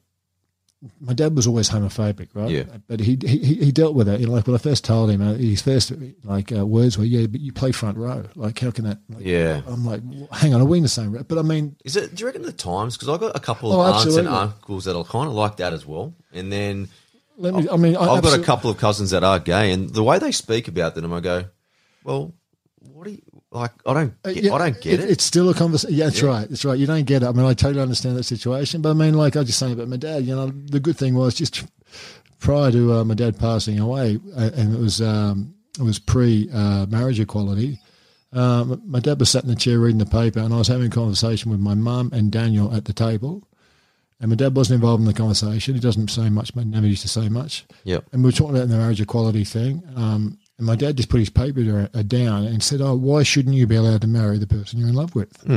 Speaker 2: my dad was always homophobic, right?
Speaker 1: Yeah.
Speaker 2: But he he, he dealt with that. You know, like when I first told him, uh, his first like uh, words were, "Yeah, but you play front row. Like, how can that? Like,
Speaker 1: Yeah.
Speaker 2: I'm like, "Well, hang on, are we in the same rep? But I mean,
Speaker 1: Is it? Do you reckon the times? Because I got a couple
Speaker 2: Oh,
Speaker 1: of aunts and
Speaker 2: absolutely.
Speaker 1: uncles that are kind of like that as well. And then
Speaker 2: let me. I mean, I
Speaker 1: I've got a
Speaker 2: absol-
Speaker 1: couple of cousins that are gay, and the way they speak about them, I go, "Well, what do you like? I don't,
Speaker 2: Uh,
Speaker 1: get,
Speaker 2: yeah,
Speaker 1: I don't get it."
Speaker 2: It's still a conversation. Yeah, that's right. That's right. You don't get it. I mean, I totally understand that situation. But I mean, like I was just saying about my dad. You know, the good thing was just prior to uh, my dad passing away, uh, and it was um, it was pre uh, marriage equality. Um, my dad was sat in the chair reading the paper, and I was having a conversation with my mum and Daniel at the table. And my dad wasn't involved in the conversation. He doesn't say much. My never used to say much.
Speaker 1: Yep.
Speaker 2: And we were talking about the marriage equality thing. Um, and my dad just put his paper da- uh, down and said, "Oh, why shouldn't you be allowed to marry the person you're in love with?"
Speaker 1: Hmm.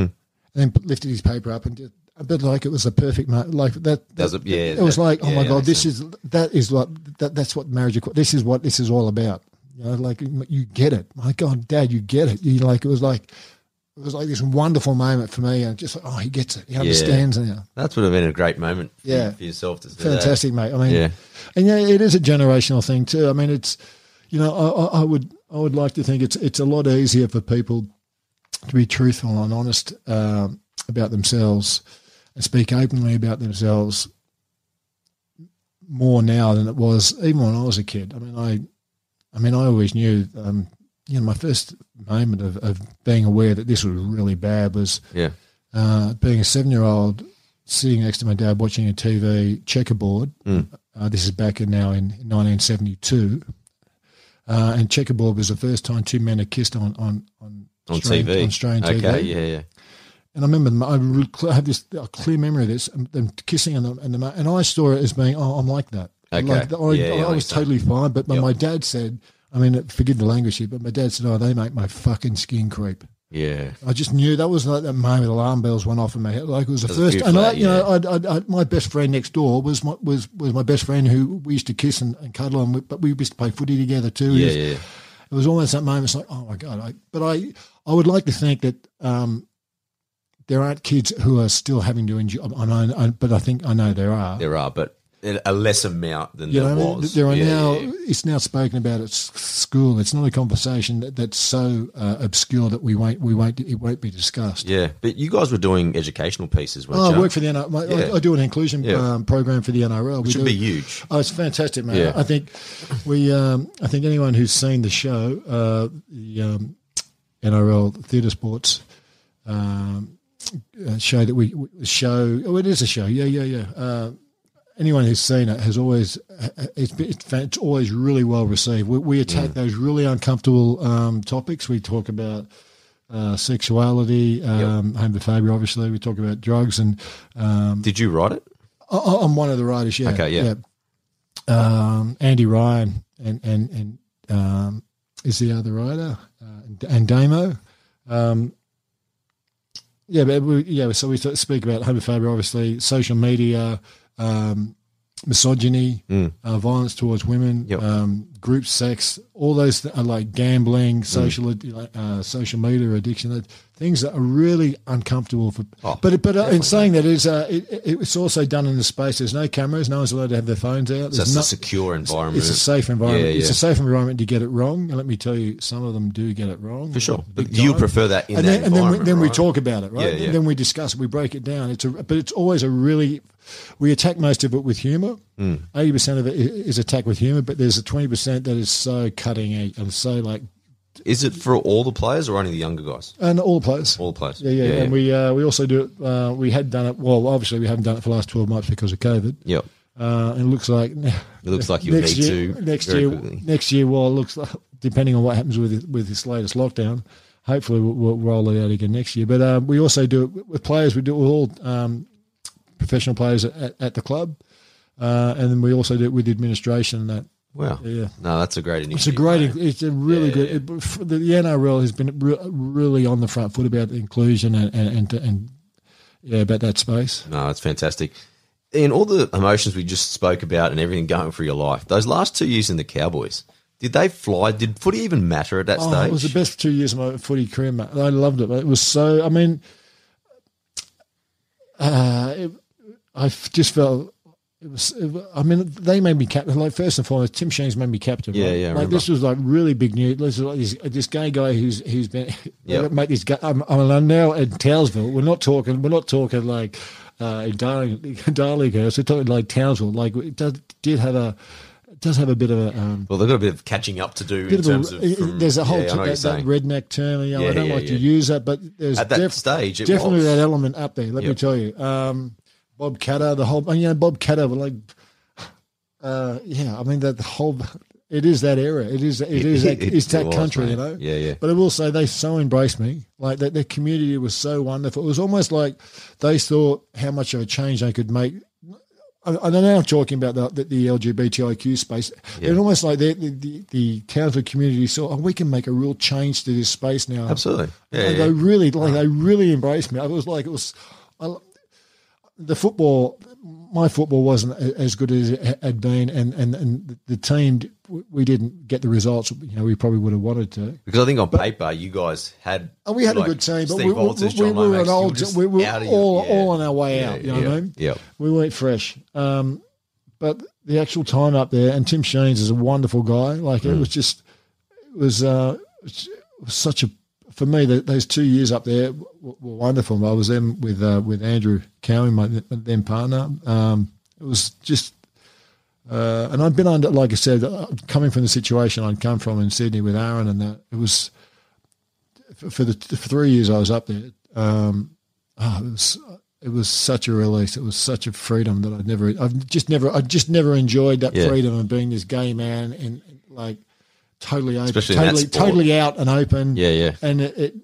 Speaker 2: And then p- lifted his paper up and did. A bit like it was a perfect, ma- like that.
Speaker 1: That was a- yeah,
Speaker 2: it was
Speaker 1: that-
Speaker 2: like, oh
Speaker 1: yeah,
Speaker 2: my
Speaker 1: that
Speaker 2: god,
Speaker 1: makes
Speaker 2: this is that is what that, that's what marriage. equa- This is what this is all about. You know, like you get it. My god, Dad, you get it. You like it was like it was like this wonderful moment for me, and just like, oh, he gets it. He understands now.
Speaker 1: That's would have been a great moment. For,
Speaker 2: Yeah.
Speaker 1: for yourself to see that.
Speaker 2: Fantastic, mate. I mean,
Speaker 1: Yeah.
Speaker 2: and yeah, it is a generational thing too. I mean, it's you know, I, I- I would I would like to think it's it's a lot easier for people to be truthful and honest um, about themselves and speak openly about themselves more now than it was even when I was a kid. I mean, I I mean, I always knew. Um, you know, my first moment of, of being aware that this was really bad was
Speaker 1: Yeah.
Speaker 2: uh, being a seven year old, sitting next to my dad watching a TV checkerboard.
Speaker 1: Mm.
Speaker 2: Uh, this is back in now in 1972. Uh, and checkerboard was the first time two men had kissed on on on,
Speaker 1: On
Speaker 2: Australian-
Speaker 1: TV.
Speaker 2: on Australian
Speaker 1: okay.
Speaker 2: TV.
Speaker 1: Yeah. Yeah.
Speaker 2: And I remember them, I re- cl- I have this a clear memory of this and them kissing and the, and, the, ma- and I saw it as being oh I'm like that.
Speaker 1: Okay.
Speaker 2: Like,
Speaker 1: Yeah,
Speaker 2: I,
Speaker 1: yeah,
Speaker 2: I,
Speaker 1: I
Speaker 2: was
Speaker 1: understand.
Speaker 2: totally fine, but my,
Speaker 1: Yep.
Speaker 2: my dad said, I mean, forgive the language here, but my dad said, oh, they make my fucking skin creep.
Speaker 1: Yeah.
Speaker 2: I just knew that was like that moment alarm bells went off in my head. Like it was the
Speaker 1: That's a
Speaker 2: first,
Speaker 1: good
Speaker 2: and I,
Speaker 1: flag,
Speaker 2: you know, I'd, I'd, I'd, my best friend next door was my was was my best friend who we used to kiss and, and cuddle, and we, but we used to play footy together too. It
Speaker 1: Yeah.
Speaker 2: was-
Speaker 1: Yeah. yeah.
Speaker 2: it was almost that moment. It's like, oh my god! I, but I, I would like to think that um, there aren't kids who are still having to endure. I, I, know- I, but I think I know there are.
Speaker 1: There are, but a less amount than
Speaker 2: You
Speaker 1: there
Speaker 2: know, what I mean?
Speaker 1: was.
Speaker 2: there are
Speaker 1: Yeah,
Speaker 2: now
Speaker 1: yeah.
Speaker 2: it's now spoken about at s- school. It's not a conversation that, that's so uh, obscure that we won't we won't it won't be discussed.
Speaker 1: Yeah, but you guys were doing educational pieces, weren't
Speaker 2: Oh,
Speaker 1: you?
Speaker 2: I work for the NRL. My,
Speaker 1: Yeah.
Speaker 2: I, I do an inclusion
Speaker 1: Yeah.
Speaker 2: um, program for the NRL. We
Speaker 1: Should
Speaker 2: do-
Speaker 1: be huge.
Speaker 2: Oh, it's fantastic, man.
Speaker 1: Yeah.
Speaker 2: I think we. Um, I think anyone who's seen the show, uh, the um, NRL Theatre Sports um, uh, show that we we- show. Oh, it is a show. Yeah, yeah, yeah. Uh, anyone who's seen it has always uh, uh, it's been- it's, fan- it's always really well received. We, we attack those really uncomfortable um, topics. We talk about uh, sexuality, um, homophobia. Obviously, we talk about drugs, and um,
Speaker 1: Did you write it?
Speaker 2: I, I- I'm one of the writers. Yeah.
Speaker 1: Okay, yeah.
Speaker 2: Um, Andy Ryan and and and um, is the other writer uh, and- and Damo. Um, yeah, but we, yeah. So we sort of speak about homophobia, obviously, social media, um, misogyny, uh, violence towards women,
Speaker 1: Mm. Yep.
Speaker 2: um, group sex, all those th- are like gambling,
Speaker 1: Mm.
Speaker 2: social ad- uh, social media addiction, that- things that are really uncomfortable for.
Speaker 1: Oh,
Speaker 2: but it- but uh, in saying that, it's uh, it, it- it's also done in a space. There's no cameras. No one's allowed to have their phones out.
Speaker 1: So
Speaker 2: There's
Speaker 1: it's
Speaker 2: no-
Speaker 1: a secure environment.
Speaker 2: It's a safe environment.
Speaker 1: Yeah, yeah.
Speaker 2: It's a safe environment to get it wrong. And let me tell you, some of them do get it wrong
Speaker 1: for sure. But
Speaker 2: Big
Speaker 1: you
Speaker 2: time
Speaker 1: prefer that in
Speaker 2: and
Speaker 1: that
Speaker 2: then, and then, we,
Speaker 1: environment,
Speaker 2: then we
Speaker 1: right?
Speaker 2: talk about it, right?
Speaker 1: Yeah, yeah.
Speaker 2: Then we discuss it, we break it down. It's a, but it's always a really, we attack most of it with humor.
Speaker 1: Mm.
Speaker 2: Eighty percent of it i- is attacked with humor, but there's a twenty percent that is so cutting edge and so like,
Speaker 1: Is it for all the players or only the younger guys?
Speaker 2: and all players.
Speaker 1: All the players.
Speaker 2: yeah, yeah, and we uh, we also do it. Uh, we had done it. Well, obviously, we haven't done it for the last twelve months because of COVID.
Speaker 1: Yep.
Speaker 2: Uh, and it looks like
Speaker 1: It looks like you'll need
Speaker 2: year,
Speaker 1: to
Speaker 2: next
Speaker 1: very
Speaker 2: year.
Speaker 1: quickly.
Speaker 2: Next year, well, it looks like, depending on what happens with it- with this latest lockdown, hopefully we'll, we'll roll it out again next year. But um, we also do it with players. We do it with all um, professional players at, at the club, uh, and then we also do it with the administration. And that
Speaker 1: Wow.
Speaker 2: Yeah.
Speaker 1: No, that's a great initiative.
Speaker 2: it's a great.
Speaker 1: mate.
Speaker 2: It's a really
Speaker 1: Yeah,
Speaker 2: good. it- for the, the NRL has been re- really on the front foot about inclusion and and and, and yeah, about that space.
Speaker 1: No, it's fantastic. And all the emotions we just spoke about and everything going through your life, those last two years in the Cowboys, did they fly? Did footy even matter at that
Speaker 2: Oh,
Speaker 1: stage?
Speaker 2: it was the best two years of my footy career, mate. I loved it. mate. It was so. I mean, uh, it, I f- just felt it was. It, wa- I mean, they made me captain. Like first and foremost, Tim Sheens made me captain.
Speaker 1: Yeah,
Speaker 2: right?
Speaker 1: yeah, I
Speaker 2: Like
Speaker 1: remember.
Speaker 2: this was like really big news. This is like this, this gay guy who's who's been.
Speaker 1: Yep.
Speaker 2: Make this guy. I'm, I'm now in Townsville. We're not talking. We're not talking like. Uh, in Darling, Darlinghurst, we're talking like Townsville. Like it does, did have a, it does have a bit of a um,
Speaker 1: Well, they've got a bit of catching up to do in
Speaker 2: bit
Speaker 1: terms
Speaker 2: of
Speaker 1: of.
Speaker 2: a,
Speaker 1: from-
Speaker 2: there's a whole
Speaker 1: yeah, I know
Speaker 2: t-
Speaker 1: what you're
Speaker 2: that, that
Speaker 1: saying.
Speaker 2: redneck term. You know,
Speaker 1: Yeah,
Speaker 2: I don't
Speaker 1: yeah,
Speaker 2: like to
Speaker 1: yeah.
Speaker 2: use that, but there's
Speaker 1: At that
Speaker 2: def-
Speaker 1: stage, it
Speaker 2: definitely
Speaker 1: was.
Speaker 2: that element up there. Let me
Speaker 1: Yep.
Speaker 2: tell you, um, Bob Catter, the whole and, you know Bob Catter, like, uh, yeah, I mean that the whole it is that era. It is it is that,
Speaker 1: It-
Speaker 2: it's that
Speaker 1: it was,
Speaker 2: country,
Speaker 1: mate.
Speaker 2: you know.
Speaker 1: Yeah, yeah.
Speaker 2: But I will say they so embraced me. Like that, their community was so wonderful. It was almost like they thought how much of a change they could make. I, I know I'm talking about the, the, the LGBTIQ space.
Speaker 1: Yeah.
Speaker 2: It's almost like the, the, the, the Townsville community saw, oh, we can make a real change to this space now.
Speaker 1: Absolutely. Yeah,
Speaker 2: And
Speaker 1: yeah. Uh-huh.
Speaker 2: They really, like, they really embraced me. I was like, it was, I, the football, my football wasn't a- as good as it had been, and and and the team, we didn't get the results. You know, we probably would have wanted to.
Speaker 1: Because I think on paper, you guys had.
Speaker 2: And we had
Speaker 1: like,
Speaker 2: a good team, but
Speaker 1: Steve
Speaker 2: we, we,
Speaker 1: Walters,
Speaker 2: we
Speaker 1: John
Speaker 2: were
Speaker 1: Lomax,
Speaker 2: an
Speaker 1: you were
Speaker 2: old.
Speaker 1: just
Speaker 2: We were
Speaker 1: out of your-
Speaker 2: all
Speaker 1: yeah.
Speaker 2: all on our way
Speaker 1: Yeah,
Speaker 2: out. You know
Speaker 1: yeah,
Speaker 2: what I mean?
Speaker 1: yeah.
Speaker 2: We weren't fresh. Um, but the actual time up there, and Tim Sheens is a wonderful guy. Like
Speaker 1: Mm.
Speaker 2: it was just, it was, uh, it was such a for me th those two years up there w- were wonderful. I was then with uh, with Andrew Cowan, my th- then partner. Um, it was just. Uh, and I'd been under, like I said, uh, coming from the situation I'd come from in Sydney with Aaron, and that it was for, for the for three years I was up there. Um, oh, it was it was such a release. It was such a freedom that I'd never, I've just never, I just never enjoyed that
Speaker 1: Yeah.
Speaker 2: freedom of being this gay man and like totally open,
Speaker 1: Especially in that
Speaker 2: totally,
Speaker 1: sport.
Speaker 2: totally out and open.
Speaker 1: Yeah, yeah.
Speaker 2: And it, it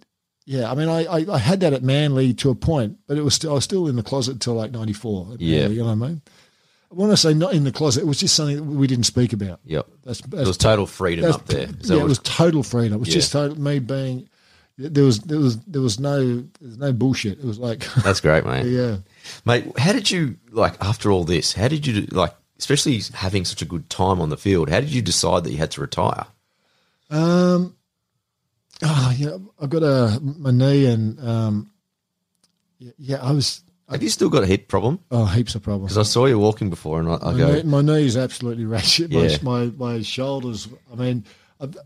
Speaker 2: yeah, I mean, I, I, I had that at Manly to a point, but it was still, I was still in the closet until like 94. at
Speaker 1: Yeah.
Speaker 2: Manly, you know what I mean? When I say not in the closet, it was just something that we didn't speak about.
Speaker 1: Yep.
Speaker 2: That's,
Speaker 1: It
Speaker 2: that's
Speaker 1: was total freedom
Speaker 2: that's-
Speaker 1: up there. Is that
Speaker 2: yeah, it
Speaker 1: what-
Speaker 2: was total freedom. It was
Speaker 1: Yeah.
Speaker 2: just total, me being there was there was there was no there was no bullshit. It was like
Speaker 1: that's great, mate.
Speaker 2: yeah.
Speaker 1: Mate, how did you like after all this? How did you like, especially having such a good time on the field? How did you decide that you had to retire?
Speaker 2: Um, ah, oh, yeah, I got a my knee and um, yeah, yeah, I was I
Speaker 1: Have you still got a hip problem?
Speaker 2: Oh, heaps of problems.
Speaker 1: Because I saw you walking before, and I, I
Speaker 2: My,
Speaker 1: go,
Speaker 2: knee, my knee's absolutely ratchet.
Speaker 1: Yeah.
Speaker 2: My, my my shoulders. I mean, I've,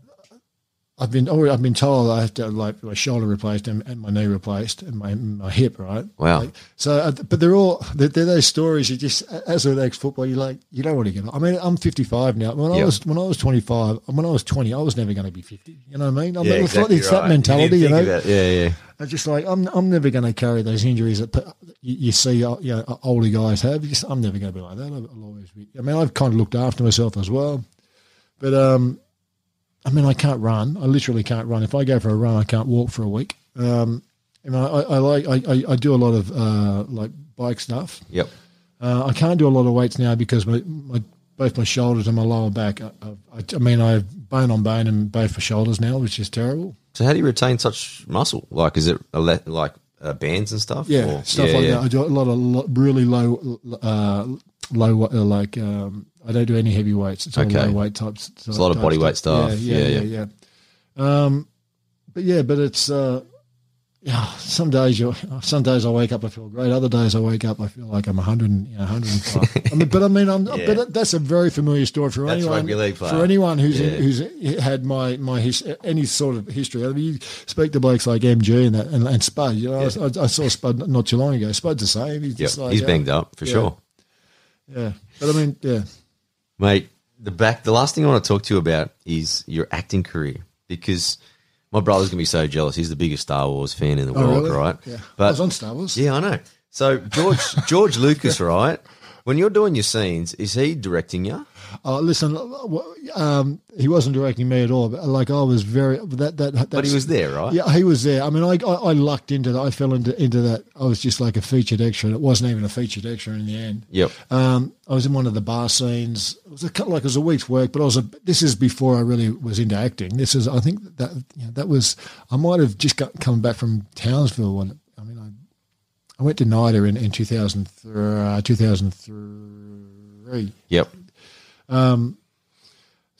Speaker 2: I've been already, I've been told I have to like my shoulder replaced and, and my knee replaced and my my hip right.
Speaker 1: Wow.
Speaker 2: Like, so, uh, but they're all they're, they're those stories. You just as an ex football, you like you don't want to get. I mean, I'm 55 now. When I
Speaker 1: Yeah.
Speaker 2: was when I was 25, when I was 20, I was never going to be 50. You know what I mean? I mean, it's, like,
Speaker 1: exactly right.
Speaker 2: it's that
Speaker 1: You
Speaker 2: mentality.
Speaker 1: didn't
Speaker 2: You, know,
Speaker 1: think of that. Yeah, yeah.
Speaker 2: it's just like I'm. I'm never going to carry those injuries that uh, you, you see, uh, you know, older guys have. Just, I'm never going to be like that. I'll, I'll always be. I mean, I've kind of looked after myself as well, but um, I mean, I can't run. I literally can't run. If I go for a run, I can't walk for a week. Um, you know, I, I like. I, I, I do a lot of uh, like bike stuff.
Speaker 1: Yep.
Speaker 2: Uh, I can't do a lot of weights now because my, my both my shoulders and my lower back. I, I, I mean, I have bone on bone in both my shoulders now, which is terrible.
Speaker 1: So how do you retain such muscle? Like, is it a le- like uh, bands and stuff?
Speaker 2: yeah,
Speaker 1: Or-
Speaker 2: stuff
Speaker 1: yeah,
Speaker 2: like
Speaker 1: yeah.
Speaker 2: that. I do a lot of lo- really low, uh, low uh, like um, I don't do any heavy weights. It's all
Speaker 1: Okay.
Speaker 2: low weight types. It's
Speaker 1: a lot of body weight stuff.
Speaker 2: Yeah, yeah,
Speaker 1: Yeah,
Speaker 2: yeah. yeah, Um, but yeah, but it's uh, yeah. Some days you, some days I wake up I feel great. Other days I wake up I feel like I'm 100, and, you know, 105. I mean, but I mean, I'm,
Speaker 1: Yeah.
Speaker 2: but that's a very familiar story for
Speaker 1: That's
Speaker 2: anyone
Speaker 1: rugby league player.
Speaker 2: for anyone who's
Speaker 1: Yeah.
Speaker 2: who's had my my his, any sort of history. I mean, you speak to blokes like MG and that and, and Spud. You know, I was- I, I saw Spud not too long ago. Spud's the same. He's
Speaker 1: Yep.
Speaker 2: just like
Speaker 1: He's
Speaker 2: yeah,
Speaker 1: banged up for
Speaker 2: Yeah.
Speaker 1: sure.
Speaker 2: Yeah, but I mean, yeah,
Speaker 1: Mate, the back. The last thing I want to talk to you about is your acting career because my brother's gonna be so jealous. He's the biggest Star Wars fan in the
Speaker 2: Oh,
Speaker 1: world,
Speaker 2: really?
Speaker 1: right?
Speaker 2: Yeah, I
Speaker 1: But
Speaker 2: was on Star Wars.
Speaker 1: yeah, I know. So George George Lucas, right? When you're doing your scenes, is he directing you?
Speaker 2: Oh, listen, um, he wasn't directing me at all. But like I was very that that. That's,
Speaker 1: But he was there, right?
Speaker 2: Yeah, he was there. I mean, I, I I lucked into that. I fell into into that. I was just like a featured extra, and it wasn't even a featured extra in the end.
Speaker 1: Yep.
Speaker 2: Um, I was in one of the bar scenes. It was a, cut- like it was a week's work, but I was a, this is before I really was into acting. This is I think that you know, that was I might have just got, come back from Townsville when I mean I, I went to NIDA in, in 2000, uh, 2003.
Speaker 1: Yep.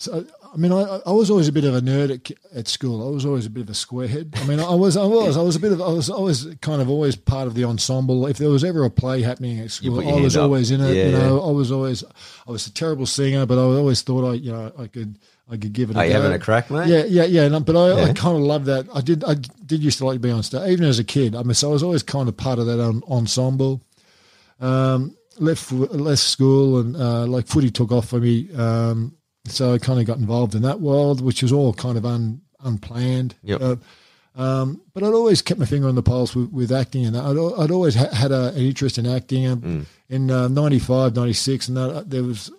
Speaker 2: So I mean, I, I was always a bit of a nerd at, ki- at school. I was always a bit of a squarehead. I mean, I was, I was, I was a bit of, I was always kind of always part of the ensemble. If there was ever a play happening at
Speaker 1: put
Speaker 2: school,
Speaker 1: your
Speaker 2: I was
Speaker 1: hand up.
Speaker 2: always in it.
Speaker 1: Yeah,
Speaker 2: you know,
Speaker 1: yeah.
Speaker 2: I was always, I was a terrible singer, but I always thought I, you know, I could, I could give it.
Speaker 1: Are
Speaker 2: a
Speaker 1: you
Speaker 2: go.
Speaker 1: having a crack, mate?
Speaker 2: Yeah, yeah, yeah. And, I- but I,
Speaker 1: Yeah.
Speaker 2: I kind of love that. I did, I did used to like to be on stage, even as a kid. I mean, so I was always kind of part of that en- ensemble. Um, left left school and uh, like footy took off for me. Um, so I kind of got involved in that world, which was all kind of un, unplanned.
Speaker 1: Yep.
Speaker 2: Uh, um, but I'd always kept my finger on the pulse with, with acting, and I'd, al- I'd always ha- had a, an interest in acting. And In uh, 95, 96, and that, there was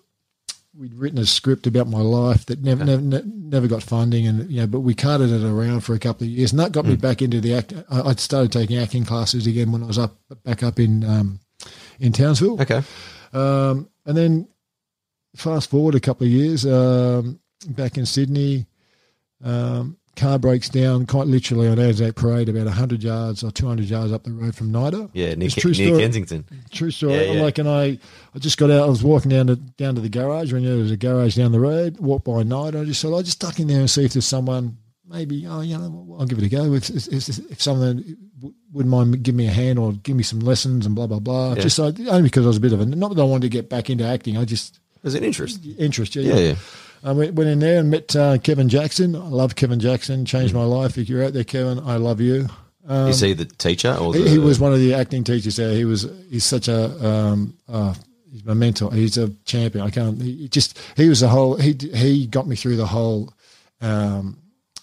Speaker 2: we'd written a script about my life that never, never, ne- never got funding, and you know, but we carted it around for a couple of years, and that got me back into the act. I- I'd started taking acting classes again when I was up back up in um, in Townsville.
Speaker 1: Okay.
Speaker 2: Um, and then fast forward a couple of years, um, back in Sydney, um, car breaks down quite literally on Anzac Parade, about 100 yards or 200 yards up the road from NIDA.
Speaker 1: Yeah, near,
Speaker 2: It's
Speaker 1: Ke-
Speaker 2: true
Speaker 1: near
Speaker 2: story.
Speaker 1: Kensington.
Speaker 2: True story.
Speaker 1: Yeah, yeah.
Speaker 2: Like, and I, I just got out. I was walking down to down to the garage. We knew there was a garage down the road. Walked by night. I just thought I'll just duck in there and see if there's someone. Maybe oh, you know, I'll give it a go. If if, if, if someone w- wouldn't mind giving me a hand or give me some lessons and blah blah blah.
Speaker 1: Yeah.
Speaker 2: Just so, only because I was a bit of a not that I wanted to get back into acting. I just
Speaker 1: There's an interest.
Speaker 2: interest. Yeah,
Speaker 1: Yeah, yeah.
Speaker 2: I went, went in there and met uh, Kevin Jackson. I love Kevin Jackson.
Speaker 1: Mm.
Speaker 2: Changed my life. If you're out there, Kevin, I love you.
Speaker 1: is he the teacher or the,
Speaker 2: Um, He, he was one of the acting teachers there. He was he's such a um, uh, he's my mentor. He's a champion. I can't. He he just he was the whole. He he got me through the whole um,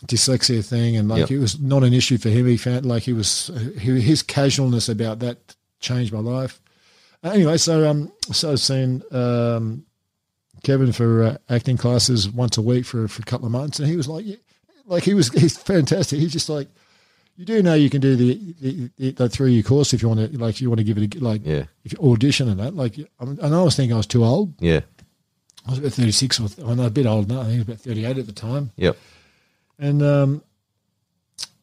Speaker 2: dyslexia thing, and like
Speaker 1: Yep.
Speaker 2: it was not an issue for him. He found like he was he, his casualness about that changed my life. Uh, Anyway, so um, so I've seen um, Kevin for uh, acting classes once a week for for a couple of months, and he was like, yeah, like he was he's fantastic. He's just like. You do know you can do the the, the, the three year course if you want to, like you want to give it a, like
Speaker 1: Yeah.
Speaker 2: if you audition and that. Like, I'm- and I was thinking I was too old.
Speaker 1: Yeah.
Speaker 2: I was about thirty six or I'm a bit old now. I think I was about thirty eight at the time.
Speaker 1: Yep.
Speaker 2: And um,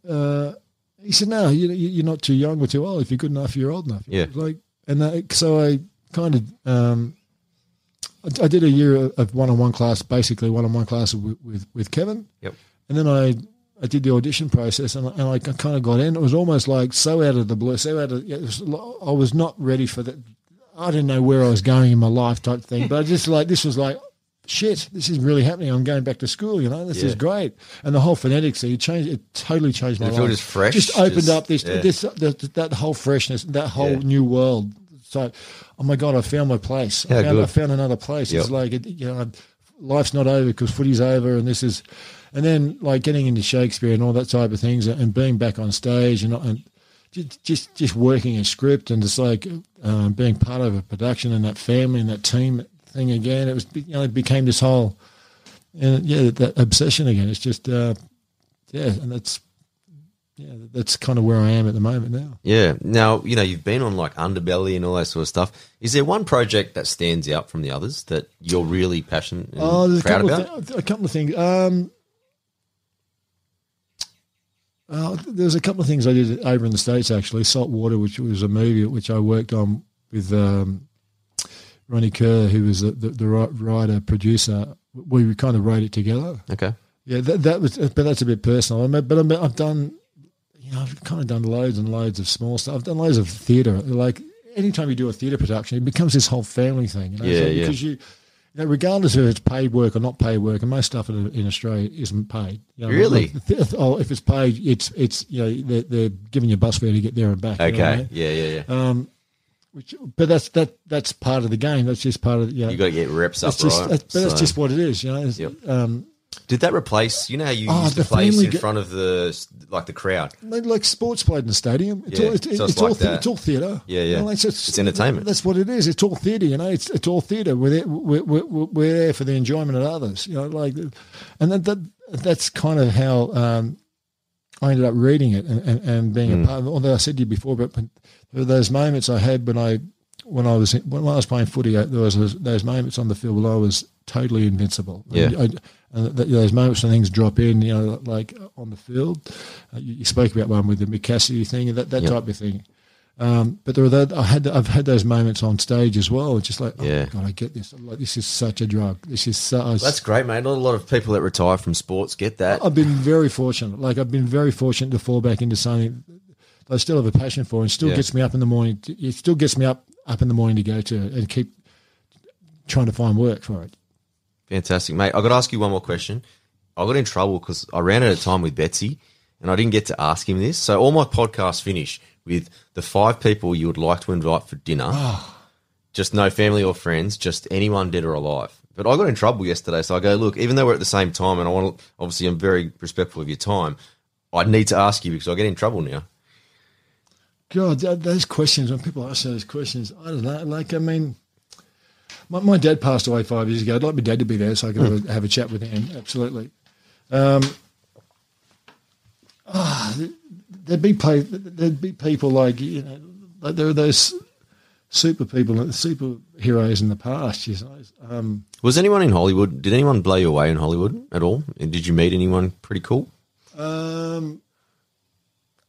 Speaker 2: uh, he said, "No, you, you- you're not too young or too old. If you're good enough, you're old enough."
Speaker 1: Yeah.
Speaker 2: Like, and that, so I kind of um, I, I did a year of one on one class, basically one on one class with, with with Kevin.
Speaker 1: Yep.
Speaker 2: And then I I did the audition process and, and I kind of got in. It was almost like so out of the blue, so out of. It was, I was not ready for that. I didn't know where I was going in my life type thing, but I just like this was like. Shit, this is really happening. I'm going back to school, you know. This
Speaker 1: Yeah.
Speaker 2: is great. And the whole phonetics, it changed, it totally changed my
Speaker 1: Did it
Speaker 2: life.
Speaker 1: feel just fresh?
Speaker 2: Just opened
Speaker 1: Just-
Speaker 2: up this,
Speaker 1: yeah.
Speaker 2: this, that, that whole freshness, that whole
Speaker 1: Yeah.
Speaker 2: new world. So, oh my God, I found my place.
Speaker 1: Yeah,
Speaker 2: I, found,
Speaker 1: good.
Speaker 2: I found another place.
Speaker 1: Yep.
Speaker 2: It's like, it- you know, life's not over because footy's over and this is, and then like getting into Shakespeare and all that type of things and being back on stage and, and just, just, just working a script and just like um, being part of a production and that family and that team thing again. It was, you know, it became this whole, and yeah, that, that obsession again. It's just, uh, yeah, and that's, yeah, that's kind of where I am at the moment now.
Speaker 1: Yeah. Now, you know, you've been on like Underbelly and all that sort of stuff. Is there one project that stands out from the others that you're really passionate and
Speaker 2: Oh, there's a
Speaker 1: Mm. proud
Speaker 2: couple,
Speaker 1: about?
Speaker 2: of th- a couple of things. Um, uh, there's a couple of things I did over in the states actually. Salt Water, which was a movie which I worked on with um, Ronnie Kerr, who was the, the, the ri- writer producer. We kind of wrote it together.
Speaker 1: okay.
Speaker 2: Yeah, that, that was, but that's a bit personal. I mean, but I mean, I've done, you know, I've kind of done loads and loads of small stuff. I've done loads of theatre. Like anytime you do a theatre production, it becomes this whole family thing. You know?
Speaker 1: Yeah,
Speaker 2: so
Speaker 1: yeah.
Speaker 2: Because you, you know, regardless if it's paid work or not paid work, and most stuff in, in Australia isn't paid. You know,
Speaker 1: Really?
Speaker 2: like, the- oh, if it's paid, it's it's you know they're, they're giving you a bus fare to get there and back. you know what I
Speaker 1: Okay.
Speaker 2: mean? Uh,
Speaker 1: Yeah, yeah, yeah.
Speaker 2: Which, but that's that that's part of the game. That's just part of the, you know,
Speaker 1: you got to get reps up,
Speaker 2: that's just
Speaker 1: right?
Speaker 2: that's, but that's
Speaker 1: So-
Speaker 2: just what it is. You know. It's-
Speaker 1: Yep.
Speaker 2: Um,
Speaker 1: Did that replace? You know how you
Speaker 2: Oh,
Speaker 1: used to
Speaker 2: the
Speaker 1: place
Speaker 2: family
Speaker 1: in
Speaker 2: ge-
Speaker 1: front of the like the crowd.
Speaker 2: like, like sports played in the stadium. It's
Speaker 1: Yeah,
Speaker 2: all, it's,
Speaker 1: so it's
Speaker 2: it's all
Speaker 1: like
Speaker 2: the-
Speaker 1: that.
Speaker 2: it's all theatre.
Speaker 1: Yeah, yeah.
Speaker 2: You know, it's, it's-
Speaker 1: It's entertainment.
Speaker 2: That's what it is. It's all theatre. You know, it's it's all theatre. We're there, we're, we're, we're there for the enjoyment of others. You know, like, and that, that that's kind of how um, I ended up reading it and, and, and being
Speaker 1: Hmm.
Speaker 2: a part. of it. Although I said to you before, but when- there were those moments I had when I when I was when I was playing footy, I- there was those, those moments on the field where I was totally invincible.
Speaker 1: Yeah.
Speaker 2: I, and th- those moments when things drop in, you know, like on the field, uh, you, you spoke about one with the Mick Cassidy thing and that, that
Speaker 1: Yep.
Speaker 2: type of thing. Um, but there are that I had I've had those moments on stage as well. It's just like, oh
Speaker 1: Yeah.
Speaker 2: my god, I get this. Like this is such a drug. This is so. I was-
Speaker 1: That's great, mate. Not a lot of people that retire from sports get that.
Speaker 2: I've been very fortunate. Like I've been very fortunate to fall back into something that I still have a passion for, and still
Speaker 1: Yeah.
Speaker 2: gets me up in the morning. to- It still gets me up up in the morning to go to it and keep trying to find work for it.
Speaker 1: Fantastic, mate. I got to ask you one more question. I got in trouble because I ran out of time with Betsy, and I didn't get to ask him this. So all my podcasts finish with the five people you would like to invite for dinner. Just no family or friends, just anyone dead or alive. But I got in trouble yesterday, so I go look. Even though we're at the same time, and I want to, obviously I'm very respectful of your time. I need to ask you because I get in trouble now.
Speaker 2: God, tha- those questions when people ask those questions, I don't know. Like I mean. My, my dad passed away five years ago. I'd like my dad to be there so I could have, a, have a chat with him. Absolutely. Um, ah, th- there'd be pla- there'd be people like you know like there are those super people and superheroes in the past. You know, um,
Speaker 1: Was anyone in Hollywood? Did anyone blow you away in Hollywood at all? And did you meet anyone pretty cool?
Speaker 2: um,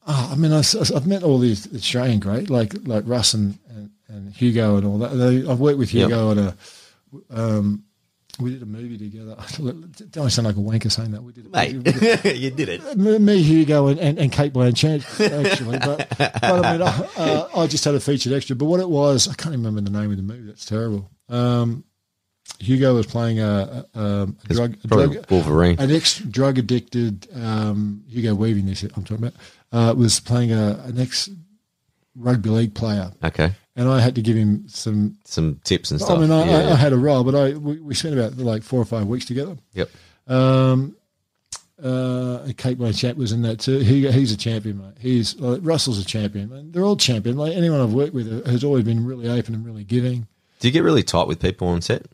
Speaker 2: ah, I mean, I, have met all these Australian great like like Russ and, and, and Hugo and all that. They, I've worked with
Speaker 1: Yep.
Speaker 2: Hugo on a. Um, we did a movie together. Don't I sound like a wanker saying that? We did, a-
Speaker 1: Mate,
Speaker 2: we did
Speaker 1: you did it.
Speaker 2: me, me, Hugo, and, and, and Kate Blanchett, actually. But, but I mean, I, uh, I just had a featured extra. But what it was, I can't remember the name of the movie. That's terrible. Um, Hugo was playing a, a, um, a drug, a
Speaker 1: Probably
Speaker 2: drug
Speaker 1: Wolverine.
Speaker 2: an ex drug addicted um, Hugo Weaving. This I'm talking about uh, was playing a, an ex rugby league player,
Speaker 1: Okay.
Speaker 2: and I had to give him some.
Speaker 1: some tips and stuff.
Speaker 2: I mean, I,
Speaker 1: yeah.
Speaker 2: I, I had a role, but I we, we spent about like four or five weeks together.
Speaker 1: yep.
Speaker 2: Um, uh, Kate Blanchett was in that too. He, he's a champion, mate. He's like, Russell's a champion. Man. They're all champion. Like anyone I've worked with has always been really open and really giving.
Speaker 1: Do you get really tight with people on set?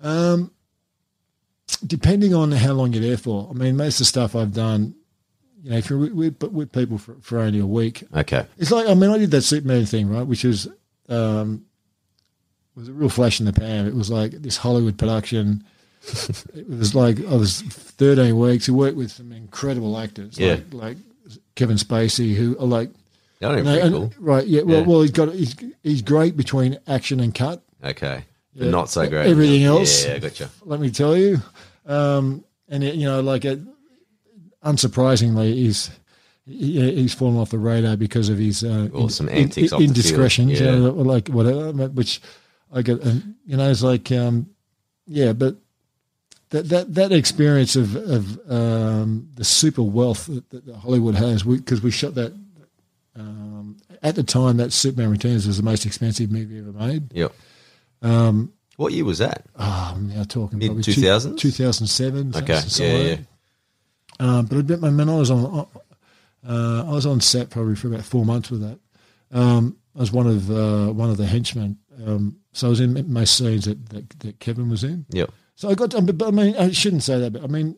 Speaker 2: Um, depending on how long you're there for, I mean, most of the stuff I've done, you know, if you're with, with, but with people for, for only a week,
Speaker 1: Okay.
Speaker 2: it's like I mean, I did that Superman thing, right? Which was um, was a real flash in the pan. It was like this Hollywood production. it was like I was 13 weeks. We worked with some incredible actors,
Speaker 1: Yeah.
Speaker 2: like, like Kevin Spacey, who are like
Speaker 1: I don't
Speaker 2: no,
Speaker 1: know.
Speaker 2: and-
Speaker 1: cool.
Speaker 2: right, yeah. Well,
Speaker 1: Yeah.
Speaker 2: well, he's got he's, he's great between action and cut.
Speaker 1: Okay. But
Speaker 2: Yeah.
Speaker 1: not so great.
Speaker 2: Everything else.
Speaker 1: Yeah, gotcha.
Speaker 2: Let me tell you, um, and it, you know, like it, unsurprisingly, he's he- he's fallen off the radar because of his uh,
Speaker 1: Awesome antics off the field,
Speaker 2: indiscretions,
Speaker 1: yeah.
Speaker 2: you know, like whatever. Which I get, and, you know, it's like um, yeah, but that that that experience of of um, the super wealth that, that Hollywood has, because we, shot that. Um, at the time, that Superman Returns was the most expensive movie ever made. Um,
Speaker 1: Yep. Um, what year was that?
Speaker 2: Ah, I'm now talking
Speaker 1: Mid-
Speaker 2: probably two-
Speaker 1: 2000s?
Speaker 2: 2007.
Speaker 1: Okay.
Speaker 2: something
Speaker 1: Yeah,
Speaker 2: like
Speaker 1: yeah.
Speaker 2: that. Um, but I bet my man, I was on, uh, I was on set probably for about four months with that. Um, I was one of uh, one of the henchmen, um, so I was in most scenes that, that, that Kevin was in.
Speaker 1: Yep.
Speaker 2: So I got, to, but I mean, I shouldn't say that, but I mean,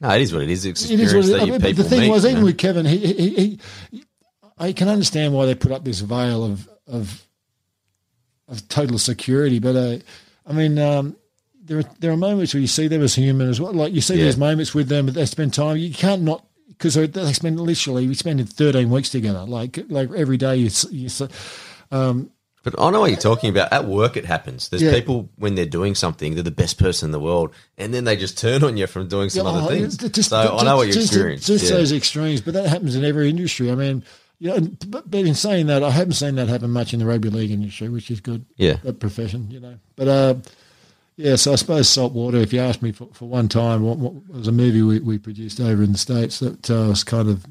Speaker 1: No, it is what it is. It's
Speaker 2: it
Speaker 1: experience
Speaker 2: is what it is.
Speaker 1: that
Speaker 2: I
Speaker 1: you
Speaker 2: mean,
Speaker 1: people
Speaker 2: but the thing
Speaker 1: meet,
Speaker 2: was,
Speaker 1: you
Speaker 2: even
Speaker 1: know.
Speaker 2: with Kevin, he, he, he, I can understand why they put up this veil of of of total security, but uh, I mean. Um, there are, there are moments where you see them as human as well. Like you see
Speaker 1: Yeah.
Speaker 2: those moments with them, they spend time. You can't not because they they spend literally we spending thirteen weeks together. Like like every day you s- you s-
Speaker 1: But I know what you're talking about. At work, it happens. There's
Speaker 2: Yeah.
Speaker 1: people when they're doing something, they're the best person in the world, and then they just turn on you from doing some other
Speaker 2: Oh,
Speaker 1: things.
Speaker 2: th- just-
Speaker 1: so I
Speaker 2: just-
Speaker 1: know what you
Speaker 2: just-
Speaker 1: experienced.
Speaker 2: Just
Speaker 1: yeah.
Speaker 2: those extremes, but that happens in every industry. I mean, you know, and- but, but in saying that, I haven't seen that happen much in the rugby league industry, which is good.
Speaker 1: Yeah.
Speaker 2: that profession, you know. But uh, yeah, so I suppose salt water. If you asked me for, for one time, what, what was a movie we, we produced over in the states that uh, I was kind of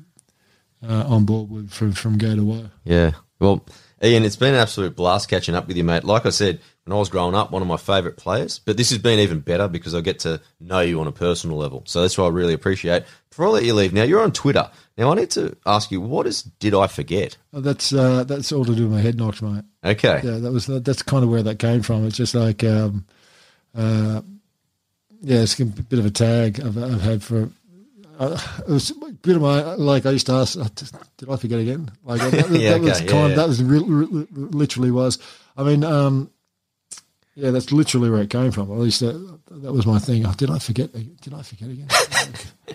Speaker 2: uh, on board with from from go to woe.
Speaker 1: Yeah. Well, Ian, it's been an absolute blast catching up with you, mate. Like I said, when I was growing up, one of my favourite players, but this has been even better because I get to know you on a personal level. So that's what I really appreciate. Before I let you leave, now you're on Twitter. Now I need to ask you, what is Did I Forget?
Speaker 2: Oh, That's uh, that's all to do with my head knocks, mate.
Speaker 1: Okay.
Speaker 2: yeah, uh, that was that's kind of where that came from. It's just like, um, uh, yeah, it's a bit of a tag I've, I've had for. Uh, it was a bit of my like I used to ask. uh, Did I forget again? Like that, that,
Speaker 1: Yeah,
Speaker 2: that was
Speaker 1: okay,
Speaker 2: kind.
Speaker 1: yeah, yeah.
Speaker 2: That was re- re- literally was. I mean, um, yeah, that's literally where it came from. At least that that was my thing. Oh, did I forget? Did I forget again?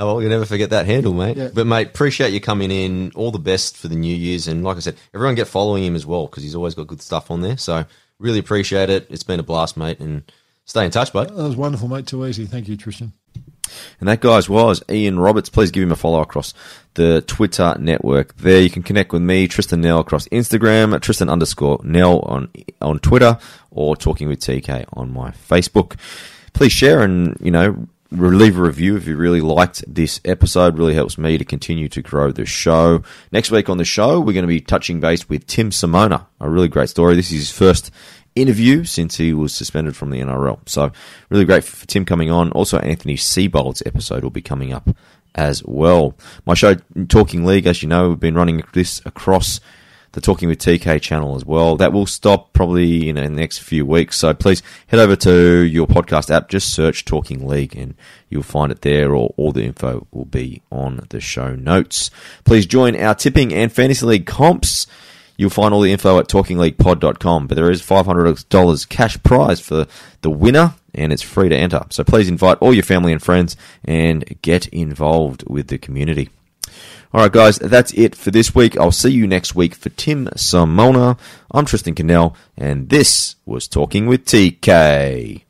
Speaker 1: Oh, well, you'll never forget that handle, mate.
Speaker 2: Yeah.
Speaker 1: But, mate, appreciate you coming in. All the best for the New Year's. And, like I said, everyone get following him as well because he's always got good stuff on there. So, really appreciate it. It's been a blast, mate. And stay in touch, bud.
Speaker 2: that was wonderful, mate. Too easy. Thank you, Tristan.
Speaker 1: And that, guys, was Ian Roberts. Please give him a follow across the Twitter network. There you can connect with me, Tristan Nell, across Instagram, Tristan underscore Nell on, on Twitter, or Talking with TK on my Facebook. Please share and, you know, re- leave a review if you really liked this episode. Really helps me to continue to grow the show. Next week on the show, we're going to be touching base with Tim Simona. A really great story. This is his first interview since he was suspended from the NRL. So really great for Tim coming on. Also, Anthony Seibold's episode will be coming up as well. My show, Talking League, as you know, we've been running this across the Talking with TK channel as well. That will stop probably in the next few weeks. So please head over to your podcast app. Just search Talking League and you'll find it there or all the info will be on the show notes. Please join our tipping and fantasy league comps. You'll find all the info at talkingleaguepod.com, but there is $500 cash prize for the winner and it's free to enter. So please invite all your family and friends and get involved with the community. All right, guys, that's it for this week. I'll see you next week for Tim Simona. I'm Tristan Cannell, and this was Talking with TK.